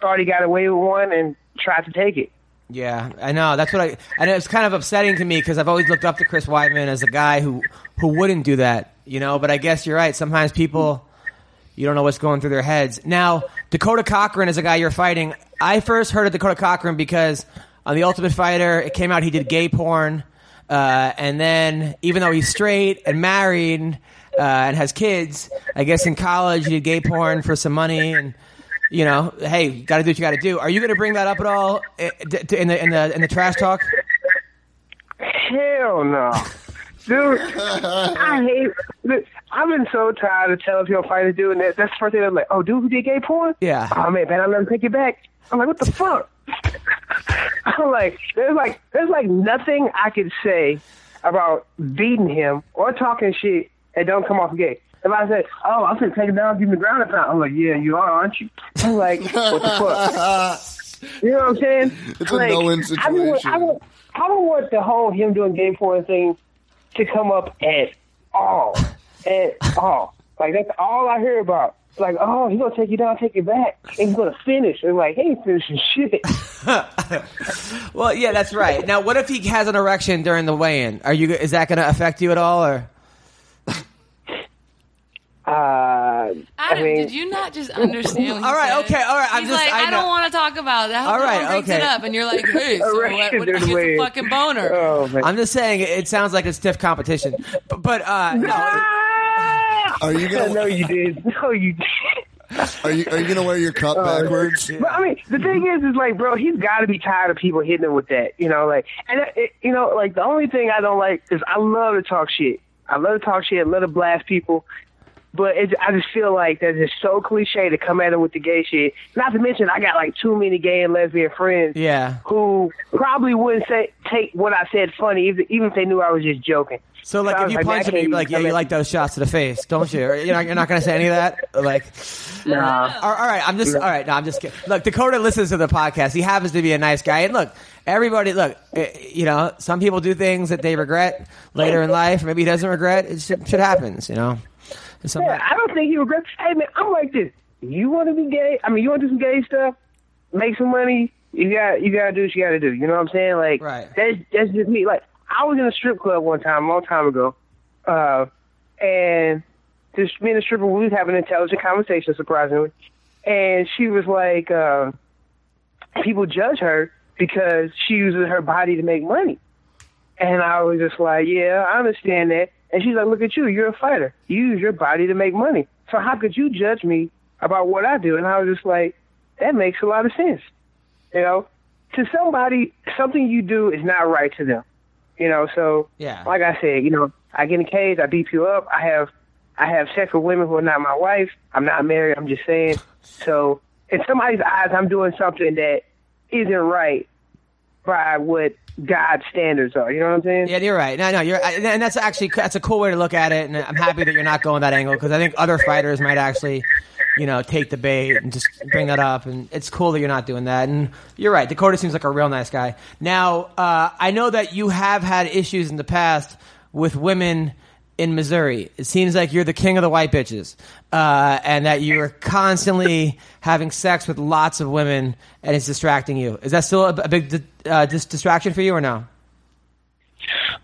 Speaker 7: thought he got away with one, and tried to take it.
Speaker 1: Yeah, I know. That's what I. And it's kind of upsetting to me because I've always looked up to Chris Weidman as a guy who who wouldn't do that, you know. But I guess you're right. Sometimes people, you don't know what's going through their heads. Now, Dakota Cochran is a guy you're fighting. I first heard of Dakota Cochran because on The Ultimate Fighter, it came out he did gay porn, uh, and then even though he's straight and married uh, and has kids, I guess in college he did gay porn for some money and you know, hey, you got to do what you got to do. Are you going to bring that up at all eh, d- d- in the in the in the trash talk?
Speaker 7: Hell no. Dude, I hate. Look, I've been so tired of telling people fighters doing that. That's the first thing I'm like, oh, dude, who did gay porn?
Speaker 1: Yeah.
Speaker 7: Oh man, man, I let him take it back. I'm like, what the fuck? I'm like, there's like, there's like nothing I could say about beating him or talking shit that don't come off gay. If I say, oh, I'm gonna take him down, give him the ground and pound, I'm like, yeah, you are, aren't you? I'm like, what the fuck? You know what I'm saying?
Speaker 2: It's a no-win
Speaker 7: I don't, want, I,
Speaker 2: situation.
Speaker 7: don't, I don't want the whole him doing game porn thing to come up at all. At all. Like, that's all I hear about. It's Like, oh, he's going to take you down, take you back, and he's going to finish. And like, he ain't finishing shit.
Speaker 1: Well, yeah, that's right. Now, what if he has an erection during the weigh-in? Are you is that going to affect you at all? Or
Speaker 7: Uh,
Speaker 4: Adam,
Speaker 7: I mean-
Speaker 4: did you not just understand? What he
Speaker 1: All right,
Speaker 4: said?
Speaker 1: okay, all right, I'm
Speaker 4: He's
Speaker 1: just-
Speaker 4: like,
Speaker 1: I
Speaker 4: I,
Speaker 1: know.
Speaker 4: don't want to talk about that.
Speaker 1: All
Speaker 4: All
Speaker 1: right,
Speaker 4: right, brings
Speaker 1: okay.
Speaker 4: it up, and you're like, hey, so what, what,
Speaker 7: Erection
Speaker 4: here's a
Speaker 7: wave.
Speaker 4: fucking boner.
Speaker 7: oh, man.
Speaker 1: I'm just saying, it- it sounds like a stiff competition. But, but uh, no,
Speaker 7: Ah!
Speaker 2: Are Uh, you gonna-
Speaker 7: no, you did. No, you did.
Speaker 2: Are you are you gonna wear your cup
Speaker 1: Uh,
Speaker 2: backwards?
Speaker 7: But I mean, the thing is, is like, bro, he's got to be tired of people hitting him with that, you know. Like, and it, it- you know, like the only thing I don't like is I love to talk shit. I love to talk shit. I love to blast people, but it, I just feel like that is so cliche to come at him with the gay shit. Not to mention, I got like too many gay and lesbian friends
Speaker 1: yeah.
Speaker 7: who probably wouldn't say take what I said funny, even even if they knew I was just joking.
Speaker 1: So like,
Speaker 7: I
Speaker 1: if
Speaker 7: was
Speaker 1: you punch
Speaker 7: that
Speaker 1: him, you'd be
Speaker 7: can't
Speaker 1: like, yeah,
Speaker 7: even
Speaker 1: you
Speaker 7: come
Speaker 1: like those shots to the face, don't you? Or, You're not, you're not going to say any of that. Like,
Speaker 7: at- Nah.
Speaker 1: All- all right, I'm just all right. No, I'm just kidding. Look, Dakota listens to the podcast. He happens to be a nice guy. And look, everybody, look, eh, you know, some people do things that they regret later in life. Maybe he doesn't regret. It shit, shit happens, you know. And some-
Speaker 7: Yeah, I don't think he regrets. Hey man, I'm like this. You want to be gay? I mean, you want to do some gay stuff? Make some money. You got you got to do what you got to do. You know what I'm saying? Like
Speaker 1: Right.
Speaker 7: that's that's just me. Like I was in a strip club one time, a long time ago, uh, and this me and the stripper we was having an intelligent conversation, surprisingly, and she was like, uh, people judge her because she uses her body to make money. And I was just like, yeah, I understand that. And she's like, look at you, you're a fighter. You use your body to make money. So how could you judge me about what I do? And I was just like, that makes a lot of sense. You know, to somebody, something you do is not right to them. You know, so
Speaker 1: Yeah.
Speaker 7: like I said, you know, I get in a cage, I beat you up, I have, I have sex with women who are not my wife. I'm not married. I'm just saying. So in somebody's eyes, I'm doing something that isn't right by what God's standards are. You know what I'm saying?
Speaker 1: Yeah, you're right. No, no, you're, I- and that's actually that's a cool way to look at it. And I'm happy that you're not going that angle because I think other fighters might actually, you know, take the bait and just bring that up. And it's cool that you're not doing that. And you're right. Dakota seems like a real nice guy. Now, uh, I know that you have had issues in the past with women in Missouri. It seems like you're the king of the white bitches, uh, and that you're constantly having sex with lots of women, and it's distracting you. Is that still a, a big uh, dis- distraction for you, or no?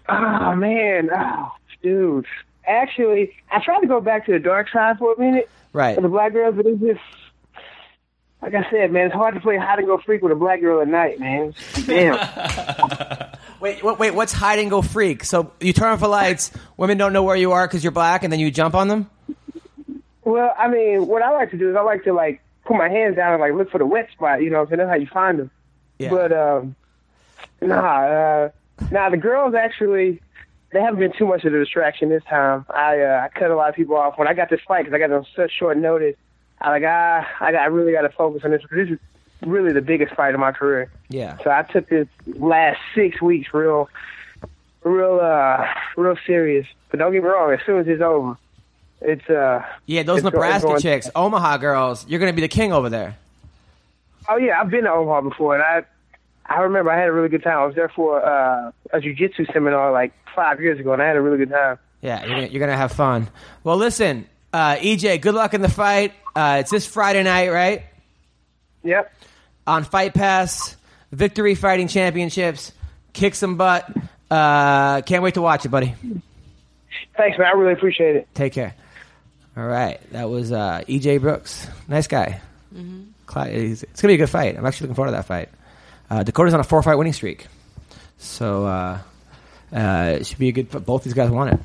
Speaker 7: Oh man, oh dude. Actually, I tried to go back to the dark side for a minute
Speaker 1: Right.
Speaker 7: for the black girls, but it's just like I said, man. It's hard to play how to go freak with a black girl at night, man. Damn.
Speaker 1: Wait, wait, wait, what's hide and go freak? So you turn off the lights, women don't know where you are because you're black, and then you jump on them?
Speaker 7: well, I mean, what I like to do is I like to like put my hands down and like look for the wet spot. You know, so that's how you find them.
Speaker 1: Yeah.
Speaker 7: But um, nah, uh, nah. The girls actually, they haven't been too much of a distraction this time. I uh, I cut a lot of people off when I got this fight because I got it on such short notice. I like ah, I got, I really got to focus on this. 'cause This is really the biggest fight of my career.
Speaker 1: yeah.
Speaker 7: So I took this last six weeks real, real, uh, real serious. But don't get me wrong. As soon as it's over, It's uh
Speaker 1: Yeah, those
Speaker 7: it's go-
Speaker 1: Nebraska
Speaker 7: going-
Speaker 1: chicks, Omaha girls, you're going to be the king over there.
Speaker 7: Oh yeah, I've been to Omaha before, and I I remember I had a really good time. I was there for uh, a jujitsu seminar like five years ago, and I had a really good time.
Speaker 1: Yeah, you're gonna, you're gonna have fun. Well, listen, uh, EJ, good luck in the fight. Uh, it's this Friday night, right?
Speaker 7: Yep.
Speaker 1: On Fight Pass, Victory Fighting Championships, kick some butt. Uh, can't wait to watch it, buddy.
Speaker 7: Thanks, man. I really appreciate it.
Speaker 1: Take care. All right, that was uh, EJ Brooks. Nice guy. Cla- he's- It's gonna be a good fight. I'm actually looking forward to that fight. Uh, Dakota's on a four fight winning streak, so uh, uh, it should be a good. Both these guys want it.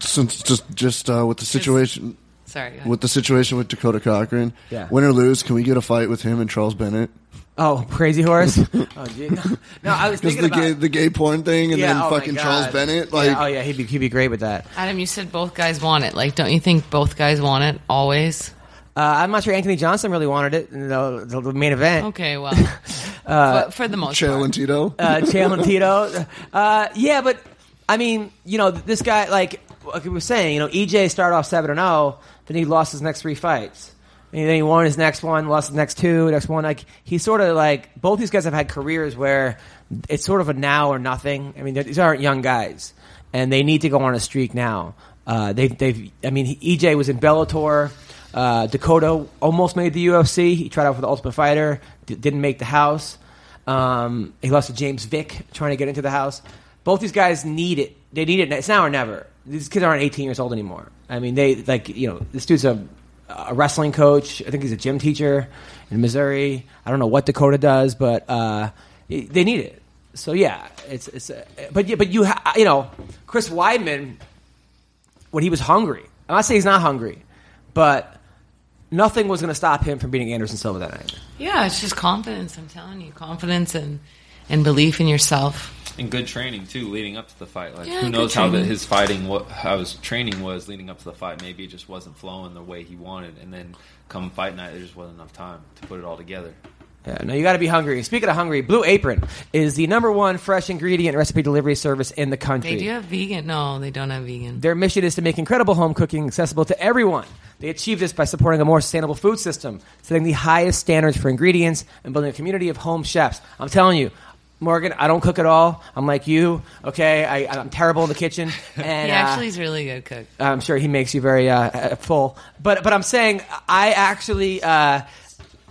Speaker 2: Since just just uh, with the situation
Speaker 4: Sorry. go ahead.
Speaker 2: with the situation with Dakota Cochran,
Speaker 1: Yeah.
Speaker 2: win or lose, can we get a fight with him and Charles Bennett?
Speaker 1: Oh, crazy horse! oh, gee. No, no, I was
Speaker 2: Because
Speaker 1: thinking
Speaker 2: the
Speaker 1: about
Speaker 2: gay, the gay porn thing, and then
Speaker 1: oh my
Speaker 2: fucking
Speaker 1: God.
Speaker 2: Charles Bennett. Like,
Speaker 1: yeah, oh yeah, he'd be he'd be great with that.
Speaker 4: Adam, you said both guys want it. Like, don't you think both guys want it always?
Speaker 1: Uh, I'm not sure Anthony Johnson really wanted it. in The, the, the main event.
Speaker 4: Okay, well, but for the most
Speaker 2: Chael and
Speaker 4: part,
Speaker 2: Tito.
Speaker 1: uh, Jalen Tito. Uh, yeah, but I mean, you know, th- this guy, like, like we were saying, you know, EJ started off seven and zero, then he lost his next three fights, and then he won his next one, lost his next two, next one. Like, he sort of like both these guys have had careers where it's sort of a now or nothing. I mean, these aren't young guys, and they need to go on a streak now. Uh, they've, they've, I mean, he- EJ was in Bellator. Uh, Dakota almost made the UFC. He tried out for the Ultimate Fighter, d- didn't make the house. Um, he lost to James Vick trying to get into the house. Both these guys need it. They need it. It's now or never. These kids aren't 18 years old anymore. I mean, they like you know this dude's a, a wrestling coach. I think he's a gym teacher in Missouri. I don't know what Dakota does, but uh, y- they need it. So yeah, it's it's. Uh, but yeah, but you ha- you know Chris Weidman when he was hungry. I'm not saying he's not hungry, but nothing was going to stop him from beating Anderson Silva that night.
Speaker 4: yeah, it's just confidence. I'm telling you, confidence and and belief in yourself.
Speaker 5: and good training too leading up to the fight like
Speaker 4: Yeah,
Speaker 5: who
Speaker 4: good
Speaker 5: knows how the,
Speaker 4: training.
Speaker 5: his fighting what how his training was leading up to the fight maybe it just wasn't flowing the way he wanted and then come fight night there just wasn't enough time to put it all together
Speaker 1: Yeah, no, you got to be hungry. Speaking of hungry, Blue Apron is the number one fresh ingredient recipe delivery service in the country.
Speaker 4: They do have vegan. No, they don't have vegan.
Speaker 1: Their mission is to make incredible home cooking accessible to everyone. They achieve this by supporting a more sustainable food system, setting the highest standards for ingredients, and building a community of home chefs. I'm telling you, Morgan, I don't cook at all. I'm like you, okay? I, I'm terrible in the kitchen. And,
Speaker 4: he
Speaker 1: uh,
Speaker 4: actually is a really good cook.
Speaker 1: I'm sure he makes you very uh, uh, full. But but I'm saying I actually. Uh,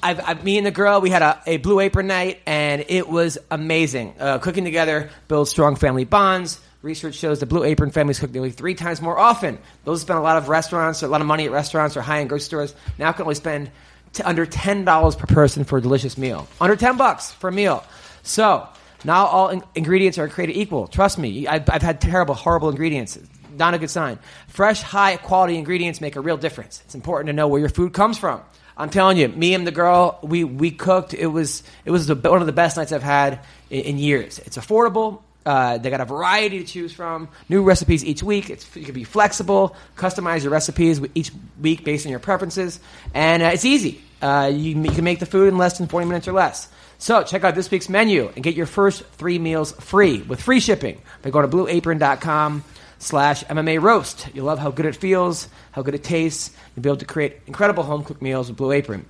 Speaker 1: I've, I've, me and the girl, we had a, a blue apron night, and it was amazing. Uh, cooking together builds strong family bonds. Research shows the blue apron families cook nearly three times more often. Those who spend a lot of restaurants, a lot of money at restaurants or high end grocery stores now can only spend t- under ten dollars per person for a delicious meal. Under ten bucks for a meal. So now all in- ingredients are created equal. Trust me, I've, I've had terrible, horrible ingredients not a good sign. Fresh, high quality ingredients make a real difference. It's important to know where your food comes from. I'm telling you, me and the girl, we, we cooked. It was it was the, one of the best nights I've had in, in years. It's affordable. Uh, they got a variety to choose from. New recipes each week. It's, you can be flexible, customize your recipes with each week based on your preferences, and uh, it's easy. Uh, you, m- you can make the food in less than 40 minutes or less. So check out this week's menu and get your first three meals free with free shipping by going to blueapron.com slash MMA roast. You'll love how good it feels, how good it tastes. You'll be able to create incredible home cooked meals with Blue Apron.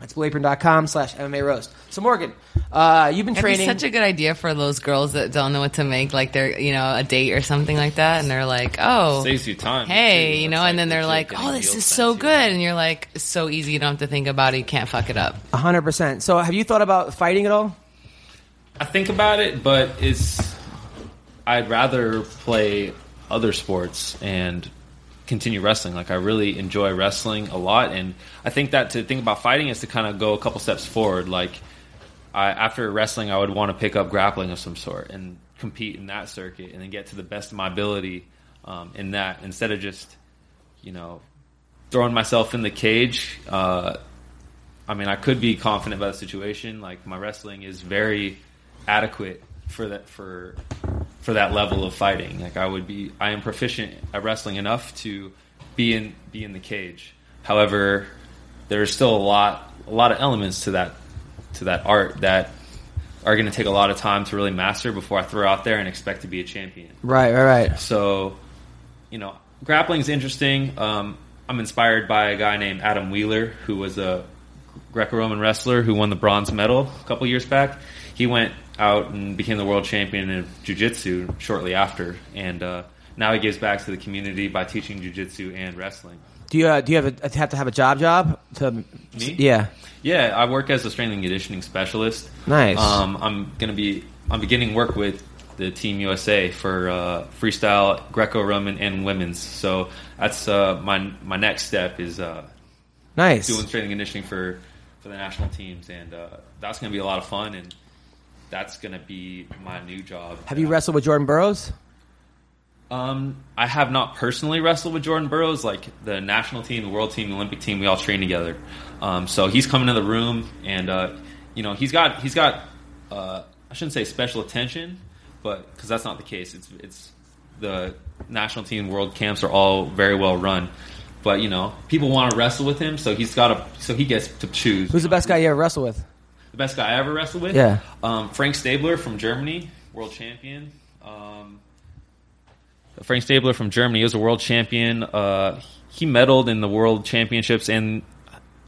Speaker 1: That's blueapron.com slash MMA roast. So, Morgan, uh, you've been
Speaker 4: That'd be
Speaker 1: training.
Speaker 4: such a good idea for those girls that don't know what to make, like they're you know a date or something like that, and they're like, oh.
Speaker 5: saves you time
Speaker 4: Hey,
Speaker 5: too.
Speaker 4: you
Speaker 5: It's
Speaker 4: know, and then they're like,
Speaker 5: legit getting
Speaker 4: "Oh, this
Speaker 5: meals
Speaker 4: is
Speaker 5: sent
Speaker 4: so
Speaker 5: to you.
Speaker 4: good," and you're like, "It's "So easy, you don't have to think about it. You can't fuck it up."
Speaker 1: 100%. So, have you thought about fighting at all?
Speaker 5: I think about it, but it's I'd rather play other sports and continue wrestling. Like I really enjoy wrestling a lot, and I think that to think about fighting is to kind of go a couple steps forward. Like I, after wrestling, I would want to pick up grappling of some sort and compete in that circuit, and then get to the best of my ability um, in that instead of just you know throwing myself in the cage. Uh, I mean, I could be confident about the situation. Like my wrestling is very adequate for that for for that level of fighting. Like I would be, I am proficient at wrestling enough to be in be in the cage. However, there's still a lot a lot of elements to that to that art that are going to take a lot of time to really master before I throw out there and expect to be a champion.
Speaker 1: Right, right, right.
Speaker 5: So, you know, grappling's interesting. Um, I'm inspired by a guy named Adam Wheeler, who was a Greco-Roman wrestler who won the bronze medal a couple years back. He went out and became the world champion in jiu-jitsu shortly after, and uh, now he gives back to the community by teaching jiu-jitsu and wrestling.
Speaker 1: Do you uh, do you have, a, have to have a job job to? Yeah.
Speaker 5: Yeah, I work as a strength and conditioning specialist.
Speaker 1: Nice.
Speaker 5: Um, I'm gonna be. I'm beginning work with the Team USA for uh, freestyle, Greco-Roman, and women's. So that's uh, my my next step is uh,
Speaker 1: Nice.
Speaker 5: doing strength and conditioning for for the national teams, and uh, that's gonna be a lot of fun, and that's gonna be my new job.
Speaker 1: Have you wrestled with Jordan Burroughs?
Speaker 5: Um, I have not personally wrestled with Jordan Burroughs, like the national team, the world team, the Olympic team. We all train together. Um, so he's coming to the room, and uh, you know he's got he's got uh, I shouldn't say special attention, but because that's not the case. It's it's the national team, world camps are all very well run, but you know people want to wrestle with him, so he's got a so he gets to choose
Speaker 1: Who's the best guy you ever wrestled with?
Speaker 5: the best guy I ever wrestled with.
Speaker 1: Yeah.
Speaker 5: Um, Frank Stabler from Germany, world champion. Um, Frank Stabler from Germany he was a world champion. Uh, he medaled in the world championships, and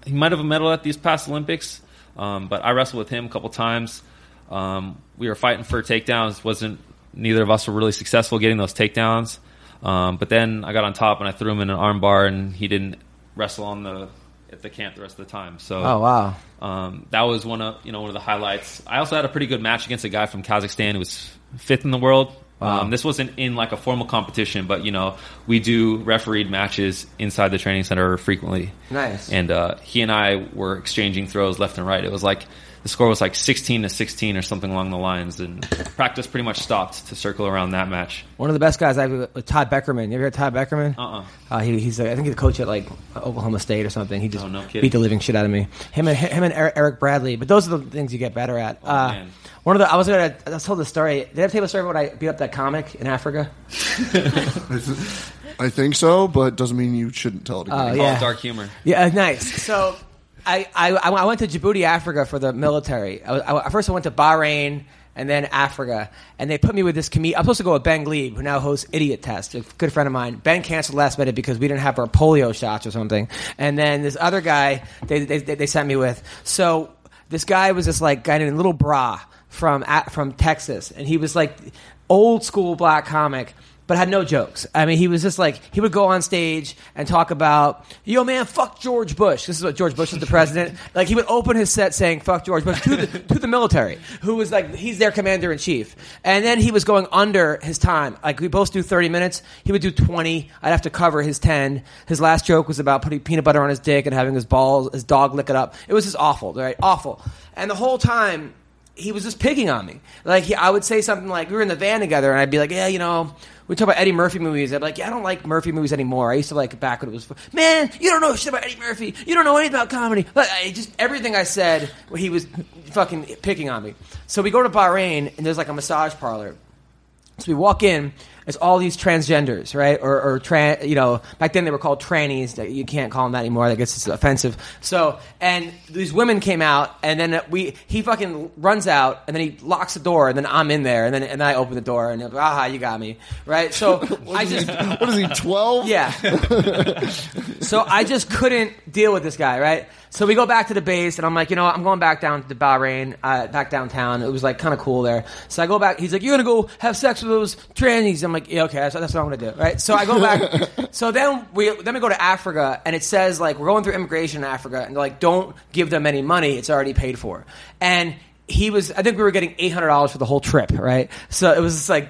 Speaker 5: he might have a medal at these past Olympics. Um, but I wrestled with him a couple times. Um, we were fighting for takedowns. wasn't Neither of us were really successful getting those takedowns. Um, but then I got on top and I threw him in an armbar, and he didn't wrestle on the at the camp the rest of the time. So
Speaker 1: Oh wow.
Speaker 5: um, that was one of you know one of the highlights. I also had a pretty good match against a guy from Kazakhstan who was fifth in the world. Um, this wasn't in like a formal competition, but you know we do refereed matches inside the training center frequently.
Speaker 1: Nice.
Speaker 5: And uh, he and I were exchanging throws left and right. It was like the score was like sixteen to sixteen or something along the lines, and practice pretty much stopped to circle around that match.
Speaker 1: One of the best guys I have Todd Beckerman. You ever heard of Todd Beckerman?
Speaker 5: Uh-uh.
Speaker 1: Uh, he, he's uh, I think he's a coach at like Oklahoma State or something. He just
Speaker 5: Oh, no kidding.
Speaker 1: beat the living shit out of me. Him and him and Eric, Eric Bradley. But those are the things you get better at. uh,
Speaker 5: Oh, man.
Speaker 1: One of the I was gonna I told the story. Did I tell you the story when I beat up that comic in Africa?
Speaker 2: I think so, but doesn't mean you shouldn't tell it again.
Speaker 1: Oh,
Speaker 5: All
Speaker 1: yeah.
Speaker 5: dark humor.
Speaker 1: Yeah, uh, nice. So I, I, I went to Djibouti, Africa for the military. I, was- I, first I went to Bahrain and then Africa, and they put me with this comedian. I'm supposed to go with Ben Glebe, who now hosts Idiot Test, a good friend of mine. Ben canceled last minute because we didn't have our polio shots or something. And then this other guy they, they, they they sent me with. So this guy was this like guy named Little Bra from at, from Texas, and he was like old school black comic, but had no jokes. I mean, he was just like he would go on stage and talk about, "Yo, man, fuck George Bush." This is what George Bush was the president. like he would open his set saying "fuck George Bush" to the, to the military, who was like he's their commander in chief. And then he was going under his time. Like we both do thirty minutes, he would do twenty. I'd have to cover his ten. His last joke was about putting peanut butter on his dick and having his balls, his dog lick it up. It was just awful, right? Awful. And the whole time he was just picking on me. Like he, I would say something like, "We were in the van together," and I'd be like, "Yeah, you know." We talk about Eddie Murphy movies. I'd be like, yeah, I don't like Murphy movies anymore. I used to like back when it was, man, you don't know shit about Eddie Murphy. You don't know anything about comedy. But I just everything I said, he was fucking picking on me. So we go to Bahrain, and there's like a massage parlor. So we walk in. It's all these transgenders, right? Or, or tran, you know, back then they were called trannies. that- You can't call them that anymore. I guess it's offensive. So, and these women came out, and then we, he fucking runs out, and then he locks the door, and then I'm in there, and then and I open the door, and I'm like, aha, you got me, right? So I just,
Speaker 2: What is he, 12?
Speaker 1: yeah. so I just couldn't deal with this guy, right? So we go back to the base, and I'm like, you know, what? I'm going back down to Bahrain, uh, back downtown. It was like kind of cool there. So I go back. He's like, you're gonna go have sex with those trannies. I'm like, yeah, okay, that's, that's what I'm gonna do, right? So I go back. so then we then we go to Africa, and it says like we're going through immigration in Africa, and they're like, don't give them any money. It's already paid for. And he was, I think we were getting eight hundred dollars for the whole trip, right? So it was just like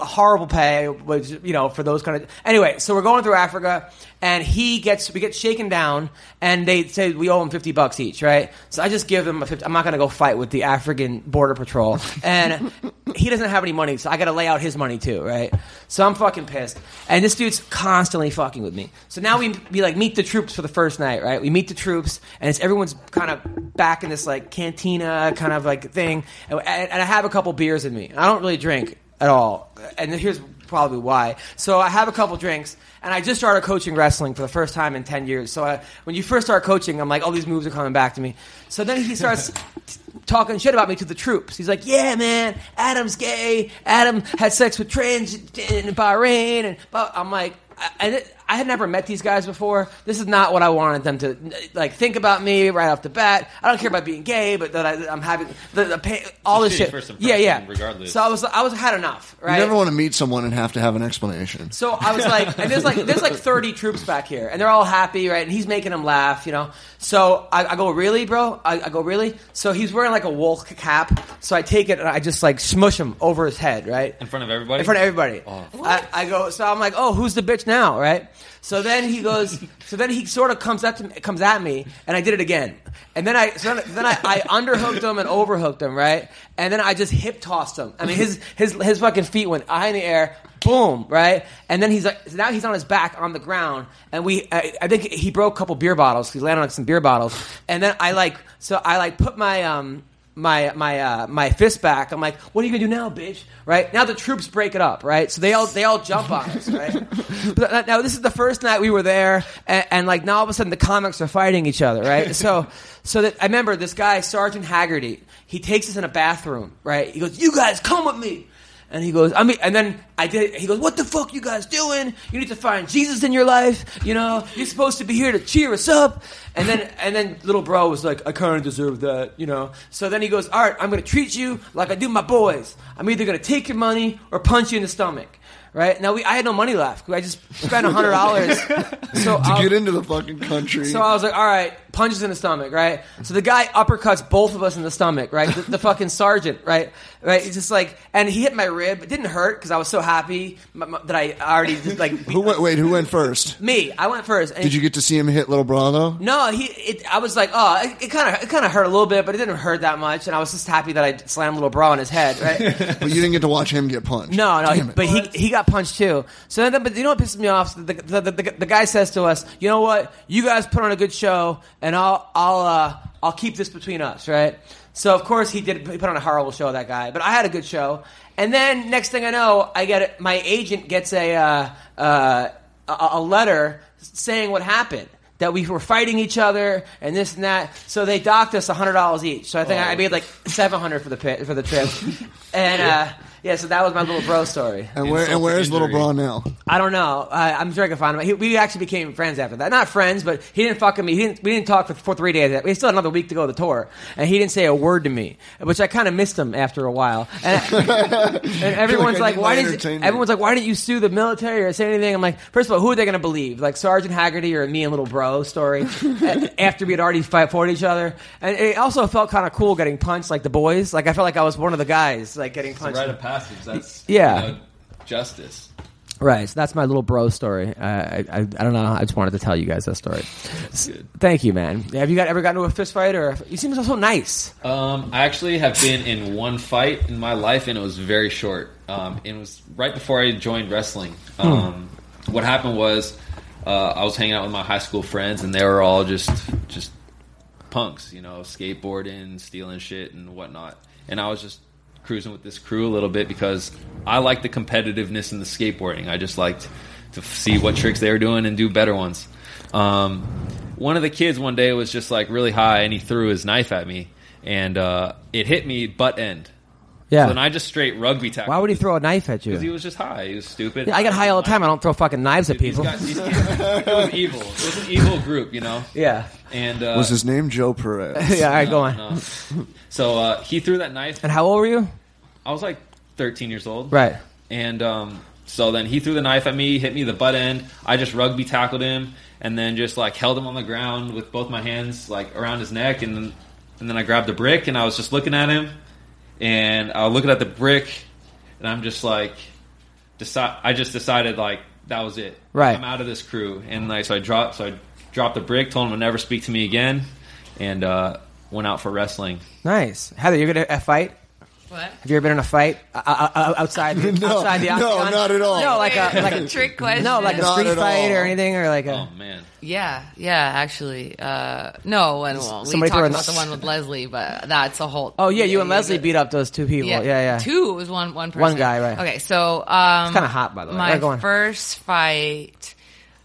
Speaker 1: horrible pay was you know for those kind of anyway so we're going through africa and he gets we get shaken down and they say we owe him 50 bucks each right so i just give him a 50 i'm not going to go fight with the african border patrol and he doesn't have any money so i got to lay out his money too right so i'm fucking pissed and this dude's constantly fucking with me so now we, we like meet the troops for the first night right we meet the troops and it's everyone's kind of back in this like cantina kind of like thing and, and i have a couple beers in me i don't really drink at all. And here's probably why. So I have a couple drinks, and I just started coaching wrestling for the first time in 10 years. So I, when you first start coaching, I'm like, all these moves are coming back to me. So then he starts t- talking shit about me to the troops. He's like, yeah, man, Adam's gay. Adam had sex with trans in Bahrain. And but I'm like, I, I did- I had never met these guys before. This is not what I wanted them to like think about me right off the bat. I don't care about being gay, but that I, I'm having the, the pain, all this
Speaker 5: Shitty
Speaker 1: shit.
Speaker 5: first impression,
Speaker 1: yeah, yeah.
Speaker 5: regardless.
Speaker 1: So I was, I was had enough. Right.
Speaker 2: You never want to meet someone and have to have an explanation.
Speaker 1: So I was like, and there's like there's like 30 troops back here, and they're all happy, right? And he's making them laugh, you know. So I, I go, really, bro? I, I go, really? So he's wearing like a wool cap, so I take it and I just like smush him over his head, right?
Speaker 5: In front of everybody?
Speaker 1: In front of everybody. I, I go, so I'm like, oh, who's the bitch now, right? So then he goes, so then he sort of comes up to me, comes at me, and I did it again. And then I, so then, then I, I underhooked him and overhooked him, right? And then I just hip tossed him. I mean, his his his fucking feet went high in the air, boom, right? And then he's like, so now he's on his back on the ground, and we, I, I think he broke a couple beer bottles. He landed on some beer bottles, and then I like, so I like put my um my my uh, my fist back. I'm like, what are you gonna do now, bitch? Right now, the troops break it up. Right, so they all they all jump on us. Right But uh, now, this is the first night we were there, and, and like now all of a sudden the comics are fighting each other. Right, so so that I remember this guy Sergeant Haggerty. He takes us in a bathroom. Right, he goes, "You guys come with me." And he goes, I mean, and then I did. He goes, "What the fuck you guys doing? You need to find Jesus in your life. You know, you're supposed to be here to cheer us up." And then, and then, little bro was like, "I kind of deserve that," you know. So then he goes, "All right, I'm going to treat you like I do my boys. I'm either going to take your money or punch you in the stomach." Right now, we I had no money left. I just spent hundred dollars. so
Speaker 2: to
Speaker 1: I'll-
Speaker 2: get into the fucking country.
Speaker 1: so I was like, all right, punches in the stomach, right? So the guy uppercuts both of us in the stomach, right? The, the fucking sergeant, right? Right? He's just like, and he hit my rib. It didn't hurt because I was so happy m- m- that I already just like
Speaker 2: who went? Wait, who went first?
Speaker 1: me. I went first. And
Speaker 2: Did you get to see him hit little bro though?
Speaker 1: No, he. It, I was like, oh, it kind of it kind of hurt a little bit, but it didn't hurt that much, and I was just happy that I slammed little bra on his head, right?
Speaker 2: But you didn't get to watch him get punched.
Speaker 1: No, no,
Speaker 2: Damn it.
Speaker 1: but he he got punched too. So then, but you know what pisses me off? The, the, the, the, the guy says to us, "You know what? You guys put on a good show, and I'll I'll uh, I'll keep this between us, right?" So of course he did. He put on a horrible show, that guy. But I had a good show, and then next thing I know, I get it. My agent gets a uh, uh, a, a letter saying what happened. That we were fighting each other and this and that, so they docked us hundred dollars each. So I think
Speaker 2: Oh.
Speaker 1: I made like seven hundred for the pi- for the trip, and uh, yeah, so that was my little bro story.
Speaker 2: and where and
Speaker 5: Insult to
Speaker 2: where's little
Speaker 5: injury.
Speaker 2: bro now?
Speaker 1: I don't know. I, I'm sure I can find him. He, we actually became friends after that. Not friends, but he didn't fuck with me. He didn't, we didn't talk for, for three days. We still had another week to go to the tour, and he didn't say a word to me, which I kind of missed him after a while. And, and everyone's
Speaker 2: I
Speaker 1: like,
Speaker 2: need
Speaker 1: "Why
Speaker 2: my
Speaker 1: didn't?"
Speaker 2: entertainment."
Speaker 1: Everyone's like, "Why didn't you sue the military or say anything?" I'm like, first of all, who are they going to believe? Like Sergeant Haggerty or me and little bro story a- after we had already fight fought each other, and it also felt kind of cool getting punched like the boys. Like I felt like I was one of the guys like getting punched.
Speaker 5: Rite of passage. That's
Speaker 1: Yeah.
Speaker 5: you know, justice.
Speaker 1: Right, so that's my little bro story. Uh, I, I I don't know. I just wanted to tell you guys that story. S- Thank you, man. Have you got ever gotten into a fist fight or you seem so- so nice?
Speaker 5: Um, I actually have been in one fight in my life, and it was very short. Um, it was right before I joined wrestling. Um, What happened was uh, I was hanging out with my high school friends, and they were all just just punks, you know, skateboarding, stealing shit, and whatnot. And I was just cruising with this crew a little bit because I liked the competitiveness in the skateboarding. I just liked to f- see what tricks they were doing and do better ones. Um, one of the kids one day was just like really high, and he threw his knife at me, and uh, it hit me butt end.
Speaker 1: Yeah.
Speaker 5: So then I just straight rugby tackled.
Speaker 1: Why would he
Speaker 5: this-
Speaker 1: throw a knife at
Speaker 5: Because he
Speaker 1: you?
Speaker 5: was just high. He was stupid.
Speaker 1: I get high all the time. I don't throw fucking knives at
Speaker 5: These
Speaker 1: people.
Speaker 5: guys, these kids, it was evil. It was an evil group, you know.
Speaker 1: Yeah,
Speaker 5: And uh,
Speaker 2: Was his name Joe Perez?
Speaker 1: yeah. All right, go on.
Speaker 5: no. So uh, he threw that knife.
Speaker 1: And how old were you?
Speaker 5: I was like 13 years old.
Speaker 1: Right.
Speaker 5: And um, so then he threw the knife at me, hit me the butt end. I just rugby tackled him and then just like held him on the ground with both my hands like around his neck. And then, and then I grabbed a brick and I was just looking at him. And I was looking at the brick and I'm just like, decide. I just decided like that was it.
Speaker 1: Right.
Speaker 5: I'm out of this crew. And like, so I dropped, so I dropped the brick, told him to never speak to me again, and uh, went out for wrestling.
Speaker 1: Nice, Heather. You're gonna a fight.
Speaker 4: What?
Speaker 1: Have you ever been in a fight uh, O- o- o- outside the,
Speaker 2: No,
Speaker 1: outside the
Speaker 2: no,
Speaker 1: octagon?
Speaker 2: not at all.
Speaker 1: No, like a
Speaker 4: Wait,
Speaker 1: like
Speaker 4: it's
Speaker 1: a
Speaker 4: trick question.
Speaker 1: no, like a
Speaker 2: Not
Speaker 1: street
Speaker 2: at
Speaker 1: fight
Speaker 2: all.
Speaker 1: or anything or like a.
Speaker 5: Oh man.
Speaker 4: Yeah, yeah, actually. Uh, no, and well, we
Speaker 1: Somebody throw
Speaker 4: talked
Speaker 1: in
Speaker 4: about
Speaker 1: the-
Speaker 4: the one with Leslie, but that's a whole.
Speaker 1: Oh, yeah, you and
Speaker 4: we
Speaker 1: Leslie
Speaker 4: did-
Speaker 1: beat up those two people. Yeah, yeah.
Speaker 4: Two it was one one person.
Speaker 1: One guy, right.
Speaker 4: Okay, so um,
Speaker 1: kinda hot, by the way.
Speaker 4: My
Speaker 1: Right, go on.
Speaker 4: first fight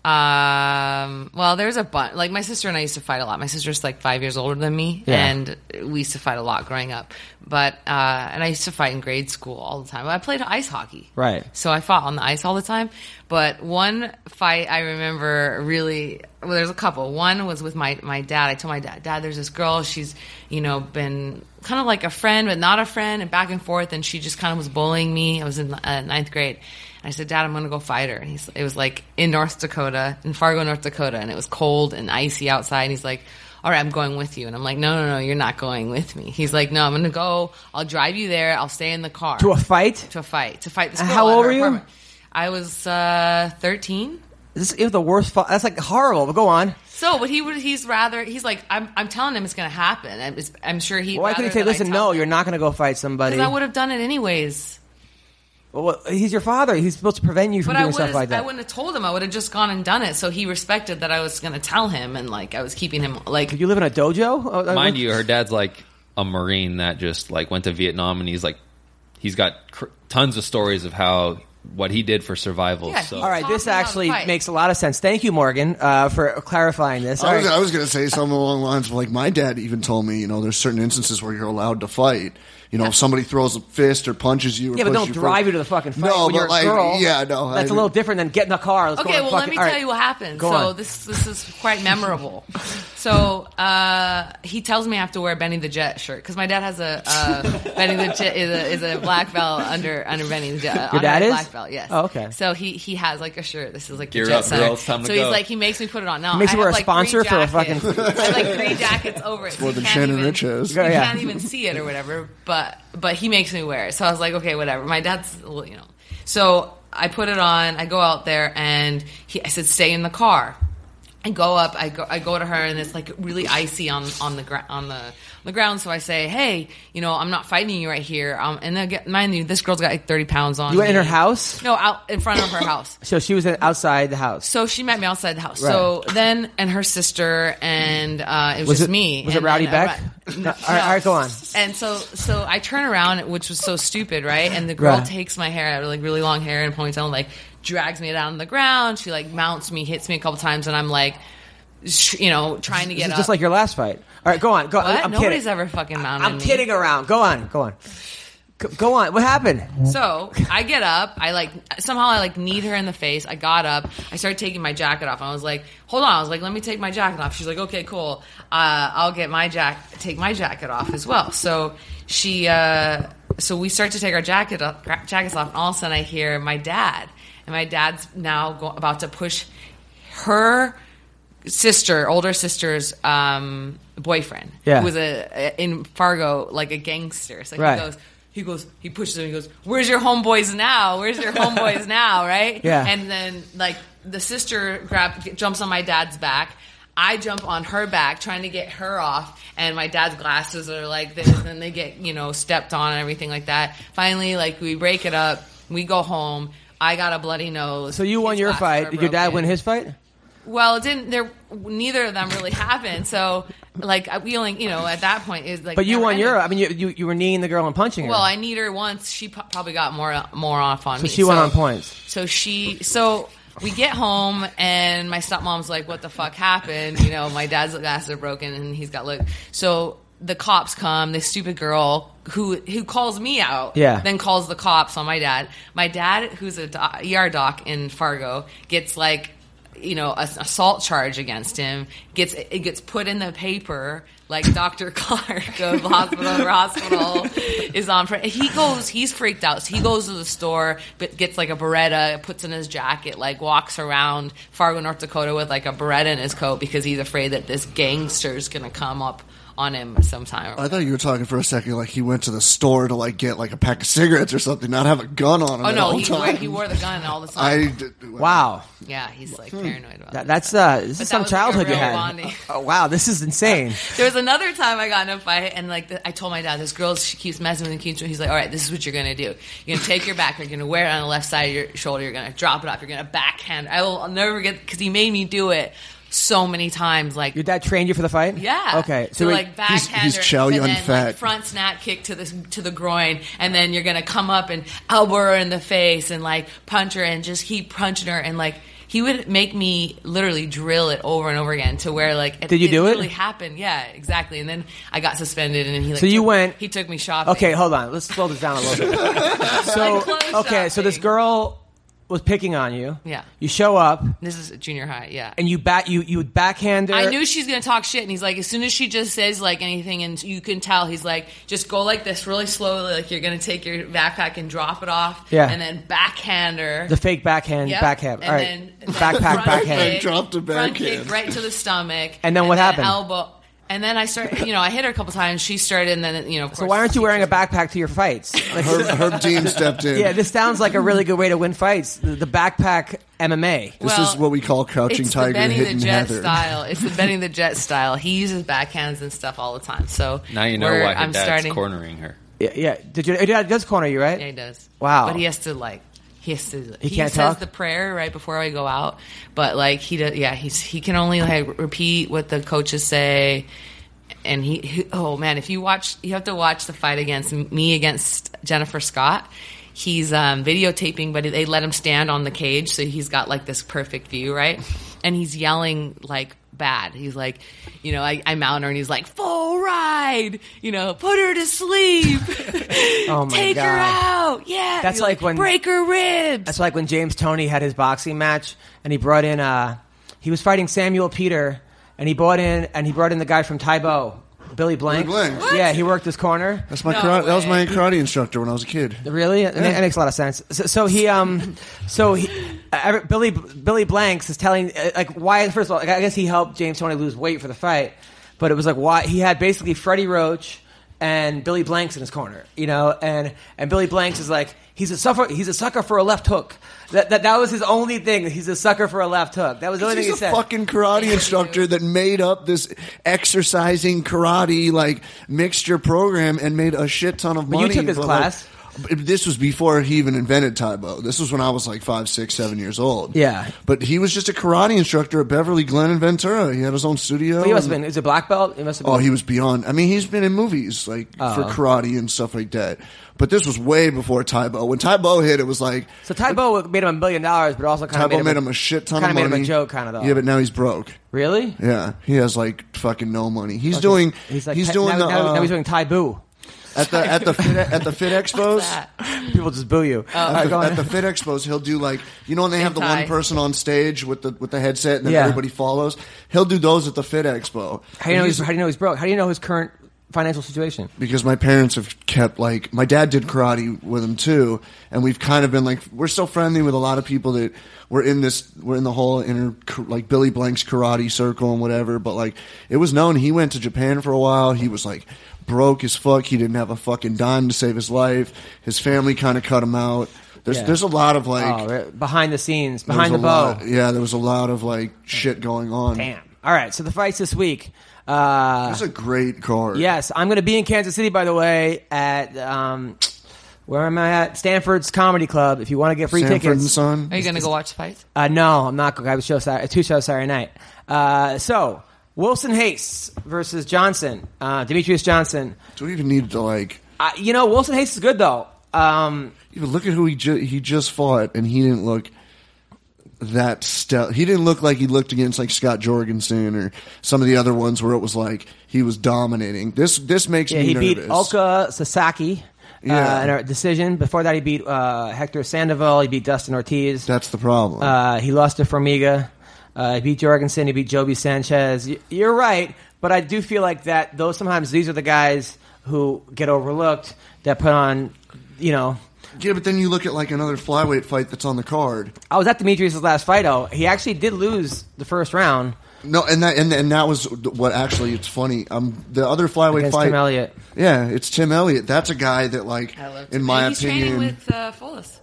Speaker 4: Um, well, there's a bunch. Like my sister and I used to fight a lot. My sister's like five years older than me,
Speaker 1: Yeah.
Speaker 4: and we used to fight a lot growing up. But uh, and I used to fight in grade school all the time. I played ice hockey,
Speaker 1: Right.
Speaker 4: So I fought on the ice all the time. But one fight I remember really well, there's a couple. One was with my, my dad. I told my dad, Dad, there's this girl. She's, you know, been kind of like a friend, but not a friend, and back and forth. And she just kind of was bullying me. I was in uh, ninth grade. And I said, Dad, I'm going to go fight her. And he's, it was like in North Dakota, in Fargo, North Dakota. And it was cold and icy outside. And he's like, all right, I'm going with you. And I'm like, no, no, no, you're not going with me. He's like, no, I'm going to go. I'll drive you there. I'll stay in the car
Speaker 1: to a fight.
Speaker 4: to fight to fight this.
Speaker 1: And
Speaker 4: girl
Speaker 1: Uh, how
Speaker 4: at
Speaker 1: old
Speaker 4: her
Speaker 1: were you?
Speaker 4: apartment. I was uh, thirteen.
Speaker 1: This is the worst. Fu- that's like horrible. But go on.
Speaker 4: So, but he would. He's rather. He's like, I'm. I'm telling him it's going to happen. I'm, it's- I'm sure he.
Speaker 1: Why couldn't he say, "Listen, no, you're not going to go fight somebody"?
Speaker 4: Because I would have done it anyways.
Speaker 1: Well, he's your father. He's supposed to prevent you from
Speaker 4: But I
Speaker 1: doing
Speaker 4: would.
Speaker 1: stuff like
Speaker 4: I
Speaker 1: that.
Speaker 4: wouldn't have told him. I would have just gone and done it. So he respected that I was going to tell him, and like I was keeping him like.
Speaker 1: you live in a dojo, Oh, that-
Speaker 5: Mind you, her dad's like a Marine that just like went to Vietnam, and he's like, he's got cr- tons of stories of how what he did for survival.
Speaker 4: Yeah,
Speaker 5: so
Speaker 4: he-
Speaker 1: All right, this
Speaker 4: Talking about
Speaker 1: actually
Speaker 4: the fight.
Speaker 1: makes a lot of sense. Thank you, Morgan, uh, for clarifying this. All
Speaker 2: I was,
Speaker 1: right.
Speaker 2: I was going to say something along the lines of like my dad even told me, you know, there's certain instances where you're allowed to fight. You know, if somebody throws a fist or punches you, or
Speaker 1: Yeah, but don't
Speaker 2: pushes you
Speaker 1: drive
Speaker 2: forward-
Speaker 1: you to the fucking fight
Speaker 2: No,
Speaker 1: when
Speaker 2: but
Speaker 1: you're a
Speaker 2: like,
Speaker 1: girl.
Speaker 2: yeah, no,
Speaker 1: that's a
Speaker 2: a
Speaker 1: little different than get in the car. Let's go
Speaker 4: Okay,
Speaker 1: and
Speaker 4: well,
Speaker 1: fucking,
Speaker 4: let me
Speaker 1: all
Speaker 4: tell
Speaker 1: right.
Speaker 4: you what happened.
Speaker 1: Go
Speaker 4: so
Speaker 1: on.
Speaker 4: this this is quite memorable. so uh, he tells me I have to wear a Benny the Jet shirt because my dad has a uh, Benny the Jet is a, is a black belt under under Benny the Jet. under
Speaker 1: dad
Speaker 4: a
Speaker 1: is?
Speaker 4: black belt, yes.
Speaker 1: Oh, okay.
Speaker 4: So he he has like a shirt. This is like
Speaker 5: Gear
Speaker 4: the Jet
Speaker 5: up,
Speaker 4: Center.
Speaker 5: girls, time to
Speaker 4: so he's
Speaker 5: go.
Speaker 4: like he makes me put it on. Now
Speaker 1: Makes
Speaker 4: I
Speaker 1: you wear a
Speaker 4: have, like, three
Speaker 1: sponsor for a
Speaker 4: jackets.
Speaker 1: fucking-
Speaker 4: I have, like three jackets over it. so
Speaker 2: more
Speaker 4: you
Speaker 2: than
Speaker 4: can't
Speaker 2: Shannon
Speaker 4: even-
Speaker 2: Rich has.
Speaker 1: Yeah,
Speaker 4: you
Speaker 1: yeah.
Speaker 4: can't even see it or whatever. But but he makes me wear it, so I was like, okay, whatever. My dad's, well, you know. So I put it on. I go out there, and he, I said, stay in the car. I go up. I go. I go to her, and it's like really icy on on the ground on the on the ground. So I say, hey, you know, I'm not fighting you right here. Um, and then, mind you, this girl's got like 30 pounds on.
Speaker 1: You went in
Speaker 4: me.
Speaker 1: her house?
Speaker 4: No, out in front of her house.
Speaker 1: So she was in- outside the house.
Speaker 4: So she met me outside the house. So then, and her sister, and uh, it was,
Speaker 1: Was
Speaker 4: just
Speaker 1: it-
Speaker 4: me.
Speaker 1: was it
Speaker 4: And
Speaker 1: Rowdy
Speaker 4: then, uh,
Speaker 1: Beck?
Speaker 4: right-
Speaker 1: No. All right, all right, go on.
Speaker 4: And so, so I turn around, which was so stupid, right? And the girl
Speaker 1: Right.
Speaker 4: takes my hair, I have, like really long hair and ponytail, and, like drags me down on the ground. She like mounts me, hits me a couple times, and I'm like, sh- you know, trying to
Speaker 1: This
Speaker 4: get
Speaker 1: is
Speaker 4: up.
Speaker 1: just like your last fight. All right, go on. Go.
Speaker 4: what?
Speaker 1: I'm
Speaker 4: Nobody's
Speaker 1: kidding.
Speaker 4: ever fucking mounted
Speaker 1: I'm
Speaker 4: me.
Speaker 1: kidding around. Go on. Go on. Go- Go on. What happened?
Speaker 4: So I get up. I like somehow I like kneed her in the face. I got up. I started taking my jacket off. I was like, hold on. I was like, let me take my jacket off. She's like, okay, cool. Uh, I'll get my jack take my jacket off as well. So she uh, so we start to take our jacket off, gra- jackets off. And all of a sudden, I hear my dad, and my dad's now go, about to push her sister, older sister's um, boyfriend,
Speaker 1: Yeah.
Speaker 4: who was a, a in Fargo like a gangster. So
Speaker 1: Right.
Speaker 4: he goes, he goes, he pushes him. He goes, "Where's your homeboys now? Where's your homeboys now?" Right?
Speaker 1: Yeah.
Speaker 4: And then like the sister grab jumps on my dad's back. I jump on her back, trying to get her off, and my dad's glasses are like this, and they get you know stepped on and everything like that. Finally, like we break it up, we go home. I got a bloody nose.
Speaker 1: So you won
Speaker 4: His
Speaker 1: your
Speaker 4: glasses
Speaker 1: fight.
Speaker 4: are
Speaker 1: Did your dad
Speaker 4: broken.
Speaker 1: win his fight?
Speaker 4: Well, it didn't there? Neither of them really happened. So, like, I- we only, you know, at that point is like.
Speaker 1: But you
Speaker 4: never
Speaker 1: won your.
Speaker 4: ended.
Speaker 1: I mean, you, you you were kneeing the girl and punching her.
Speaker 4: Well, I need her once. She po- probably got more more off on
Speaker 1: So
Speaker 4: me.
Speaker 1: she went on points.
Speaker 4: So she. So we get home and my stepmom's like, "What the fuck happened?" You know, my dad's glasses are broken and he's got look. So the cops come. This stupid girl who who calls me out.
Speaker 1: Yeah.
Speaker 4: Then calls the cops on my dad. My dad, who's a doc, ER doc in Fargo, gets like. You know, an assault charge against him gets it gets put in the paper like Dr. Clark of hospital to hospital is on. fr- He goes, he's freaked out. So he goes to the store, but gets like a Beretta, puts in his jacket, like walks around Fargo, North Dakota with like a Beretta in his coat because he's afraid that this gangster's gonna come up on him sometime.
Speaker 2: I thought you were talking for a second, like he went to the store to like get like a pack of cigarettes or something, not have a gun on him.
Speaker 4: oh
Speaker 2: at
Speaker 4: no,
Speaker 2: all
Speaker 4: he
Speaker 2: times.
Speaker 4: wore, he wore the gun all the time.
Speaker 2: I d-
Speaker 1: wow.
Speaker 4: yeah, he's like paranoid about
Speaker 1: Hmm. That,
Speaker 4: that.
Speaker 1: that's uh, this
Speaker 4: But
Speaker 1: is
Speaker 4: that
Speaker 1: some
Speaker 4: was, like, a
Speaker 1: childhood you
Speaker 4: real
Speaker 1: had.
Speaker 4: bonding.
Speaker 1: Oh, wow, this is insane.
Speaker 4: There was another time I got in a fight, and like the, I told my dad, this girl, she keeps messing with me. Keeps, he's like, "All right, this is what you're gonna do. You're gonna take your back. You're gonna wear it on the left side of your shoulder. You're gonna drop it off. You're gonna backhand." I will I'll never forget because he made me do it so many times. Like,
Speaker 1: Your dad trained you for the fight?
Speaker 4: yeah,
Speaker 1: Okay.
Speaker 4: So,
Speaker 1: wait-
Speaker 4: like backhand,
Speaker 2: he's Chow
Speaker 4: and
Speaker 2: Yun
Speaker 4: then,
Speaker 2: Fat.
Speaker 4: Like, front snap kick to the to the groin, and then you're gonna come up and elbow her in the face, and like punch her, and just keep punching her, and like. he would make me literally drill it over and over again to where like
Speaker 1: Did you do it?
Speaker 4: Really happened? Yeah, exactly. And then I got suspended, and then he like
Speaker 1: So you
Speaker 4: took-
Speaker 1: went-
Speaker 4: He took me shopping.
Speaker 1: Okay, hold on. Let's slow this down a little bit.
Speaker 4: Like
Speaker 1: so,
Speaker 4: clothes
Speaker 1: okay, so this
Speaker 4: shopping.
Speaker 1: girl was picking on you.
Speaker 4: Yeah.
Speaker 1: You show up
Speaker 4: This is junior high. Yeah.
Speaker 1: and you bat you you backhand her.
Speaker 4: I knew she's gonna talk shit, and he's like, as soon as she just says like anything, and you can tell, he's like, just go like this, really slowly, like you're gonna take your backpack and drop it off,
Speaker 1: Yeah.
Speaker 4: and then backhand her,
Speaker 1: the fake backhand
Speaker 4: Yep.
Speaker 1: backhand.
Speaker 4: and
Speaker 1: All right.
Speaker 4: then
Speaker 1: Backpack
Speaker 4: front
Speaker 1: backhand.
Speaker 4: kick,
Speaker 2: Dropped a
Speaker 4: front kick
Speaker 2: backhand.
Speaker 4: right to the stomach,
Speaker 1: And then what happened?
Speaker 4: Elbow, and then I started, you know, I hit her a couple times. She started, and then you know, of
Speaker 1: So
Speaker 4: course,
Speaker 1: why aren't you wearing a
Speaker 4: teacher-
Speaker 1: backpack to your fights? Like,
Speaker 2: Herb, Herb Dean stepped in.
Speaker 1: yeah, this sounds like a really good way to win fights. The, the backpack MMA.
Speaker 2: this
Speaker 4: Well,
Speaker 2: is what we call crouching
Speaker 4: it's
Speaker 2: tiger,
Speaker 4: the Benny
Speaker 2: hidden
Speaker 4: the Jet
Speaker 2: heather.
Speaker 4: style. It's the Benny the Jet style. He uses backhands and stuff all the time. So
Speaker 5: Now you know
Speaker 4: we're-
Speaker 5: why her
Speaker 4: I'm
Speaker 5: dad's
Speaker 4: starting.
Speaker 5: cornering her.
Speaker 1: Yeah, yeah. Did you? It does corner you, right?
Speaker 4: Yeah, he does.
Speaker 1: Wow.
Speaker 4: But he has to like he has to.
Speaker 1: He can't
Speaker 4: says
Speaker 1: talk?
Speaker 4: the prayer right before I go out, but like he does. Yeah, he's he can only like repeat what the coaches say. And he, he- oh man, if you watch, you have to watch the fight against me against Jennifer Scott. He's um, videotaping, but they let him stand on the cage, so he's got like this perfect view, right? And he's yelling like bad. He's like, you know, I, I mount her, and he's like, full ride, you know, put her to sleep,
Speaker 1: Oh, my
Speaker 4: take her
Speaker 1: God.
Speaker 4: out out. Yeah.
Speaker 1: That's
Speaker 4: You're
Speaker 1: like when-
Speaker 4: break her ribs.
Speaker 1: That's like when James Tony had his boxing match, and he brought in. Uh, he was fighting Samuel Peter, and he brought in and he brought in the guy from Tybo, Billy Blank.
Speaker 2: Billy Blank.
Speaker 1: Yeah, he worked his corner.
Speaker 2: That's my
Speaker 4: No
Speaker 2: karate, that was
Speaker 4: way.
Speaker 2: my karate instructor when I was a kid.
Speaker 1: Really, That- that makes a lot of sense. So, so he, um, so he, uh, every- Billy Billy Blanks is telling uh, like why. First of all, like, I guess he helped James Tony lose weight for the fight, but it was like why he had basically Freddie Roach and Billy Blanks in his corner, you know, and and Billy Blanks is like he's a suffer he's a sucker for a left hook. That that, that was his only thing. He's a sucker for a left hook. That was the only
Speaker 2: He's
Speaker 1: thing
Speaker 2: a
Speaker 1: he said.
Speaker 2: fucking karate instructor that made up this exercising karate like mixture program and made a shit ton of
Speaker 1: But
Speaker 2: money.
Speaker 1: you took his
Speaker 2: like,
Speaker 1: class.
Speaker 2: this was before he even invented Taibo. This was when I was like five, six, seven years old.
Speaker 1: Yeah.
Speaker 2: but he was just a karate instructor at Beverly Glen in Ventura. He had his own studio.
Speaker 1: But he must have
Speaker 2: and-
Speaker 1: been. Is a black belt? He must have been.
Speaker 2: Oh, he was beyond. I mean, he's been in movies like for
Speaker 1: Uh-huh.
Speaker 2: karate and stuff like that. But this was way before Taibo. When Taibo hit, it was like
Speaker 1: so Tybo made him a million dollars, but also kind of
Speaker 2: Taibo
Speaker 1: made,
Speaker 2: made, him a shit ton
Speaker 1: kinda
Speaker 2: of money.
Speaker 1: made him a joke, kind of though.
Speaker 2: Yeah, but now he's broke.
Speaker 1: really.
Speaker 2: Yeah, he has like fucking no money. He's doing. He's,
Speaker 1: He's like
Speaker 2: doing
Speaker 1: now,
Speaker 2: the,
Speaker 1: now-
Speaker 2: uh,
Speaker 1: now he's doing Taboo.
Speaker 2: at the at the fit, at the Fit Expos.
Speaker 4: That.
Speaker 1: People just boo you.
Speaker 2: At the,
Speaker 1: Go on.
Speaker 2: at the Fit Expos, he'll do like you know when they have the
Speaker 4: Same
Speaker 2: one
Speaker 4: tie.
Speaker 2: person on stage with the with the headset and then
Speaker 1: Yeah.
Speaker 2: everybody follows. He'll do those at the Fit Expo.
Speaker 1: how do you know
Speaker 2: And
Speaker 1: he's, how do you know he's broke? How do you know his current financial situation?
Speaker 2: because my parents have kept like my dad did karate with him too, and we've kind of been like we're still friendly with a lot of people that were in this we're in the whole inner like Billy Blank's karate circle and whatever. But like it was known he went to Japan for a while. He was like broke as fuck. He didn't have a fucking dime to save his life. His family kind of cut him out. There's
Speaker 1: Yeah.
Speaker 2: there's a lot of like
Speaker 1: Oh, right. behind the scenes,
Speaker 2: there was
Speaker 1: behind the
Speaker 2: a
Speaker 1: bow.
Speaker 2: lot- yeah, there was a lot of like shit going on.
Speaker 1: Damn. All right, so the fights this week. Uh,
Speaker 2: That's a great card.
Speaker 1: yes, I'm going to be in Kansas City, by the way, at um, where am I at? Stanford's Comedy Club. If you want to get free
Speaker 2: Sanford
Speaker 1: tickets,
Speaker 2: and Son.
Speaker 4: Are you going to go watch the fights?
Speaker 1: Uh, no, I'm not going. I have a show Saturday, two shows Saturday night. Uh, so Wilson Hayes versus Johnson, uh, Demetrius Johnson.
Speaker 2: Do we even need to like?
Speaker 1: Uh, you know, Wilson Hayes is good though. Um,
Speaker 2: Even look at who he ju- he just fought, and he didn't look that stealth. He didn't look like he looked against like Scott Jorgensen or some of the other ones where it was like he was dominating. This this makes
Speaker 1: yeah,
Speaker 2: me
Speaker 1: he
Speaker 2: nervous.
Speaker 1: beat Oka Sasaki.
Speaker 2: Yeah.
Speaker 1: Uh, in a decision. Before that, he beat uh, Hector Sandoval. He beat Dustin Ortiz.
Speaker 2: That's the problem.
Speaker 1: Uh, he lost to Formiga. Uh, he beat Jorgensen. He beat Joby Sanchez. Y- You're right, but I do feel like that. Though sometimes these are the guys who get overlooked that put on, you know.
Speaker 2: yeah, but then you look at like another flyweight fight that's on the card.
Speaker 1: I was at Demetrius' last fight. Oh, he actually did lose the first round
Speaker 2: No, and that and, and that was what actually it's funny. Um, the other flyweight
Speaker 1: against
Speaker 2: fight.
Speaker 1: Tim Elliott.
Speaker 2: Yeah, it's Tim Elliott. That's a guy that like, in my
Speaker 4: he's
Speaker 2: opinion,
Speaker 4: training with uh, Fullis.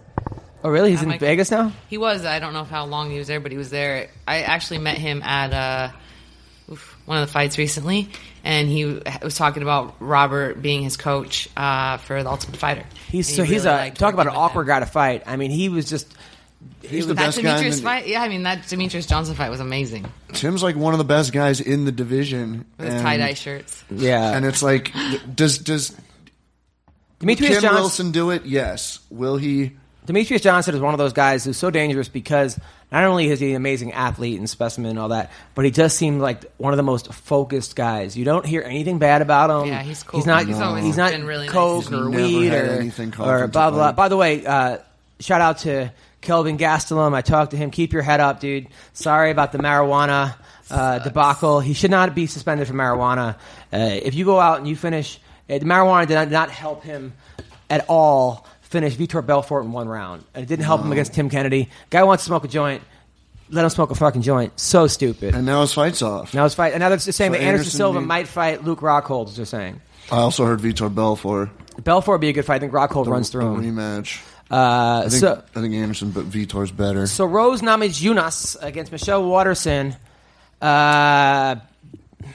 Speaker 1: Oh, really? He's
Speaker 4: I
Speaker 1: in
Speaker 4: might-
Speaker 1: Vegas now.
Speaker 4: He was. I don't know how long he was there, but he was there. I actually met him at uh, oof, one of the fights recently, and he was talking about Robert being his coach uh, for the Ultimate Fighter.
Speaker 1: He's
Speaker 4: And
Speaker 1: so
Speaker 4: he
Speaker 1: he's
Speaker 4: really
Speaker 1: a
Speaker 4: liked
Speaker 1: talk about an
Speaker 4: working with
Speaker 1: awkward
Speaker 4: him.
Speaker 1: guy to fight. I mean, he was just
Speaker 2: he's the
Speaker 4: That
Speaker 2: best guy. in
Speaker 4: Demetrius
Speaker 2: the-
Speaker 4: fight, yeah, I mean that Demetrius Johnson fight was amazing.
Speaker 2: Tim's like one of the best guys in the division.
Speaker 4: With his
Speaker 2: and-
Speaker 4: tie dye shirts.
Speaker 1: yeah.
Speaker 2: and it's like, does does
Speaker 1: Demetrius
Speaker 2: Ken
Speaker 1: Johnson.
Speaker 2: Wilson do it? Yes. Will he?
Speaker 1: Demetrius Johnson is one of those guys who's so dangerous because not only is he an amazing athlete and specimen and all that, but he just seemed like one of the most focused guys. You don't hear anything bad about him.
Speaker 4: Yeah, he's cool.
Speaker 1: He's not.
Speaker 4: He's
Speaker 1: He's,
Speaker 4: always
Speaker 1: not
Speaker 4: been really nice.
Speaker 1: coke
Speaker 4: He's
Speaker 1: or
Speaker 2: never
Speaker 1: weed
Speaker 2: had
Speaker 1: or
Speaker 2: anything
Speaker 1: or
Speaker 2: confrontational.
Speaker 1: blah blah. By the way, uh, shout out to Kelvin Gastelum. I talked to him. Keep your head up, dude. Sorry about the marijuana uh, debacle. He should not be suspended for marijuana. Uh, if you go out and you finish, uh, the marijuana did not, did not help him at all finish Vitor Belfort in one round. And it didn't help him against Tim Kennedy. Guy wants to smoke a joint. Let him smoke a fucking joint. So stupid.
Speaker 2: And now his fight's off.
Speaker 1: now it's fight. And now they're saying
Speaker 2: So
Speaker 1: that Anderson,
Speaker 2: Anderson
Speaker 1: Silva
Speaker 2: need-
Speaker 1: might fight Luke Rockhold. They're saying
Speaker 2: I also heard Vitor Belfort
Speaker 1: Belfort would be a good fight. I think Rockhold runs
Speaker 2: the
Speaker 1: through him.
Speaker 2: rematch.
Speaker 1: Uh,
Speaker 2: I think,
Speaker 1: so
Speaker 2: I think Anderson, but Vitor's better.
Speaker 1: So Rose Namajunas against Michelle Waterson. Uh,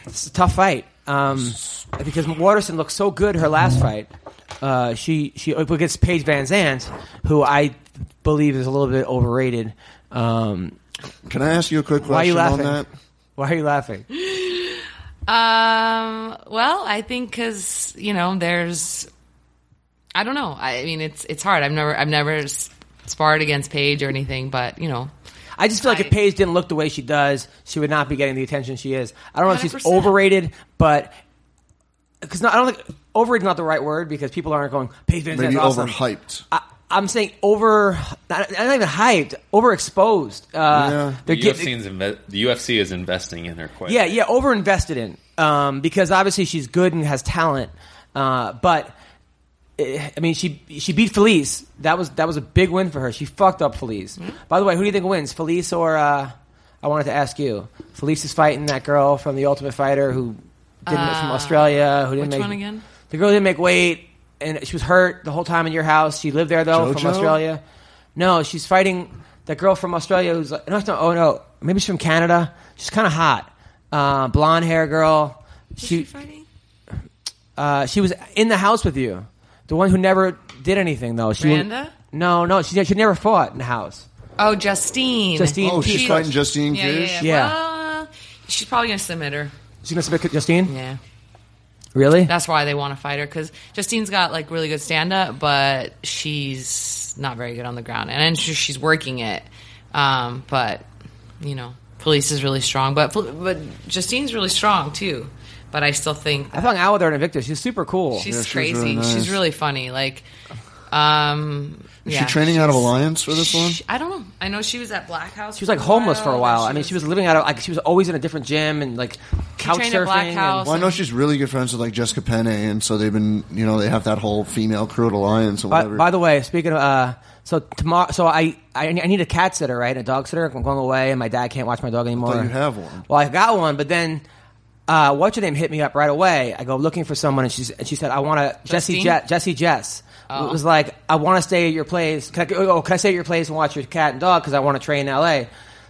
Speaker 1: it's a tough fight um, because Waterson looked so good her last fight. Uh, she she up against Paige Van Zant, who I believe is a little bit overrated. Um,
Speaker 2: Can I ask you a quick
Speaker 1: why are you
Speaker 2: question on
Speaker 1: laughing?
Speaker 2: that?
Speaker 1: Why are you laughing?
Speaker 4: Um. Well, I think because you know, there's. I don't know. I, I mean, it's it's hard. I've never I've never s- sparred against Paige or anything, but you know,
Speaker 1: I just feel like
Speaker 4: I-
Speaker 1: if Paige didn't look the way she does, she would not be getting the attention she is. I don't know if she's
Speaker 4: 100%.
Speaker 1: overrated, but because I don't think overrated is not the right word because people aren't going Paige Van Zant's
Speaker 2: Maybe
Speaker 1: awesome.
Speaker 2: overhyped.
Speaker 1: I, I'm saying over, not, not even hyped, overexposed. Uh,
Speaker 2: Yeah.
Speaker 1: They're
Speaker 5: The,
Speaker 1: getting-
Speaker 5: UFC is inve- the UFC is investing in her quite.
Speaker 1: yeah, yeah, over invested in um, because obviously she's good and has talent, uh, but. eh, I mean, she she beat Felice. That was that was a big win for her. She fucked up Felice.
Speaker 4: Mm-hmm.
Speaker 1: By the way, who do you think wins, Felice or? Uh, I wanted to ask you. Felice is fighting that girl from The Ultimate Fighter who didn't from Australia. Who didn't
Speaker 4: Uh,
Speaker 1: make,
Speaker 4: which one again?
Speaker 1: The girl didn't make weight, and she was hurt the whole time in your house. She lived there though from
Speaker 2: Jojo?
Speaker 1: Australia. No, she's fighting that girl from Australia who's like, no, it's not, oh no, maybe she's from Canada. She's kind of hot, uh, blonde hair girl. She
Speaker 4: fighting.
Speaker 1: uh, she was in the house with you, the one who never did anything though. She
Speaker 4: Branda?
Speaker 1: No, no, she she never fought in the house.
Speaker 4: Oh, Justine.
Speaker 1: Justine
Speaker 2: Oh, she's
Speaker 1: Kish.
Speaker 2: fighting Justine
Speaker 4: Yeah, yeah,
Speaker 2: Kish?
Speaker 4: yeah.
Speaker 1: Yeah.
Speaker 4: Well, she's probably gonna submit her.
Speaker 1: She's gonna submit Justine.
Speaker 4: Yeah.
Speaker 1: Really?
Speaker 4: That's why they want to fight her because Justine's got like really good stand up, but she's not very good on the ground, and I'm sure she's working it. Um, but you know, police is really strong, but but Justine's really strong too. But I still think
Speaker 1: I hung out with her in Invictus. She's super cool.
Speaker 4: she's
Speaker 2: she's
Speaker 4: crazy.
Speaker 2: really nice.
Speaker 4: She's really funny. Like, um,
Speaker 2: Is
Speaker 4: yeah,
Speaker 2: she training out of
Speaker 4: she's-
Speaker 2: Alliance for this one?
Speaker 4: Sh- I don't know. I know she was at Black House.
Speaker 1: she was like homeless for a while. I mean, she was living out of like she was always in a different gym and like couch
Speaker 4: trained
Speaker 1: surfing.
Speaker 4: at Black
Speaker 1: and-
Speaker 4: House.
Speaker 2: Well, I know she's really good friends with like Jessica Penne, and so they've been, you know, they have that whole female crew at Alliance and
Speaker 1: By,
Speaker 2: whatever.
Speaker 1: by the way, speaking of, uh, so tomorrow, so I, I I need a cat sitter, right? A dog sitter. I'm going away, and my dad can't watch my dog anymore.
Speaker 2: you have one.
Speaker 1: Well, I got one, but then. Uh, what's her name? Hit me up right away. I go looking for someone, and, she's, and she said, "I want to Jesse
Speaker 4: Justine?
Speaker 1: Je- Jesse Jess." It was like, "I want to stay at your place. Can I, oh, can I stay at your place and watch your cat and dog because I want to train in L.A."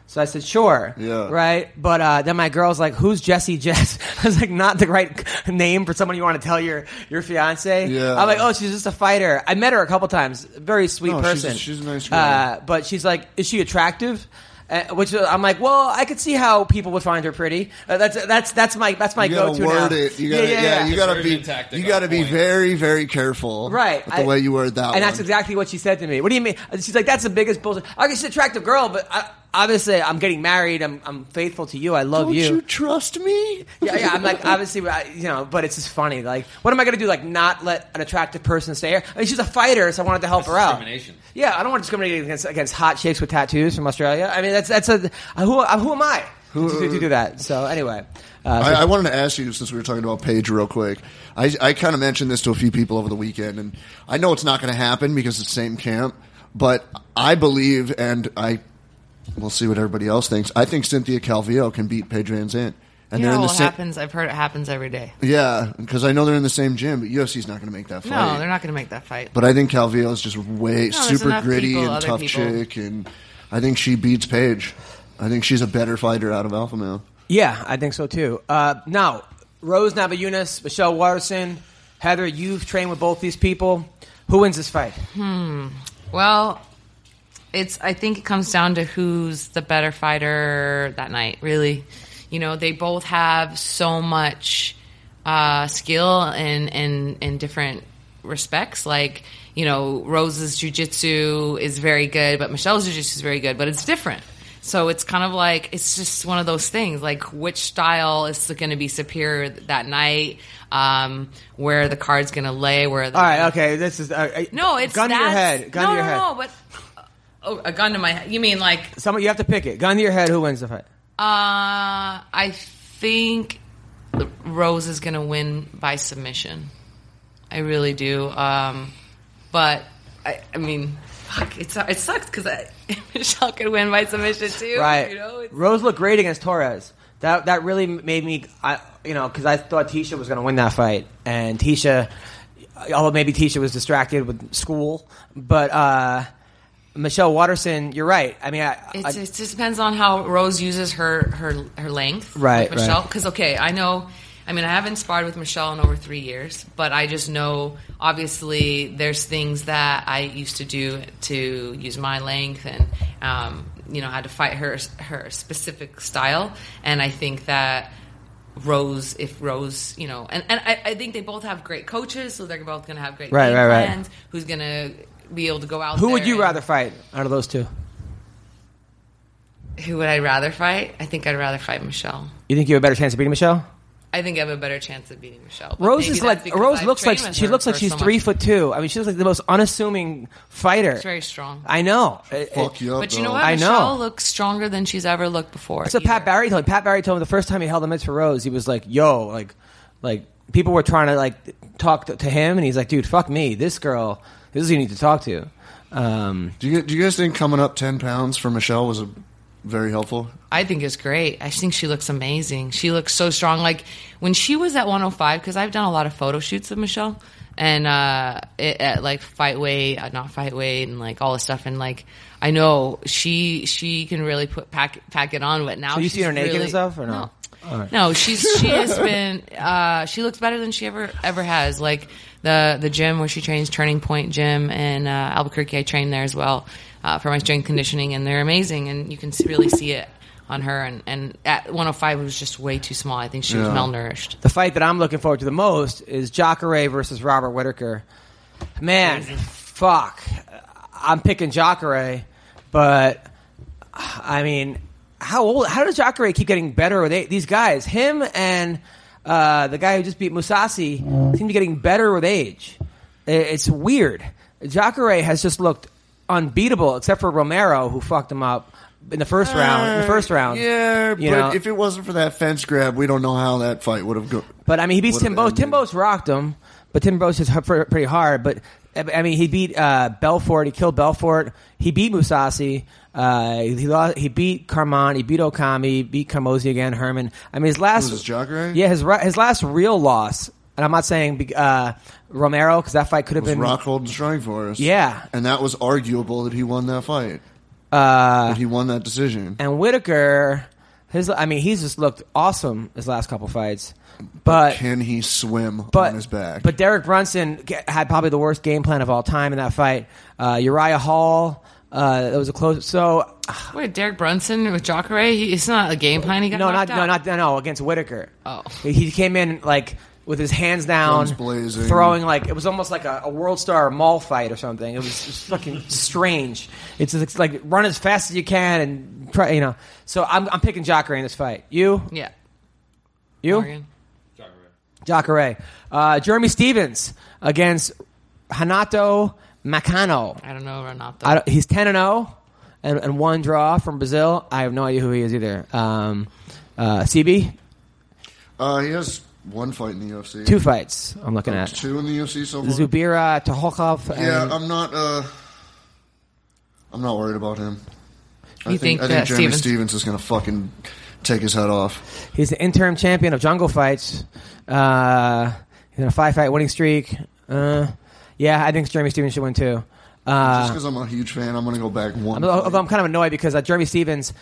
Speaker 1: So I said, "Sure."
Speaker 2: Yeah.
Speaker 1: Right. But uh, then my girl's like, "Who's Jesse Jess?" I was like, "Not the right name for someone you want to tell your your fiance."
Speaker 2: Yeah.
Speaker 1: I'm like, "Oh, she's just a fighter." I met her a couple times. Very sweet
Speaker 2: No, she's-
Speaker 1: person.
Speaker 2: she's a nice girl.
Speaker 1: Uh, but she's like, is she attractive? Uh, which uh, I'm like, well, I could see how people would find her pretty. Uh, that's that's that's my that's my
Speaker 2: you gotta
Speaker 1: go to
Speaker 2: word
Speaker 1: now.
Speaker 2: it. You gotta, yeah, you gotta
Speaker 5: Conversion
Speaker 2: be,
Speaker 5: tactic
Speaker 2: you gotta
Speaker 5: on
Speaker 2: be
Speaker 5: point.
Speaker 2: very, very careful,
Speaker 1: Right,
Speaker 2: With the
Speaker 1: I-
Speaker 2: way you word that. one.
Speaker 1: and that's exactly what she said to me. What do you mean? And She's like, that's the biggest bullshit. I guess she's an attractive girl, but I, obviously, I'm getting married. I'm I'm faithful to you. I love
Speaker 2: Don't you trust me?
Speaker 1: yeah, yeah. I'm like, obviously, I, you know, but it's just funny. Like, what am I going to do? Like, not let an attractive person stay here? I mean, she's a fighter, so I wanted to help
Speaker 5: That's
Speaker 1: her out.
Speaker 5: discrimination.
Speaker 1: Yeah, I don't want to discriminate against against hot chicks with tattoos from Australia. I mean, that's that's a who uh, who am I
Speaker 2: Who-
Speaker 1: to, to do that? So anyway, uh, so-
Speaker 2: I, I wanted to ask you since we were talking about Paige real quick. I, I kind of mentioned this to a few people over the weekend, and I know it's not going to happen because it's the same camp. But I believe, and I we'll see what everybody else thinks. I think Cynthia Calvillo can beat Paige Van Zandt, and
Speaker 4: you know,
Speaker 2: they're in the
Speaker 4: well, it
Speaker 2: same.
Speaker 4: happens. I've heard it happens every day.
Speaker 2: Yeah, because I know they're in the same gym, but UFC's not going to make that fight.
Speaker 4: No, they're not going to make that fight.
Speaker 2: But I think Calvillo is just way
Speaker 4: there's
Speaker 2: super
Speaker 4: enough
Speaker 2: gritty
Speaker 4: people,
Speaker 2: and
Speaker 4: other
Speaker 2: tough
Speaker 4: people.
Speaker 2: chick, and I think she beats Paige. I think she's a better fighter out of Alpha Male.
Speaker 1: yeah, I think so too. Uh, now, Rose Namajunas, Michelle Watterson, Heather, you've trained with both these people. Who wins this fight?
Speaker 4: Hmm. Well, it's I think it comes down to who's the better fighter that night, really. You know, they both have so much uh, skill and and in different respects. Like, you know, Rose's jujitsu is very good, but Michelle's jujitsu is very good, but it's different. So it's kind of like it's just one of those things. Like which style is going to be superior that night? Um, where the card's going to lay? Where the,
Speaker 1: All right, okay. This is uh, I-
Speaker 4: No, it's
Speaker 1: gun to your
Speaker 4: that's-
Speaker 1: head. Gun
Speaker 4: no,
Speaker 1: to your
Speaker 4: no,
Speaker 1: head.
Speaker 4: no. But oh, a gun to my head. You mean like
Speaker 1: Some you have to pick it. Gun to your head. Who wins the fight?
Speaker 4: uh, I think Rose is going to win by submission. I really do. Um, but I, I mean, fuck, it's, it sucks because Michelle could win by submission too.
Speaker 1: Right.
Speaker 4: You know, it's,
Speaker 1: Rose looked great against Torres. That that really made me, I you know, because I thought Tisha was going to win that fight, and Tisha, although maybe Tisha was distracted with school, but uh, Michelle Watterson, you're right. I mean, I,
Speaker 4: It's,
Speaker 1: I-
Speaker 4: it just depends on how Rose uses her her her length,
Speaker 1: Right,
Speaker 4: With Michelle,
Speaker 1: right.
Speaker 4: because okay, I know. I mean, I haven't sparred with Michelle in over three years, but I just know obviously there's things that I used to do to use my length and um, you know had to fight her her specific style, and I think that Rose, if Rose, you know, and, and I, I think they both have great coaches, so they're both going to have great
Speaker 1: Right,
Speaker 4: game
Speaker 1: right, right.
Speaker 4: plans. Who's going to be able to go out?
Speaker 1: who would
Speaker 4: there
Speaker 1: you
Speaker 4: and-
Speaker 1: rather fight out of those two?
Speaker 4: Who would I rather fight? I think I'd rather fight Michelle.
Speaker 1: You think you have a better chance of beating Michelle?
Speaker 4: I think I have a better chance of beating Michelle. but
Speaker 1: Rose
Speaker 4: maybe
Speaker 1: is
Speaker 4: that's
Speaker 1: like
Speaker 4: because
Speaker 1: Rose
Speaker 4: I've
Speaker 1: looks like
Speaker 4: trained with
Speaker 1: she
Speaker 4: her
Speaker 1: looks like
Speaker 4: for
Speaker 1: she's
Speaker 4: so
Speaker 1: three
Speaker 4: much-
Speaker 1: foot two. I mean, she looks like the most unassuming fighter.
Speaker 4: She's very strong.
Speaker 1: I know. It- it-
Speaker 2: Fuck you up,
Speaker 4: But you know
Speaker 2: though.
Speaker 4: what?
Speaker 1: I know.
Speaker 4: Michelle looks stronger than she's ever looked before.
Speaker 1: So Pat
Speaker 4: either.
Speaker 1: Barry told me. Pat Barry told me the first time he held the mitts for Rose, he was like, "Yo, like, like people were trying to like talk to, to him, and he's like, dude, fuck me, this girl, this is who you need to talk to." Um,
Speaker 2: Do you do you guys think coming up ten pounds for Michelle was a very helpful?
Speaker 4: I think it's great. I think she looks amazing. She looks so strong. Like when she was at 105, because I've done a lot of photo shoots of Michelle and uh, it, at like fight weight, uh, not fight weight, and like all this stuff. And like I know she she can really put pack pack it on. But now
Speaker 1: So you
Speaker 4: she's
Speaker 1: seen her naked and
Speaker 4: really-
Speaker 1: stuff, or no? All right.
Speaker 4: No, she's she has been. Uh, she looks better than she ever ever has. Like the the gym where she trains, Turning Point Gym in uh, Albuquerque. I train there as well uh, for my strength conditioning, and they're amazing. And you can s- really see it on her. And, and at 105 it was just way too small. I think she was
Speaker 2: Yeah.
Speaker 4: malnourished.
Speaker 1: the fight that I'm looking forward to the most is Jacare versus Robert Whitaker. Man, fuck, I'm picking Jacare, but I mean, how old? How does Jacare keep getting better? Or they, these guys, him and uh, the guy who just beat Musasi,
Speaker 2: Mm.
Speaker 1: seem to be getting better with age. I- It's weird. Jacare has just looked unbeatable, except for Romero, who fucked him up in the first round. Uh, In the first round,
Speaker 2: Uh, Yeah,
Speaker 1: you
Speaker 2: but
Speaker 1: know.
Speaker 2: if it wasn't for that fence grab, we don't know how that fight would have gone.
Speaker 1: But I mean, he beats
Speaker 2: Would've
Speaker 1: Timbo.
Speaker 2: ended.
Speaker 1: Timbo's rocked him, but Timbo's is hu- pr- pretty hard. But I mean, he beat uh, Belfort. He killed Belfort. He beat Musasi. Uh, he lost, he beat Carmon. He beat Okami. Beat Carmosi again. Herman. I mean, his last
Speaker 2: Was this Jacare?
Speaker 1: Yeah, his ri- his last real loss. And I'm not saying be- uh, Romero because that fight could have
Speaker 2: was
Speaker 1: been
Speaker 2: Rockhold and Strike Force.
Speaker 1: Yeah.
Speaker 2: and that was arguable that he won that fight. Uh, he won that decision.
Speaker 1: And Whitaker, his I mean, he's just looked awesome his last couple fights. But
Speaker 2: Can he swim
Speaker 1: but,
Speaker 2: on his back?
Speaker 1: But Derek Brunson g- had probably the worst game plan of all time in that fight. Uh, Uriah Hall, uh, that was a close. So
Speaker 4: Wait, Derek Brunson with Jacare? He, it's not a game plan. He got
Speaker 1: no, not
Speaker 4: knocked
Speaker 1: no,
Speaker 4: out.
Speaker 1: not no, no, against Whitaker.
Speaker 4: Oh.
Speaker 1: he, he came in like with his hands down,
Speaker 2: Guns blazing.
Speaker 1: throwing like it was almost like a, a world star mall fight or something. It was just fucking strange. It's, just like run as fast as you can and try, you know. So I'm I'm picking Jacare in this fight. You
Speaker 4: Yeah,
Speaker 1: you.
Speaker 4: Morgan.
Speaker 1: Jacare. Uh, Jeremy Stevens against Hanato Makano.
Speaker 4: I don't know Renato.
Speaker 1: I don't, he's 10 and 0 and, and one draw from Brazil. I have no idea who he is either. Um, uh, CB,
Speaker 2: uh, he has one fight in the UFC.
Speaker 1: two fights I'm looking at.
Speaker 2: Two in the UFC so far.
Speaker 1: Zubira Tohokov. And,
Speaker 2: Yeah, I'm not. Uh, I'm not worried about him. I
Speaker 4: You think
Speaker 2: I think
Speaker 4: that
Speaker 2: Jeremy
Speaker 4: Stevens-
Speaker 2: Stevens. is going to fucking take his head off.
Speaker 1: He's the interim champion of jungle fights. Uh, he's on a five fight winning streak. Uh, yeah, I think Jeremy Stevens should win too. Uh,
Speaker 2: Just because I'm a huge fan, I'm going to go back one.
Speaker 1: I'm, although I'm
Speaker 2: fight.
Speaker 1: kind of annoyed because uh, Jeremy Stevens,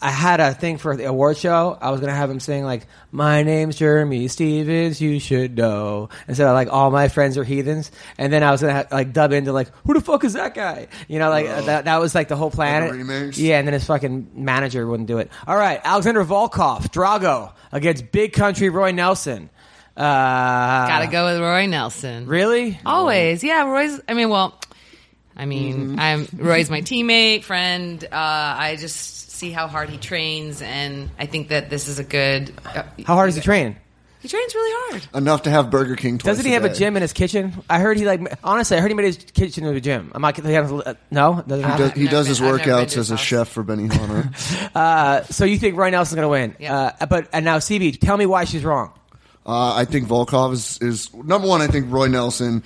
Speaker 1: I had a thing for the award show. I was gonna have him sing like "My name's Jeremy Stevens, you should know," instead of like "All my friends are heathens," and then I was gonna ha- like dub into like "Who the fuck is that guy?" You know, like uh, that, that was like the whole plan.
Speaker 2: remix?
Speaker 1: yeah, and then his fucking manager wouldn't do it. All right, Alexander Volkov, Drago against Big Country Roy Nelson. Uh, Gotta
Speaker 4: Gotta Oh. go with Roy Nelson.
Speaker 1: Really?
Speaker 4: Always, yeah. Roy's. I mean, well, I
Speaker 1: Mm-hmm.
Speaker 4: mean, I'm Roy's my teammate, friend. Uh, I just see how hard he trains, and I think that this is a good. uh,
Speaker 1: How hard does he train?
Speaker 4: He trains really hard.
Speaker 2: Enough to have Burger King twice.
Speaker 1: Doesn't he have a
Speaker 2: day.
Speaker 1: gym in his kitchen? I heard he like honestly. I heard he made his kitchen into a gym. I'm not. No, doesn't
Speaker 2: He
Speaker 1: happen.
Speaker 2: does, he
Speaker 4: I've
Speaker 2: does his
Speaker 4: never been- I've never been
Speaker 2: workouts
Speaker 4: to his
Speaker 2: as a
Speaker 4: house.
Speaker 2: chef for Benihana.
Speaker 1: Uh, so you think Roy Nelson's gonna win?
Speaker 4: Yeah.
Speaker 1: Uh, but and now CB, tell me why she's wrong.
Speaker 2: uh, I think Volkov is, is number one. I think Roy Nelson,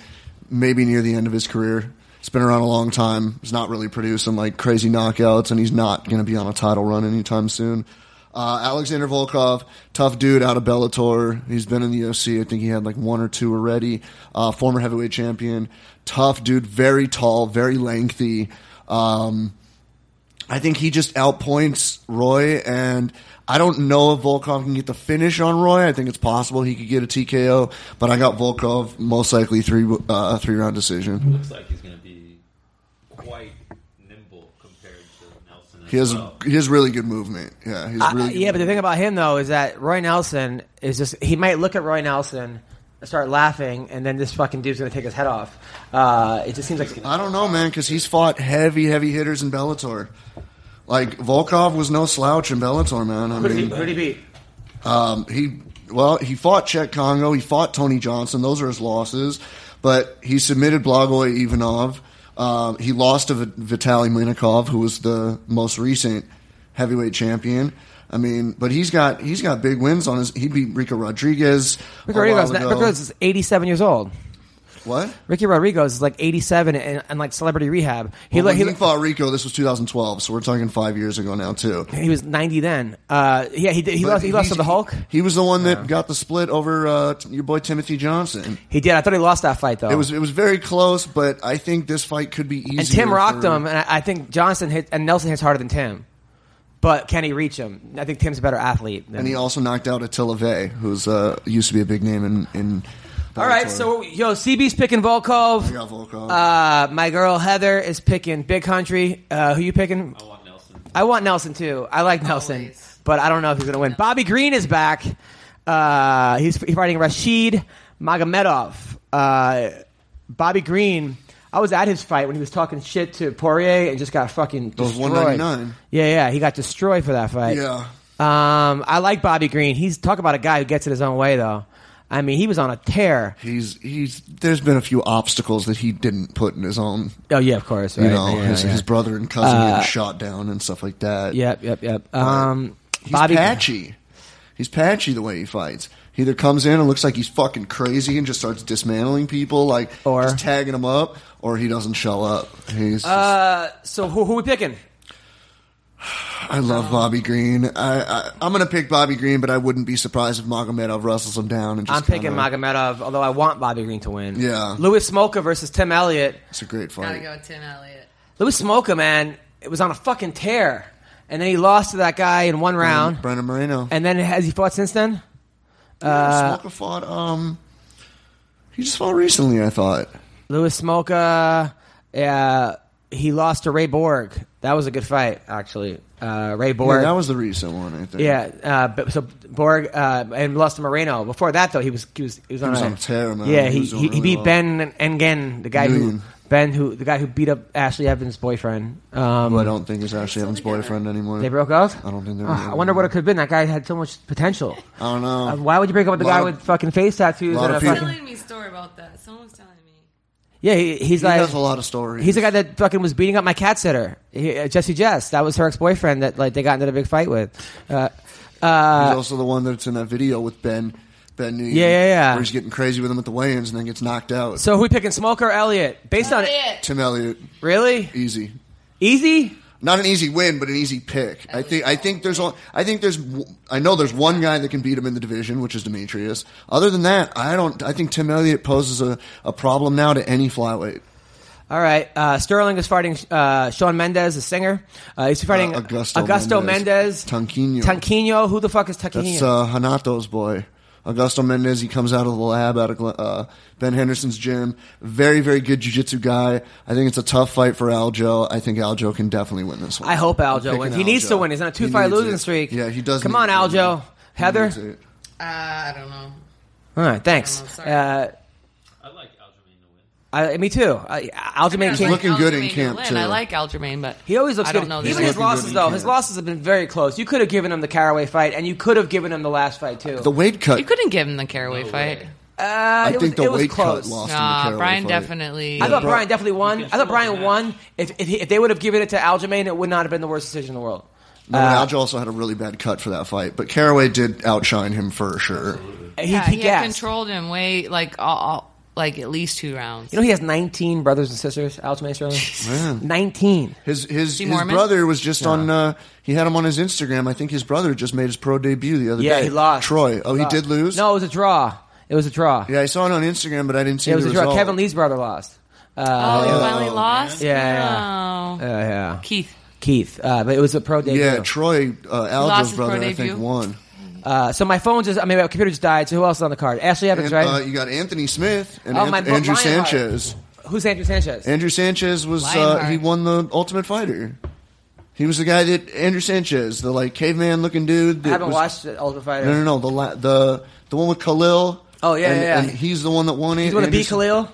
Speaker 2: maybe near the end of his career, has been around a long time. He's not really producing like crazy knockouts, and he's not going to be on a title run anytime soon. Uh, Alexander Volkov, tough dude out of Bellator. He's been in the UFC. I think he had like one or two already. Uh, former heavyweight champion, tough dude, very tall, very lengthy. Um, I think he just outpoints Roy, and I don't know if Volkov can get the finish on Roy. I think it's possible he could get a TKO, but I got Volkov most likely three uh, three round decision.
Speaker 5: Looks like he's going to be quite nimble compared to Nelson.
Speaker 2: He has he has really good movement. Yeah, he's
Speaker 1: Uh,
Speaker 2: really good
Speaker 1: yeah, but the
Speaker 2: movement.
Speaker 1: thing about him though is that Roy Nelson is just he might look at Roy Nelson, start laughing, and then this fucking dude's gonna take his head off. Uh, it just seems like
Speaker 2: I don't know, man, because he's fought heavy heavy hitters in Bellator. Like Volkov was no slouch in Bellator, man. I
Speaker 1: who did he,
Speaker 2: mean,
Speaker 1: who did he beat?
Speaker 2: Um, he well, he fought Chet Congo. He fought Tony Johnson. Those are his losses. But he submitted Blagoy Ivanov. Um, he lost to v- Vitaly Minikov, who was the most recent heavyweight champion. I mean, but he's got he's got big wins on his. He beat Rico Rodriguez. a
Speaker 1: Ricky Rodriguez,
Speaker 2: while ago.
Speaker 1: Rodriguez is 87 years old.
Speaker 2: What?
Speaker 1: Ricky Rodriguez is like 87 and, and like celebrity rehab. He
Speaker 2: Well,
Speaker 1: look
Speaker 2: when he,
Speaker 1: he, look-
Speaker 2: fought Rico. This was 2012, so we're talking five years ago now too.
Speaker 1: he was 90 then. Uh, yeah, he did, he
Speaker 2: But
Speaker 1: lost he lost to
Speaker 2: he's-
Speaker 1: the Hulk.
Speaker 2: He was the one that got the split over uh, t- your boy Timothy Johnson.
Speaker 1: He did. I thought he lost that fight though.
Speaker 2: It was it was very close, but I think this fight could be easier.
Speaker 1: and Tim rocked
Speaker 2: for-
Speaker 1: him, and I, I think Johnson hit and Nelson hits harder than Tim. But can he reach him? I think Tim's a better athlete. Than
Speaker 2: and he also knocked out Attila Vey, who's uh, used to be a big name in. in
Speaker 1: All right,
Speaker 2: Bellator.
Speaker 1: so yo, CB's picking
Speaker 2: I got
Speaker 1: Volkov.
Speaker 2: Volkov.
Speaker 1: Uh, my girl Heather is picking Big Country. Uh, who you picking?
Speaker 5: I want Nelson.
Speaker 1: I want Nelson too. I like Nelson,
Speaker 4: Always.
Speaker 1: but I don't know if he's gonna win. Bobby Green is back. Uh, he's he's fighting Rashid Magomedov. Uh, Bobby Green. I was at his fight when he was talking shit to Poirier and just got fucking
Speaker 2: Those
Speaker 1: destroyed.
Speaker 2: 199.
Speaker 1: Yeah, yeah, he got destroyed for that fight.
Speaker 2: yeah,
Speaker 1: Um, I like Bobby Green. He's talk about a guy who gets it his own way though. I mean, he was on a tear.
Speaker 2: he's he's. There's been a few obstacles that he didn't put in his own.
Speaker 1: Oh yeah, of course.
Speaker 2: You
Speaker 1: right.
Speaker 2: know,
Speaker 1: yeah,
Speaker 2: his,
Speaker 1: yeah. Uh,
Speaker 2: his brother and cousin getting shot down and stuff like that.
Speaker 1: Yep, yep, yep. Um,
Speaker 2: Uh, he's
Speaker 1: Bobby.
Speaker 2: patchy. He's patchy the way he fights. He either comes in and looks like he's fucking crazy and just starts dismantling people, like
Speaker 1: Or-
Speaker 2: just tagging them up, or he doesn't show up. He's just-
Speaker 1: Uh, so who who we picking?
Speaker 2: I love Bobby Green. I, I, I'm going to pick Bobby Green, but I wouldn't be surprised if Magomedov wrestles him down. And just
Speaker 1: I'm picking
Speaker 2: kinda-
Speaker 1: Magomedov, although I want Bobby Green to win.
Speaker 2: Yeah.
Speaker 1: Louis Smolka versus Tim Elliott.
Speaker 2: It's a great
Speaker 4: Gotta
Speaker 2: fight.
Speaker 4: go with Tim Elliott.
Speaker 1: Louis Smolka, man, it was on a fucking tear, and then he lost to that guy in one round.
Speaker 2: Brandon Moreno.
Speaker 1: And then has he fought since then?
Speaker 2: Uh, Smoker fought. Um, he just fought recently. I thought.
Speaker 1: Louis Smolka, uh, he lost to Ray Borg. That was a good fight, actually. Uh, Ray Borg.
Speaker 2: Yeah, that was the recent one. I think.
Speaker 1: Yeah, uh, but, so Borg uh, and lost to Moreno. Before that, though, he was he was he was on,
Speaker 2: was
Speaker 1: a,
Speaker 2: on a tear, man.
Speaker 1: Yeah,
Speaker 2: He
Speaker 1: he
Speaker 2: was doing
Speaker 1: he, he
Speaker 2: really
Speaker 1: beat
Speaker 2: well.
Speaker 1: Ben Engen, the guy who
Speaker 2: Nguyen.
Speaker 1: Ben who the guy who beat up Ashley Evans' boyfriend. Um,
Speaker 2: Who I don't think is Ashley Evans' boyfriend anymore.
Speaker 1: they broke up.
Speaker 2: I don't think they're.
Speaker 1: Ah, I wonder what it could have been. That guy had so much potential.
Speaker 2: I don't know.
Speaker 1: Uh, Why would you break up with the
Speaker 2: Lot
Speaker 1: guy
Speaker 2: of-
Speaker 1: with fucking face tattoos?
Speaker 2: lot
Speaker 1: And a
Speaker 2: of people-
Speaker 1: fucking,
Speaker 4: me a story about that. Someone was telling me.
Speaker 1: yeah, he, he's
Speaker 2: he
Speaker 1: like
Speaker 2: has a lot of stories.
Speaker 1: he's the guy that fucking was beating up my cat sitter, he, uh, Jesse Jess. That was her ex boyfriend that like they got into a big fight with. Uh,
Speaker 2: He's also the one that's in that video with Ben. Ben. Nguyen,
Speaker 1: Yeah, yeah, yeah.
Speaker 2: Where he's getting crazy with him at the weigh-ins and then gets knocked out.
Speaker 1: so who we picking, Smoker or Elliot? Based on it,
Speaker 4: Elliott.
Speaker 2: Tim Elliott,
Speaker 1: really
Speaker 2: easy.
Speaker 1: easy.
Speaker 2: not an easy win, but an easy pick. I think. I think there's. on- I think there's. I know there's one guy that can beat him in the division, which is Demetrius. Other than that, I don't. I think Tim Elliott poses a, a problem now to any flyweight.
Speaker 1: All right. Uh, Sterling is fighting uh, Sean Mendez, a singer. Uh, he's fighting
Speaker 2: Uh, Augusto
Speaker 1: Mendez.
Speaker 2: Mendez. Tanquinho.
Speaker 1: Tanquinho. Who the fuck is Tanquinho?
Speaker 2: That's uh, Hanato's boy, Augusto Mendez. He comes out of the lab out of uh, Ben Henderson's gym. Very, very good jiu-jitsu guy. I think it's a tough fight for Aljo. I think Aljo can definitely win this one.
Speaker 1: I hope
Speaker 2: I'm
Speaker 1: Aljo
Speaker 2: picking
Speaker 1: wins. He needs to win. He's on a
Speaker 2: He
Speaker 1: two-fight
Speaker 2: needs
Speaker 1: losing
Speaker 2: it.
Speaker 1: streak.
Speaker 2: Yeah, he does.
Speaker 1: Come
Speaker 2: need
Speaker 1: on,
Speaker 2: it.
Speaker 1: Aljo.
Speaker 2: He
Speaker 1: Heather?
Speaker 2: needs it.
Speaker 4: Uh, I don't know.
Speaker 1: All right, thanks. Uh,
Speaker 5: I like Aljamain to win.
Speaker 1: I, me too. I, Aljamain
Speaker 2: He's
Speaker 1: King.
Speaker 2: looking good in
Speaker 4: Aljamain
Speaker 2: camp,
Speaker 4: Lin.
Speaker 2: too.
Speaker 4: I like Aljamain, but
Speaker 1: He always looks
Speaker 4: I
Speaker 1: good.
Speaker 4: don't know.
Speaker 1: Even
Speaker 4: that-
Speaker 1: his
Speaker 2: looking good
Speaker 1: losses,
Speaker 2: in
Speaker 1: though,
Speaker 2: camp.
Speaker 1: his losses have been very close. You could have given him the Caraway fight, and you could have given him the last fight too. Uh,
Speaker 2: The weight cut.
Speaker 4: you couldn't give him the caraway fight.
Speaker 1: I
Speaker 2: think the weight cut lost.
Speaker 4: Nah,
Speaker 2: Caraway
Speaker 4: Brian
Speaker 2: fight.
Speaker 4: definitely.
Speaker 1: I thought
Speaker 2: Bro-
Speaker 1: Brian definitely won. I thought Brian
Speaker 5: that.
Speaker 1: won. If if, he, if they would have given it to Aljamain, it would not have been the worst decision in the world.
Speaker 2: No,
Speaker 1: Uh,
Speaker 2: Aljo also had a really bad cut for that fight, but Caraway did outshine him for sure.
Speaker 1: He,
Speaker 4: yeah,
Speaker 1: he,
Speaker 4: he, had
Speaker 1: gassed.
Speaker 4: controlled him way like all, all- like at least two rounds.
Speaker 1: You know he has 19 brothers and sisters. Aljamain Sterling, 19.
Speaker 2: His his,
Speaker 4: he
Speaker 2: his
Speaker 4: Mormon?
Speaker 2: brother was just on. Uh, he had him on his Instagram. I think his brother just made his pro debut the other
Speaker 1: Yeah,
Speaker 2: day.
Speaker 1: he lost.
Speaker 2: Troy. Oh, he
Speaker 1: lost.
Speaker 2: did lose.
Speaker 1: No, it was a draw. It was a draw.
Speaker 2: Yeah, I saw it on Instagram, but I didn't see
Speaker 1: it was
Speaker 2: the
Speaker 1: a draw.
Speaker 2: result.
Speaker 1: Kevin Lee's brother lost.
Speaker 4: oh,
Speaker 1: Uh,
Speaker 4: he finally lost. Uh,
Speaker 1: Yeah, yeah.
Speaker 4: No.
Speaker 1: yeah, yeah.
Speaker 4: Keith.
Speaker 1: Keith, uh, but it was a pro debut.
Speaker 2: Yeah, Troy uh,
Speaker 4: lost
Speaker 2: Aljo's
Speaker 4: his
Speaker 2: brother,
Speaker 4: pro
Speaker 2: I think,
Speaker 4: debut.
Speaker 2: won.
Speaker 1: Uh, so my phone just—I mean, my computer just died. So who else is on the card? Ashley Evans,
Speaker 2: And,
Speaker 1: right?
Speaker 2: uh, you got Anthony Smith and
Speaker 1: Oh,
Speaker 2: Anth-
Speaker 1: my boy,
Speaker 2: Andrew
Speaker 1: Lionheart.
Speaker 2: Sanchez.
Speaker 1: Who's Andrew Sanchez?
Speaker 2: Andrew Sanchez was uh,
Speaker 4: Lionheart.
Speaker 2: he won the Ultimate Fighter. He was the guy that Andrew Sanchez, the like caveman looking dude.
Speaker 1: I
Speaker 2: That
Speaker 1: haven't
Speaker 2: was,
Speaker 1: watched Ultimate Fighter.
Speaker 2: No, no, no. The la- the the one with Khalil.
Speaker 1: Oh, yeah,
Speaker 2: and,
Speaker 1: yeah, yeah.
Speaker 2: and he's the one that won it.
Speaker 1: He's going to
Speaker 2: Andrew
Speaker 1: beat Khalil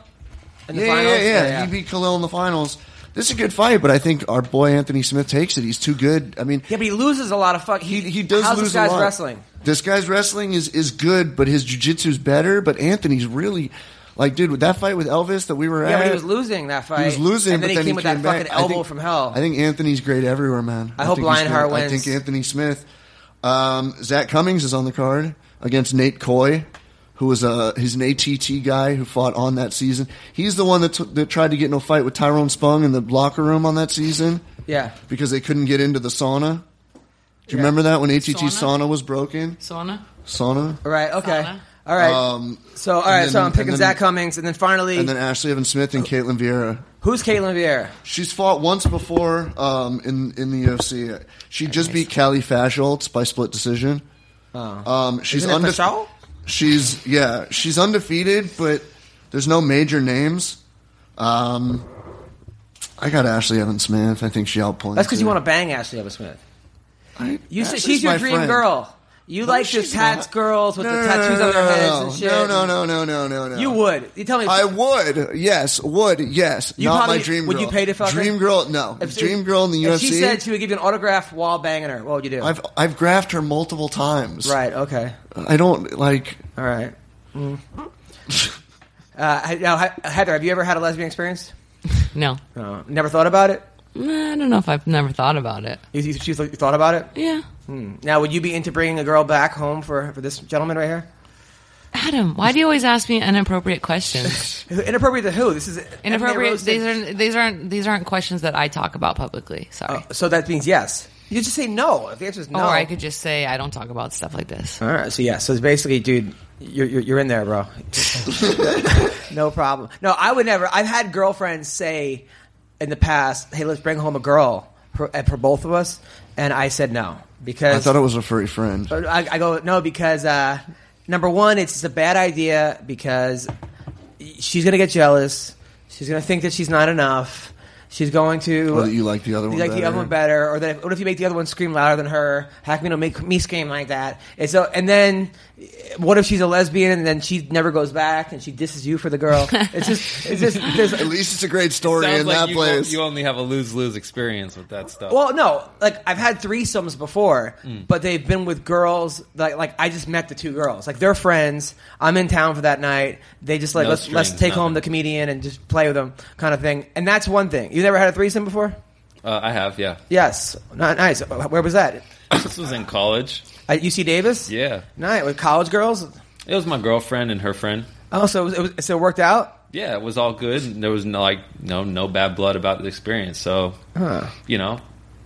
Speaker 1: in the
Speaker 2: yeah,
Speaker 1: finals.
Speaker 2: Yeah, yeah, He beat Khalil in the finals. This is a good fight, but I think our boy Anthony Smith takes it. He's too good. I mean,
Speaker 1: Yeah, but he loses a lot of fuck.
Speaker 2: he he does
Speaker 1: How's
Speaker 2: lose
Speaker 1: this guy's
Speaker 2: a lot.
Speaker 1: wrestling?
Speaker 2: This guy's wrestling is is good, but his jiu-jitsu's better. But Anthony's really like, dude, with that fight with Elvis that we were
Speaker 1: Yeah,
Speaker 2: at,
Speaker 1: but he was losing that fight.
Speaker 2: He was losing,
Speaker 1: and then
Speaker 2: but
Speaker 1: he
Speaker 2: then
Speaker 1: came
Speaker 2: he
Speaker 1: with
Speaker 2: came
Speaker 1: that
Speaker 2: back.
Speaker 1: fucking
Speaker 2: I think-
Speaker 1: elbow from hell.
Speaker 2: I think Anthony's great everywhere, man.
Speaker 1: I hope
Speaker 2: think he's
Speaker 1: Lionheart
Speaker 2: great.
Speaker 1: wins.
Speaker 2: I think Anthony Smith, um, Zach Cummings is on the card against Nate Coy, who was a he's an ATT guy who fought on that season. He's the one that, took that tried to get in a fight with Tyrone Spung in the locker room on that season
Speaker 1: yeah,
Speaker 2: because they couldn't get into the sauna. Do you
Speaker 1: Yeah.
Speaker 2: remember that when ATT
Speaker 4: Sauna?
Speaker 2: sauna, was broken?
Speaker 4: Sona.
Speaker 2: Sauna.
Speaker 1: all right, okay,
Speaker 4: Sauna.
Speaker 1: all right.
Speaker 2: Um,
Speaker 1: so all
Speaker 2: and
Speaker 1: right, so
Speaker 2: then-
Speaker 1: I'm picking
Speaker 2: and then-
Speaker 1: Zach Cummings, and then finally,
Speaker 2: And then Ashley Evan Smith
Speaker 1: Oh.
Speaker 2: and Caitlin Vieira.
Speaker 1: who's Caitlin Vieira?
Speaker 2: She's fought once before um, in in the UFC. She just beat Callie Fashholtz by split decision. Um, she's
Speaker 1: Oh. Isn't it
Speaker 2: undefeated.
Speaker 1: Fasholt?
Speaker 2: She's yeah, she's undefeated, but there's no major names. Um, I got Ashley Evans Smith. I think she outpoints.
Speaker 1: That's because you want to bang Ashley Evans Smith.
Speaker 2: to.
Speaker 1: You said she's your dream girl. You like just tats girls with the tattoos on their heads and shit.
Speaker 2: No, no, no, no, no, no, no.
Speaker 1: You would. You tell me.
Speaker 2: I would, yes, would, yes.
Speaker 1: You
Speaker 2: Not
Speaker 1: probably-
Speaker 2: my dream girl.
Speaker 1: would you pay to fuck her?
Speaker 2: Dream girl, no.
Speaker 1: If-
Speaker 2: dream girl in the
Speaker 1: if
Speaker 2: UFC.
Speaker 1: She said she would give you an autograph while banging her. What would you do?
Speaker 2: I've I've graphed her multiple times.
Speaker 1: right. Okay.
Speaker 2: I don't like.
Speaker 1: All right. Mm. Uh, I- now, He- Heather, have you ever had a lesbian experience?
Speaker 4: No,
Speaker 1: No. Never thought about it.
Speaker 4: Nah, I don't know if I've never thought about it.
Speaker 1: You, you, she thought about it. Mm.
Speaker 4: Yeah,
Speaker 1: Now, would you be into bringing a girl back home for, for this gentleman right here?
Speaker 4: Adam, why do you always ask me inappropriate questions?
Speaker 1: Who- Inappropriate to who? This is
Speaker 4: Inappropriate.
Speaker 1: Roasted-
Speaker 4: These aren't. These aren't. These aren't questions that I talk about publicly. Sorry.
Speaker 1: Oh, So that means yes. You just say no. If the answer is Oh, no,
Speaker 4: Or I could just say I don't talk about stuff like this.
Speaker 1: All right. So yeah. So it's basically, dude, you're you're, you're in there, bro. no problem. No, I would never. I've had girlfriends say in the past, "Hey, let's bring home a girl for, and for both of us," and I said no because
Speaker 2: I thought it was a furry friend.
Speaker 1: I, I go no because uh, number one, it's just a bad idea because she's gonna get jealous. She's gonna think that she's not enough. She's going to
Speaker 2: Or that you like the other one.
Speaker 1: you like the other one better, or that what if you make the other one scream louder than her? How come you don't make me scream like that? And so, and then, eh, what if she's a lesbian and then she never goes back and she disses you for the girl? It's just, it's just,
Speaker 2: At
Speaker 1: there's,
Speaker 2: least it's a great story
Speaker 5: Sounds
Speaker 2: in
Speaker 5: like
Speaker 2: that
Speaker 5: you,
Speaker 2: place.
Speaker 5: you only have a lose lose experience with that stuff.
Speaker 1: well, no, like I've had threesomes before,
Speaker 5: Mm.
Speaker 1: but they've been with girls. Like, like I just met the two girls, like they're friends. I'm in town for that night. They just like
Speaker 5: No
Speaker 1: let's let's
Speaker 5: strings,
Speaker 1: take home
Speaker 5: nothing.
Speaker 1: the comedian and just play with them, kind of thing. And that's one thing. You never had a threesome before?
Speaker 5: uh, I have, yeah.
Speaker 1: Yes, Not nice. Where was that?
Speaker 5: This was in college.
Speaker 1: At UC Davis?
Speaker 5: Yeah,
Speaker 1: Night with college girls.
Speaker 5: it was my girlfriend and her friend.
Speaker 1: Oh, so it, was, it was, so it worked out.
Speaker 5: Yeah, it was all good. and There was no like no no bad blood about the experience. So you know,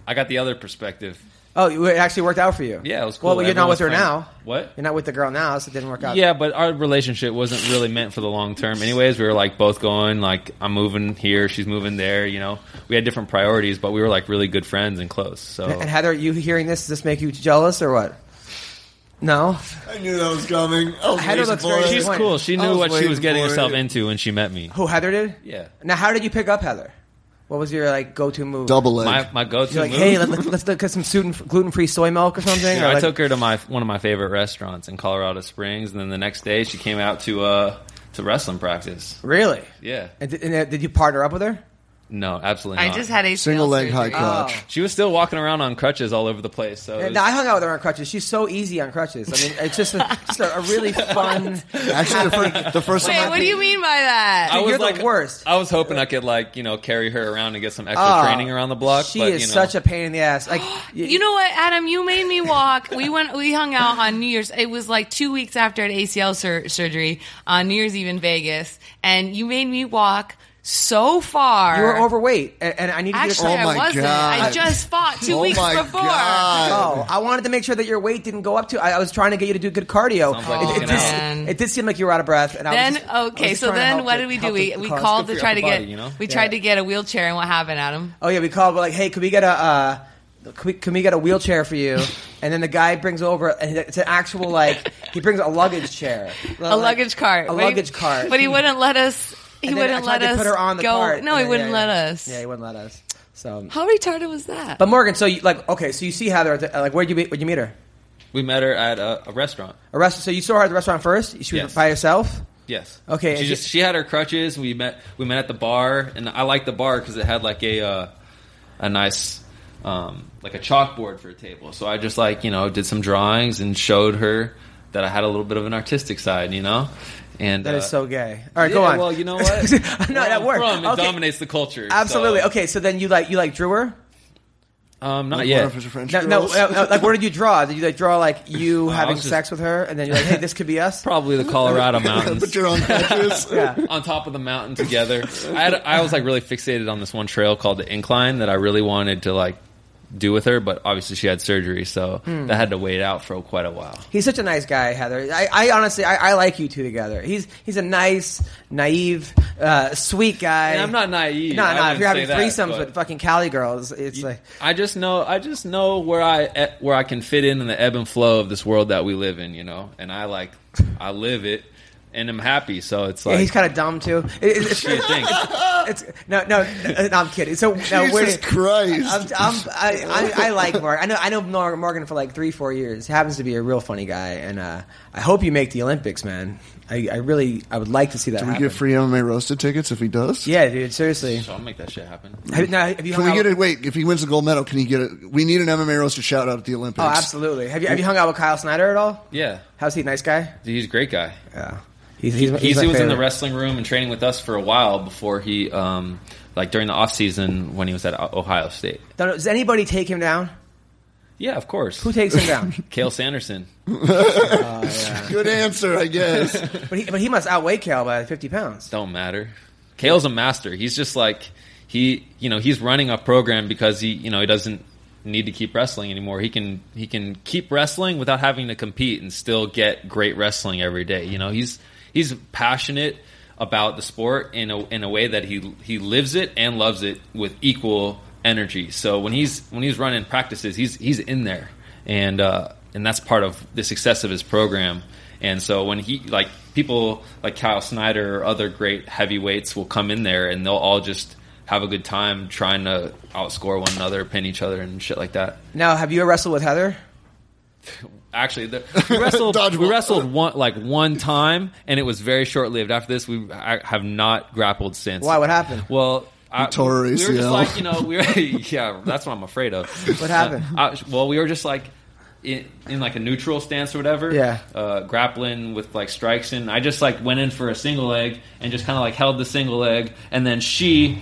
Speaker 5: I got the other perspective.
Speaker 1: Oh, you- it actually worked out for you.
Speaker 5: Yeah, it was
Speaker 1: Well,
Speaker 5: cool.
Speaker 1: you're not
Speaker 5: Everyone
Speaker 1: with her
Speaker 5: was fine.
Speaker 1: now.
Speaker 5: What?
Speaker 1: You're not with the girl now, so it didn't work out.
Speaker 5: Yeah, but our relationship wasn't really meant for the long term. Anyways, we were like both going like I'm moving here, she's moving there. You know, we had different priorities, but we were like really good friends and close. So
Speaker 1: And Heather, you hearing this? Does this make you jealous or what? No.
Speaker 2: I knew that was coming. Oh, I was
Speaker 1: Heather
Speaker 2: waiting
Speaker 1: looks
Speaker 2: for
Speaker 1: very
Speaker 2: it.
Speaker 5: she's
Speaker 1: disappointed.
Speaker 5: cool. She
Speaker 2: I
Speaker 5: knew
Speaker 2: was
Speaker 5: what she
Speaker 2: waiting
Speaker 5: was getting
Speaker 2: for
Speaker 5: herself
Speaker 2: it.
Speaker 5: into when she met me.
Speaker 1: Who Heather did?
Speaker 5: Yeah.
Speaker 1: Now, how did you pick up Heather? What was your like go to move?
Speaker 2: Double leg.
Speaker 5: My, my go-to
Speaker 1: You're like,
Speaker 5: move.
Speaker 1: hey, let, let, let's get some gluten free soy milk or something.
Speaker 5: Yeah,
Speaker 1: or
Speaker 5: I
Speaker 1: like,
Speaker 5: took her to my one of my favorite restaurants in Colorado Springs, and then the next day she came out to uh to wrestling practice.
Speaker 1: Really?
Speaker 5: Yeah,
Speaker 1: And did, and uh, did you partner up with her?
Speaker 5: no, absolutely.
Speaker 4: I
Speaker 5: not.
Speaker 4: just had a
Speaker 2: Single leg high crotch.
Speaker 5: She was still walking around on crutches all over the place. So Uh, it was-
Speaker 1: No, Oh. I hung out with her on crutches. She's so easy on crutches. I mean, it's just a, just a, a really fun.
Speaker 2: Actually, the first, the first time
Speaker 4: Wait,
Speaker 2: I
Speaker 4: what do you mean by that?
Speaker 5: I was
Speaker 1: you're the
Speaker 5: like
Speaker 1: worst.
Speaker 5: I was hoping I could like you know carry her around and get some extra
Speaker 1: Oh,
Speaker 5: training around the block.
Speaker 1: She
Speaker 5: but,
Speaker 1: is
Speaker 5: you know,
Speaker 1: such a pain in the ass. Like
Speaker 4: You know what, Adam? You made me walk. We went. We hung out on New Year's. It was like two weeks after an ACL sur- surgery on New Year's Eve in Vegas, and you made me walk so far.
Speaker 1: you were overweight, and, and I needed you to.
Speaker 4: Actually,
Speaker 2: Oh my
Speaker 4: I wasn't. I
Speaker 2: God.
Speaker 4: just fought two
Speaker 2: Oh
Speaker 4: weeks
Speaker 2: my
Speaker 4: before.
Speaker 2: God.
Speaker 1: Oh, I wanted to make sure that your weight didn't go up too. I, I was trying to get you to do good cardio.
Speaker 5: Sounds like
Speaker 1: it, it,
Speaker 5: working
Speaker 1: did,
Speaker 4: out.
Speaker 1: it did seem like you were out of breath. And I was
Speaker 4: Then
Speaker 1: just- I was
Speaker 4: okay,
Speaker 1: just
Speaker 4: so
Speaker 1: trying to
Speaker 4: then
Speaker 1: help
Speaker 4: what
Speaker 1: the-
Speaker 4: did we do?
Speaker 1: help the
Speaker 4: We, we
Speaker 1: cause.
Speaker 4: called
Speaker 5: Good
Speaker 4: to
Speaker 5: for
Speaker 4: try to
Speaker 5: your upper
Speaker 4: get
Speaker 5: body, you know?
Speaker 4: we
Speaker 1: Yeah.
Speaker 4: tried to get a wheelchair, and what happened, Adam?
Speaker 1: Oh yeah, we called. We're like, hey, can we get a uh, can, we, can we get a wheelchair for you? And then the guy brings over, and it's an actual like he brings a luggage chair,
Speaker 4: A luggage cart.
Speaker 1: a
Speaker 4: But he-
Speaker 1: luggage cart.
Speaker 4: But he wouldn't let us. He
Speaker 1: And then I
Speaker 4: wouldn't
Speaker 1: tried
Speaker 4: let
Speaker 1: to
Speaker 4: us
Speaker 1: put her on the
Speaker 4: go.
Speaker 1: cart,
Speaker 4: no,
Speaker 1: and
Speaker 4: he
Speaker 1: then-
Speaker 4: wouldn't
Speaker 1: yeah,
Speaker 4: let
Speaker 1: yeah.
Speaker 4: us.
Speaker 1: Yeah, he wouldn't let us. So,
Speaker 4: How retarded was that?
Speaker 1: but Morgan, so you like okay, so you see Heather at the, like where'd you meet, where'd you meet her?
Speaker 5: We met her at a, a restaurant.
Speaker 1: A restaurant. So you saw her at the restaurant first. She was
Speaker 5: Yes.
Speaker 1: by herself.
Speaker 5: Yes.
Speaker 1: Okay,
Speaker 5: She
Speaker 1: and
Speaker 5: just
Speaker 1: she-
Speaker 5: she had her crutches. We met we met at the bar, and I liked the bar because it had like a uh, a nice um, like a chalkboard for a table. So I just like you know did some drawings and showed her that I had a little bit of an artistic side, you know. And
Speaker 1: That is
Speaker 5: uh,
Speaker 1: so gay. All right,
Speaker 5: yeah,
Speaker 1: go on.
Speaker 5: Well, you know what?
Speaker 1: no,
Speaker 5: Where
Speaker 1: that
Speaker 5: I'm
Speaker 1: worked.
Speaker 5: From, it
Speaker 1: Okay.
Speaker 5: dominates the culture. so-
Speaker 1: Absolutely. Okay, so then you like you like drew her.
Speaker 5: Um, not
Speaker 2: Like
Speaker 5: yet.
Speaker 2: one of his French
Speaker 1: No, no,
Speaker 2: girls.
Speaker 1: no, no, like where did you draw? Did you like draw like you
Speaker 5: I
Speaker 1: having
Speaker 5: was just-
Speaker 1: sex with her, and then you're like, hey, this could be us?
Speaker 5: Probably the Colorado
Speaker 2: But
Speaker 5: mountains.
Speaker 2: you're on crutches.
Speaker 5: on top of the mountain together. I, had, I was like really fixated on this one trail called the Incline that I really wanted to like do with her, but obviously she had surgery, so
Speaker 1: Hmm.
Speaker 5: that had to wait out for quite a while.
Speaker 1: He's such a nice guy, Heather. I, I honestly, I, I like you two together. He's he's a nice, naive, uh, sweet guy.
Speaker 5: And I'm not naive.
Speaker 1: No,
Speaker 5: I
Speaker 1: no. If
Speaker 5: wouldn't
Speaker 1: you're having
Speaker 5: say that,
Speaker 1: threesomes
Speaker 5: but-
Speaker 1: with fucking Cali girls, it's like
Speaker 5: I just know I just know where I eh, where I can fit in in the ebb and flow of this world that we live in, you know. And I like I live it and I'm happy, so it's
Speaker 1: yeah,
Speaker 5: like
Speaker 1: he's kind of dumb too. It- it- it's,
Speaker 5: shit thing.
Speaker 1: it's no, no, no, I'm kidding. So now where
Speaker 2: Jesus
Speaker 1: did- I'm,
Speaker 2: Christ.
Speaker 1: I'm, I, I, I like Morgan. I know I know Nor- Morgan for like three, four years. He happens to be a real funny guy, and uh, I hope you make the Olympics, man. I, I really, I would like to see that.
Speaker 2: Can we
Speaker 1: happen.
Speaker 2: get free MMA roasted tickets if he does?
Speaker 1: Yeah, dude. Seriously.
Speaker 5: So I'll make that shit happen.
Speaker 1: Have, now, have you
Speaker 2: Can
Speaker 1: hung
Speaker 2: we
Speaker 1: out
Speaker 2: get it? Wait, if he wins the gold medal, can he get it? We need an MMA roasted shout out at the Olympics.
Speaker 1: Oh, absolutely. Have you have you hung out with Kyle Snyder at all?
Speaker 5: Yeah.
Speaker 1: How's he? Nice guy.
Speaker 5: Dude, he's a great guy.
Speaker 1: Yeah. He's, he's,
Speaker 5: he
Speaker 1: my
Speaker 5: was in the
Speaker 1: favorite.
Speaker 5: wrestling room and training with us for a while before he um like during the off season when he was at O- Ohio State.
Speaker 1: Don't know, Does anybody take him down?
Speaker 5: Yeah, of course.
Speaker 1: Who takes him down?
Speaker 5: Kale Sanderson?
Speaker 2: Good answer, I guess.
Speaker 1: but he but he must outweigh Cal by fifty pounds.
Speaker 5: Don't matter. Kale's a master. He's just like he you know, he's running a program because he you know, he doesn't need to keep wrestling anymore. He can he can keep wrestling without having to compete and still get great wrestling every day. You know, he's he's passionate about the sport in a in a way that he he lives it and loves it with equal energy. So when he's when he's running practices, he's he's in there, and uh, and that's part of the success of his program. And so when he like people like Kyle Snyder or other great heavyweights will come in there and they'll all just have a good time trying to outscore one another, pin each other, and shit like that.
Speaker 1: Now, have you wrestled with Heather?
Speaker 5: Actually, the, we wrestled. we
Speaker 2: Dodgeball.
Speaker 5: wrestled one like one time, and it was very short lived. After this, we I have not grappled since.
Speaker 1: Why? What happened?
Speaker 5: Well, I,
Speaker 2: tore her
Speaker 5: we were just
Speaker 2: ACL.
Speaker 5: like you know, we were, yeah, that's what I'm afraid of.
Speaker 1: What happened?
Speaker 5: Uh, I- well, we were just like in, in like a neutral stance or whatever.
Speaker 1: Yeah.
Speaker 5: uh, grappling with like strikes, and I just like went in for a single leg and just kind of like held the single leg, and then she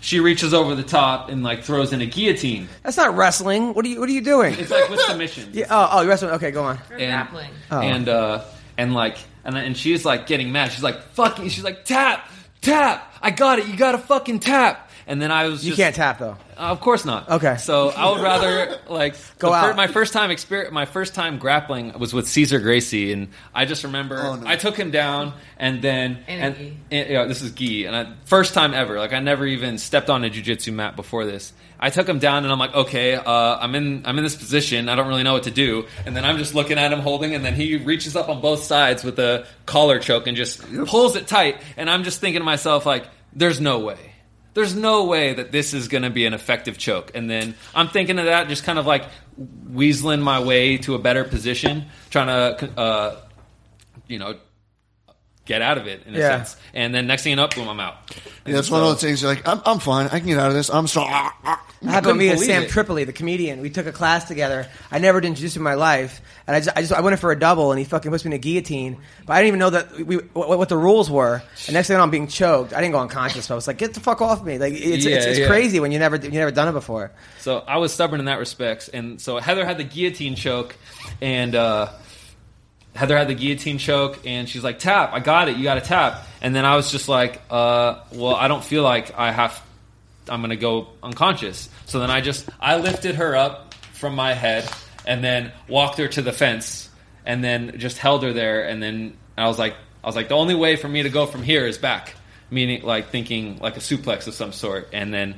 Speaker 5: she reaches over the top and like throws in a guillotine.
Speaker 1: That's not wrestling. What are you What are you doing?
Speaker 5: It's like with submission.
Speaker 1: Yeah, oh, oh, you wrestling. Okay, go on.
Speaker 4: We're
Speaker 5: and,
Speaker 4: grappling.
Speaker 5: and uh and like and and she's like getting mad. She's like fucking. She's like tap tap. I got it. You got to fucking tap. And then I was
Speaker 1: You
Speaker 5: just,
Speaker 1: can't tap though.
Speaker 5: Uh, of course not.
Speaker 1: Okay.
Speaker 5: So I would rather like
Speaker 1: Go
Speaker 5: the fir-
Speaker 1: out.
Speaker 5: my first time experience, my first time grappling was with Caesar Gracie, and I just remember
Speaker 2: Oh, no.
Speaker 5: I took him down, and then
Speaker 4: And
Speaker 5: and,
Speaker 4: gi.
Speaker 5: and- yeah, this is gi, and I, first time ever. Like I never even stepped on a jujitsu mat before this. I took him down, and I'm like, okay, uh, I'm in I'm in this position. I don't really know what to do, and then I'm just looking at him holding, and then he reaches up on both sides with a collar choke and just pulls it tight, and I'm just thinking to myself like, there's no way. there's no way that this is going to be an effective choke. And then I'm thinking of that, just kind of like weaseling my way to a better position, trying to, uh, you know, get out of it in a
Speaker 1: Yeah.
Speaker 5: sense. And then next thing you know, boom, I'm out.
Speaker 2: Yeah, it's one of those things. You're like, I'm, I'm fine. I can get out of this. I'm strong. Ah, ah.
Speaker 1: happened to
Speaker 5: couldn't
Speaker 1: me and
Speaker 5: believe
Speaker 1: Sam
Speaker 5: it.
Speaker 1: Tripoli, the comedian. We took a class together. I never did jiu-jitsu in my life, and I just, I just I went in for a double, and he fucking puts me in a guillotine. But I didn't even know that we what, what the rules were. And next thing I know, I'm being choked. I didn't go unconscious, but I was like, "Get the fuck off me!" Like it's
Speaker 5: Yeah,
Speaker 1: it's, it's
Speaker 5: yeah.
Speaker 1: crazy when you never you never done it before.
Speaker 5: So I was stubborn in that respect, and so Heather had the guillotine choke, and uh, Heather had the guillotine choke, and she's like, "Tap, I got it, you got to tap." And then I was just like, uh, "Well, I don't feel like I have, I'm gonna go unconscious." So then I just I lifted her up from my head, and then walked her to the fence, and then just held her there, and then I was like, I was like, the only way for me to go from here is back, meaning like thinking like a suplex of some sort, and then.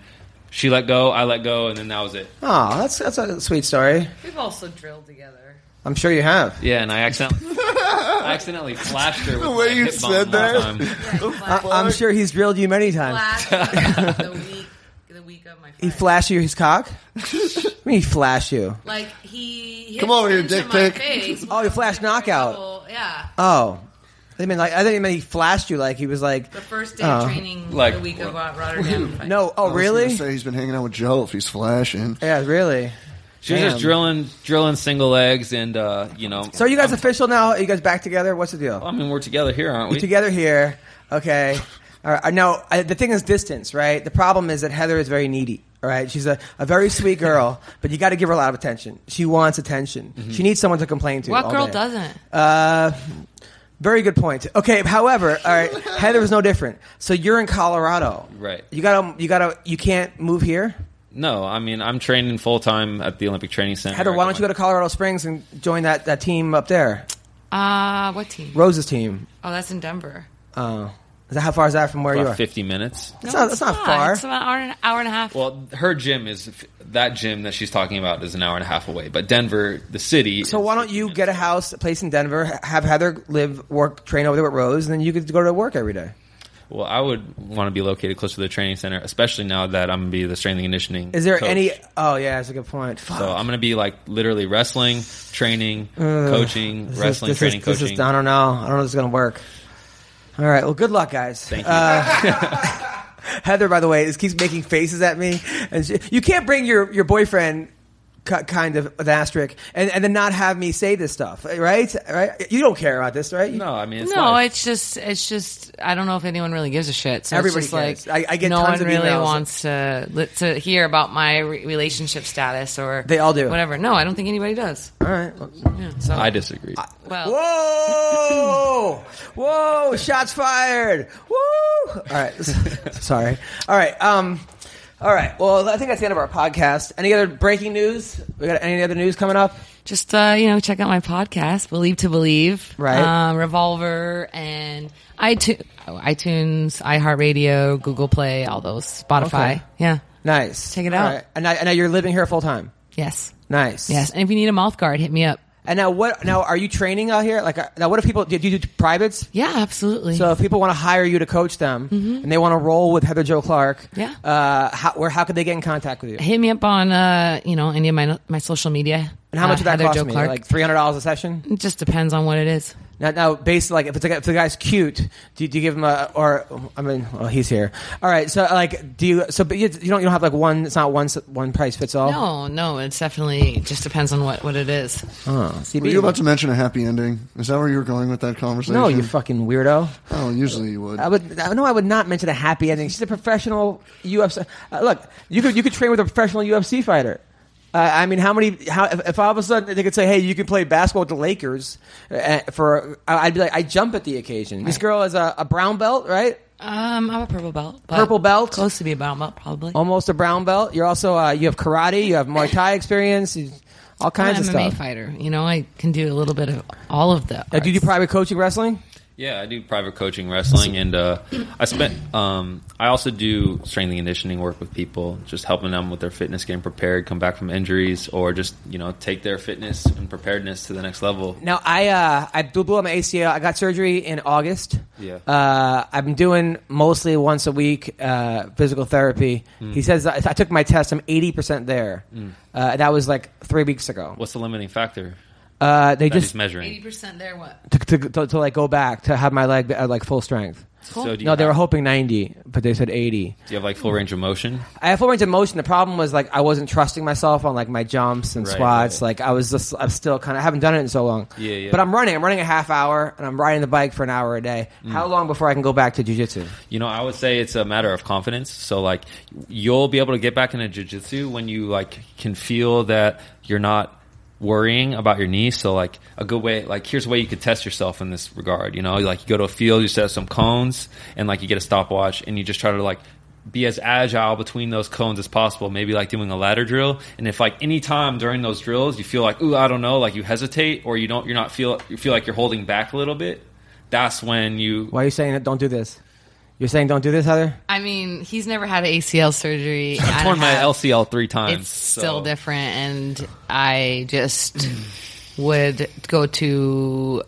Speaker 5: She let go, I let go, and then that was it.
Speaker 1: Oh, that's that's a sweet story.
Speaker 4: We've also drilled together.
Speaker 1: I'm sure you have.
Speaker 5: Yeah, and I accidentally, I accidentally flashed her. With
Speaker 2: The way
Speaker 5: my
Speaker 2: you
Speaker 5: hip bone
Speaker 2: said
Speaker 5: one
Speaker 2: that.
Speaker 5: time.
Speaker 4: Yeah,
Speaker 1: I, am sure he's drilled you many times.
Speaker 4: the week, the week of my.
Speaker 1: He flashed you his cock. What do you mean he flashed you.
Speaker 4: Like he.
Speaker 2: Come over here, into dick my pic. face
Speaker 1: Oh, you flash knockout.
Speaker 4: Yeah,
Speaker 1: Oh, I mean like I didn't mean he flashed you. Like he was like,
Speaker 4: the first day
Speaker 1: of Oh.
Speaker 4: training,
Speaker 5: Like-
Speaker 4: the week of Rotterdam.
Speaker 1: "No, oh
Speaker 2: I was gonna
Speaker 1: really?
Speaker 2: Say he's been hanging out with Joe if he's flashing.
Speaker 1: Yeah, really."
Speaker 5: She was
Speaker 1: Damn.
Speaker 5: just drilling, drilling single legs, and uh, you know.
Speaker 1: So are you guys
Speaker 5: I'm-
Speaker 1: official now? Are you guys back together? What's the
Speaker 2: Um,
Speaker 1: deal?
Speaker 5: I mean, we're together here, aren't we?
Speaker 1: together here. Okay. All right. Now, I, the thing is distance, right? The problem is that Heather is very needy. All right. She's a, a very sweet girl, but you got to give her a lot of attention. She wants attention.
Speaker 2: Mm-hmm.
Speaker 1: She needs someone to complain to.
Speaker 4: What
Speaker 1: all
Speaker 4: girl
Speaker 1: day.
Speaker 4: doesn't?
Speaker 1: Uh, very good point. Okay. However, all right. Heather is no different. So you're in Colorado,
Speaker 5: Right.
Speaker 1: You gotta, you gotta, you can't move here.
Speaker 5: No, I mean, I'm training full time at the Olympic Training Center.
Speaker 1: Heather, why don't you go to Colorado Springs and join that, that team up there,
Speaker 4: Uh, what team?
Speaker 1: Rose's team?
Speaker 4: Oh, that's in Denver.
Speaker 1: Oh, is that how far is that from where you are?
Speaker 5: About 50 minutes.
Speaker 1: That's not- that's not far.
Speaker 4: It's about an hour, and- hour and a half.
Speaker 5: Well, her gym is that gym that she's talking about is an hour and a half away, but Denver, the city.
Speaker 1: So why don't you get a house, a place in Denver, ha- have Heather live, work, train over there with Rose, and then you could go to work every day.
Speaker 5: Well, I would want to be located close to the training center, especially now that I'm gonna be the strength and conditioning.
Speaker 1: Is there
Speaker 5: coach.
Speaker 1: any? Oh yeah, that's a good point. Fuck.
Speaker 5: So I'm gonna be like literally wrestling, training, coaching,
Speaker 1: This is-
Speaker 5: wrestling,
Speaker 1: this
Speaker 5: training,
Speaker 1: is,
Speaker 5: coaching.
Speaker 1: This is, I don't know. I don't know if it's gonna work. All right. Well, good luck, guys. Uh,
Speaker 5: Thank you.
Speaker 1: Heather, by the way, is keeps making faces at me, and she, you can't bring your your boyfriend. ki- Kind of an asterisk, and, and then not have me say this stuff, right? Right? You don't care about this, right? You-
Speaker 5: no, I mean, it's
Speaker 4: no,
Speaker 5: life.
Speaker 4: it's just it's just I don't know if anyone really gives a shit. So
Speaker 1: Everybody
Speaker 4: it's just like
Speaker 1: cares. I- I get
Speaker 4: no
Speaker 1: tons
Speaker 4: one
Speaker 1: of
Speaker 4: really
Speaker 1: emails.
Speaker 4: wants to li- to hear about my re- relationship status or
Speaker 1: They all do.
Speaker 4: whatever. No, I don't think anybody does.
Speaker 1: All right.
Speaker 4: Yeah, so
Speaker 5: I disagree.
Speaker 4: Well,
Speaker 1: Whoa! Whoa! Shots fired! Woo! All right. Sorry. All right. Um. All right. Well, I think that's the end of our podcast. Any other breaking news? We got any other news coming up?
Speaker 4: just uh, you know, check out my podcast, Believe to Believe,
Speaker 1: Right.
Speaker 4: Um, Revolver and iTunes, iTunes, iHeartRadio, Google Play, all those, Spotify.
Speaker 1: Okay.
Speaker 4: Yeah,
Speaker 1: Nice.
Speaker 4: Check it
Speaker 1: All
Speaker 4: out.
Speaker 1: And now, and now you're living here full time.
Speaker 4: yes,
Speaker 1: Nice.
Speaker 4: yes. And if you need a mouth guard, hit me up.
Speaker 1: And now what? Now are you training out here? Like uh, now, what if people? Do you do privates?
Speaker 4: Yeah, absolutely.
Speaker 1: So if people want to hire you to coach them and they want to roll with Heather Joe Clark,
Speaker 4: Mm-hmm. Yeah.
Speaker 1: Uh, how, where how could they get in contact with you?
Speaker 4: hit me up on uh, you know any of my my social media.
Speaker 1: And how much
Speaker 4: uh,
Speaker 1: would that
Speaker 4: Heather
Speaker 1: cost
Speaker 4: Jo
Speaker 1: me?
Speaker 4: Clark.
Speaker 1: Like three hundred dollars a session?
Speaker 4: It just depends on what it is.
Speaker 1: Now, now based like if it's a, guy- if the guy's cute, do you, do you give him a or I mean, well, he's here. All right, so like, do you? So, but you, you don't you don't have like one. It's not one s- one price fits all.
Speaker 4: No, no, it's definitely just depends on what what it is.
Speaker 1: Oh, CB.
Speaker 2: Were you about to mention a happy ending? Is that where you were going with that conversation?
Speaker 1: no, you fucking weirdo.
Speaker 2: Oh, usually you would.
Speaker 1: I would I- no, I would not mention a happy ending. She's a professional UFC. Uh, look, you could you could train with a professional UFC fighter. Uh, I mean, how many? How if, if all of a sudden they could say, "Hey, you can play basketball with the Lakers"? Uh, for I- I'd be like, I jump at the occasion. This girl is a, a brown belt, right?
Speaker 4: Um, I'm a purple belt. but
Speaker 1: Purple belt?
Speaker 4: close to be a brown belt, probably.
Speaker 1: almost a brown belt. You're also uh, you have karate, you have Muay Thai experience, you, all
Speaker 4: I'm
Speaker 1: kinds
Speaker 4: an
Speaker 1: of
Speaker 4: MMA
Speaker 1: stuff.
Speaker 4: fighter. You know, I can do a little bit of all of the.
Speaker 1: Uh, do you do
Speaker 4: arts.
Speaker 1: private coaching wrestling?
Speaker 5: Yeah, I do private coaching, wrestling, and uh, I spent. Um, I also do strength and conditioning work with people, just helping them with their fitness, getting prepared, come back from injuries, or just you know take their fitness and preparedness to the next level.
Speaker 1: Now I uh, I blew blew out my ACL. I got surgery in August.
Speaker 5: Yeah.
Speaker 1: Uh, I've been doing mostly once a week uh, physical therapy. He says I, I took my test. I'm 80 percent there. Uh, that was like three weeks ago.
Speaker 5: What's the limiting factor
Speaker 1: Uh, they
Speaker 5: that he's
Speaker 1: just
Speaker 5: measuring?
Speaker 4: Eighty percent there. What?
Speaker 1: to, to, to, to like go back to have my leg at like full strength.
Speaker 5: So do you
Speaker 1: No, they were
Speaker 5: have-
Speaker 1: hoping 90, but they said 80.
Speaker 5: Do you have like full range of motion?
Speaker 1: I have full range of motion. The problem was like I wasn't trusting myself on like my jumps and
Speaker 5: Right,
Speaker 1: squats.
Speaker 5: right.
Speaker 1: Like I was just I'm still kind of I haven't done it in so long.
Speaker 5: Yeah, yeah.
Speaker 1: But I'm running. I'm running a half hour and I'm riding the bike for an hour a day.
Speaker 5: Mm.
Speaker 1: How long before I can go back to jujitsu?
Speaker 5: You know, I would say it's a matter of confidence. So like you'll be able to get back into jujitsu when you like can feel that you're not worrying about your knee. So like a good way like here's a way you could test yourself in this regard. You know, like you go to a field, you set up some cones and like you get a stopwatch and you just try to like be as agile between those cones as possible. Maybe like doing a ladder drill. And if like any time during those drills you feel like, ooh, I don't know, like you hesitate or you don't you're not feel you feel like you're holding back a little bit, that's when you
Speaker 1: Why are you saying that? Don't do this. You're saying don't do this, Heather.
Speaker 4: I mean, he's never had ACL surgery.
Speaker 5: I've
Speaker 4: I
Speaker 5: torn
Speaker 4: don't
Speaker 5: my
Speaker 4: have-
Speaker 5: LCL three times.
Speaker 4: It's
Speaker 5: so-
Speaker 4: still different, and I just would go to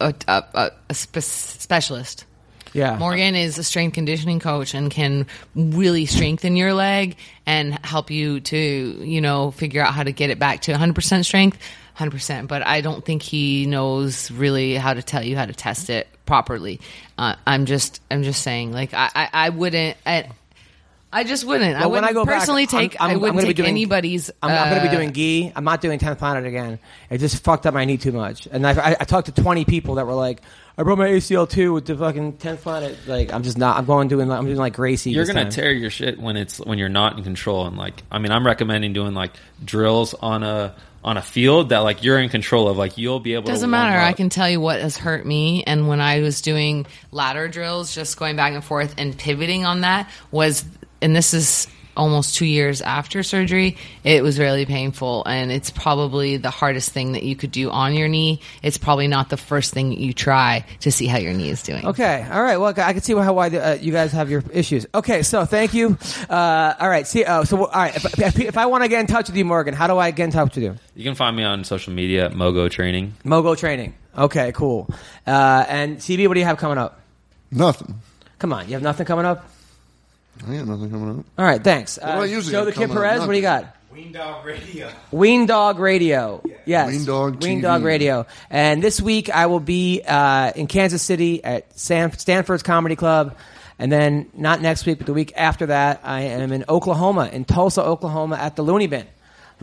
Speaker 4: a, a, a, a spe- specialist.
Speaker 1: Yeah.
Speaker 4: Morgan is a strength conditioning coach and can really strengthen your leg and help you to, you know, figure out how to get it back to 100% strength, 100%. But I don't think he knows really how to tell you how to test it properly. Uh, I'm just, I'm just saying, like, I, I, I wouldn't. I, I just wouldn't. I
Speaker 1: But
Speaker 4: wouldn't
Speaker 1: when I go
Speaker 4: personally
Speaker 1: back, I'm-
Speaker 4: take.
Speaker 1: I'm,
Speaker 4: I
Speaker 1: I'm
Speaker 4: wouldn't
Speaker 1: gonna be
Speaker 4: take
Speaker 1: doing,
Speaker 4: anybody's.
Speaker 1: I'm, I'm going to
Speaker 4: uh,
Speaker 1: be doing gi. I'm not doing ten pounder again. It just fucked up my knee too much. And I, I, I talked to twenty people that were like, "I broke my ACL too with the fucking ten pounder." Like I'm just not. I'm going doing. like- I'm doing like Gracie.
Speaker 5: You're
Speaker 1: this
Speaker 5: gonna
Speaker 1: time.
Speaker 5: tear your shit when it's when you're not in control. And like, I mean, I'm recommending doing like drills on a on a field that like you're in control of. Like you'll be able. to
Speaker 4: Doesn't
Speaker 5: warm
Speaker 4: matter.
Speaker 5: up.
Speaker 4: I can tell you what has hurt me. And when I was doing ladder drills, just going back and forth and pivoting on that was, and this is almost two years after surgery, it was really painful. And it's probably the hardest thing that you could do on your knee. It's probably not the first thing you try to see how your knee is doing.
Speaker 1: Okay. All right. Well, I can see how why uh, you guys have your issues. Okay. So thank you. Uh, all right. See. Uh, so all right. If, if, if I want to get in touch with you, Morgan, how do I get in touch with you?
Speaker 5: You can find me on social media at Mogo Training.
Speaker 1: Mogo Training. Okay. Cool. Uh, and CB, what do you have coming up?
Speaker 2: Nothing.
Speaker 1: Come on. You have nothing coming up.
Speaker 2: I ain't nothing coming up.
Speaker 1: All right. Thanks. Uh,
Speaker 2: do I usually
Speaker 1: Joe the
Speaker 2: have
Speaker 1: Kid
Speaker 2: coming up?
Speaker 1: Perez. What do you
Speaker 2: Nothing.
Speaker 1: got?
Speaker 8: Ween Dog Radio.
Speaker 1: Ween Dog Radio. Yes.
Speaker 2: Ween Dog
Speaker 1: Ween
Speaker 2: TV.
Speaker 1: Dog Radio. And this week I will be uh, in Kansas City at San- Stanford's Comedy Club. And then not next week, but the week after that, I am in Oklahoma, in Tulsa, Oklahoma, at the Looney Bin.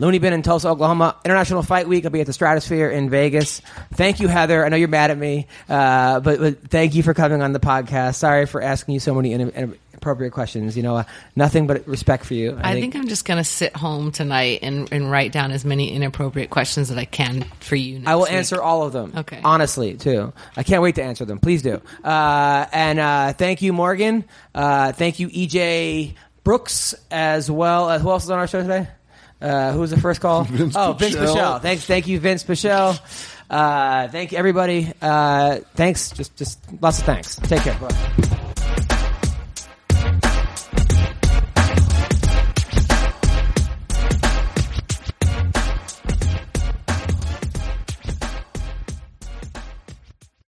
Speaker 1: Looney Bin in Tulsa, Oklahoma. International Fight Week. I'll be at the Stratosphere in Vegas. Thank you, Heather. I know you're mad at me, uh, but, but thank you for coming on the podcast. Sorry for asking you so many in- inappropriate questions. You know, uh, nothing but respect for you.
Speaker 4: I think I'm just going to sit home tonight and, and write down as many inappropriate questions that I can for you. Next
Speaker 1: I will
Speaker 4: week.
Speaker 1: answer all of them.
Speaker 4: Okay.
Speaker 1: Honestly, too. I can't wait to answer them. Please do. Uh, and uh, thank you, Morgan. Uh, thank you, EJ Brooks, as well. Uh, who else is on our show today? Uh, who was the first call? oh, Vince
Speaker 2: Pichel.
Speaker 1: Pichel. Thanks, thank you, Vince Pichel. Uh, thank you, everybody. Uh, thanks. Just, just lots of thanks. Take care. Bye.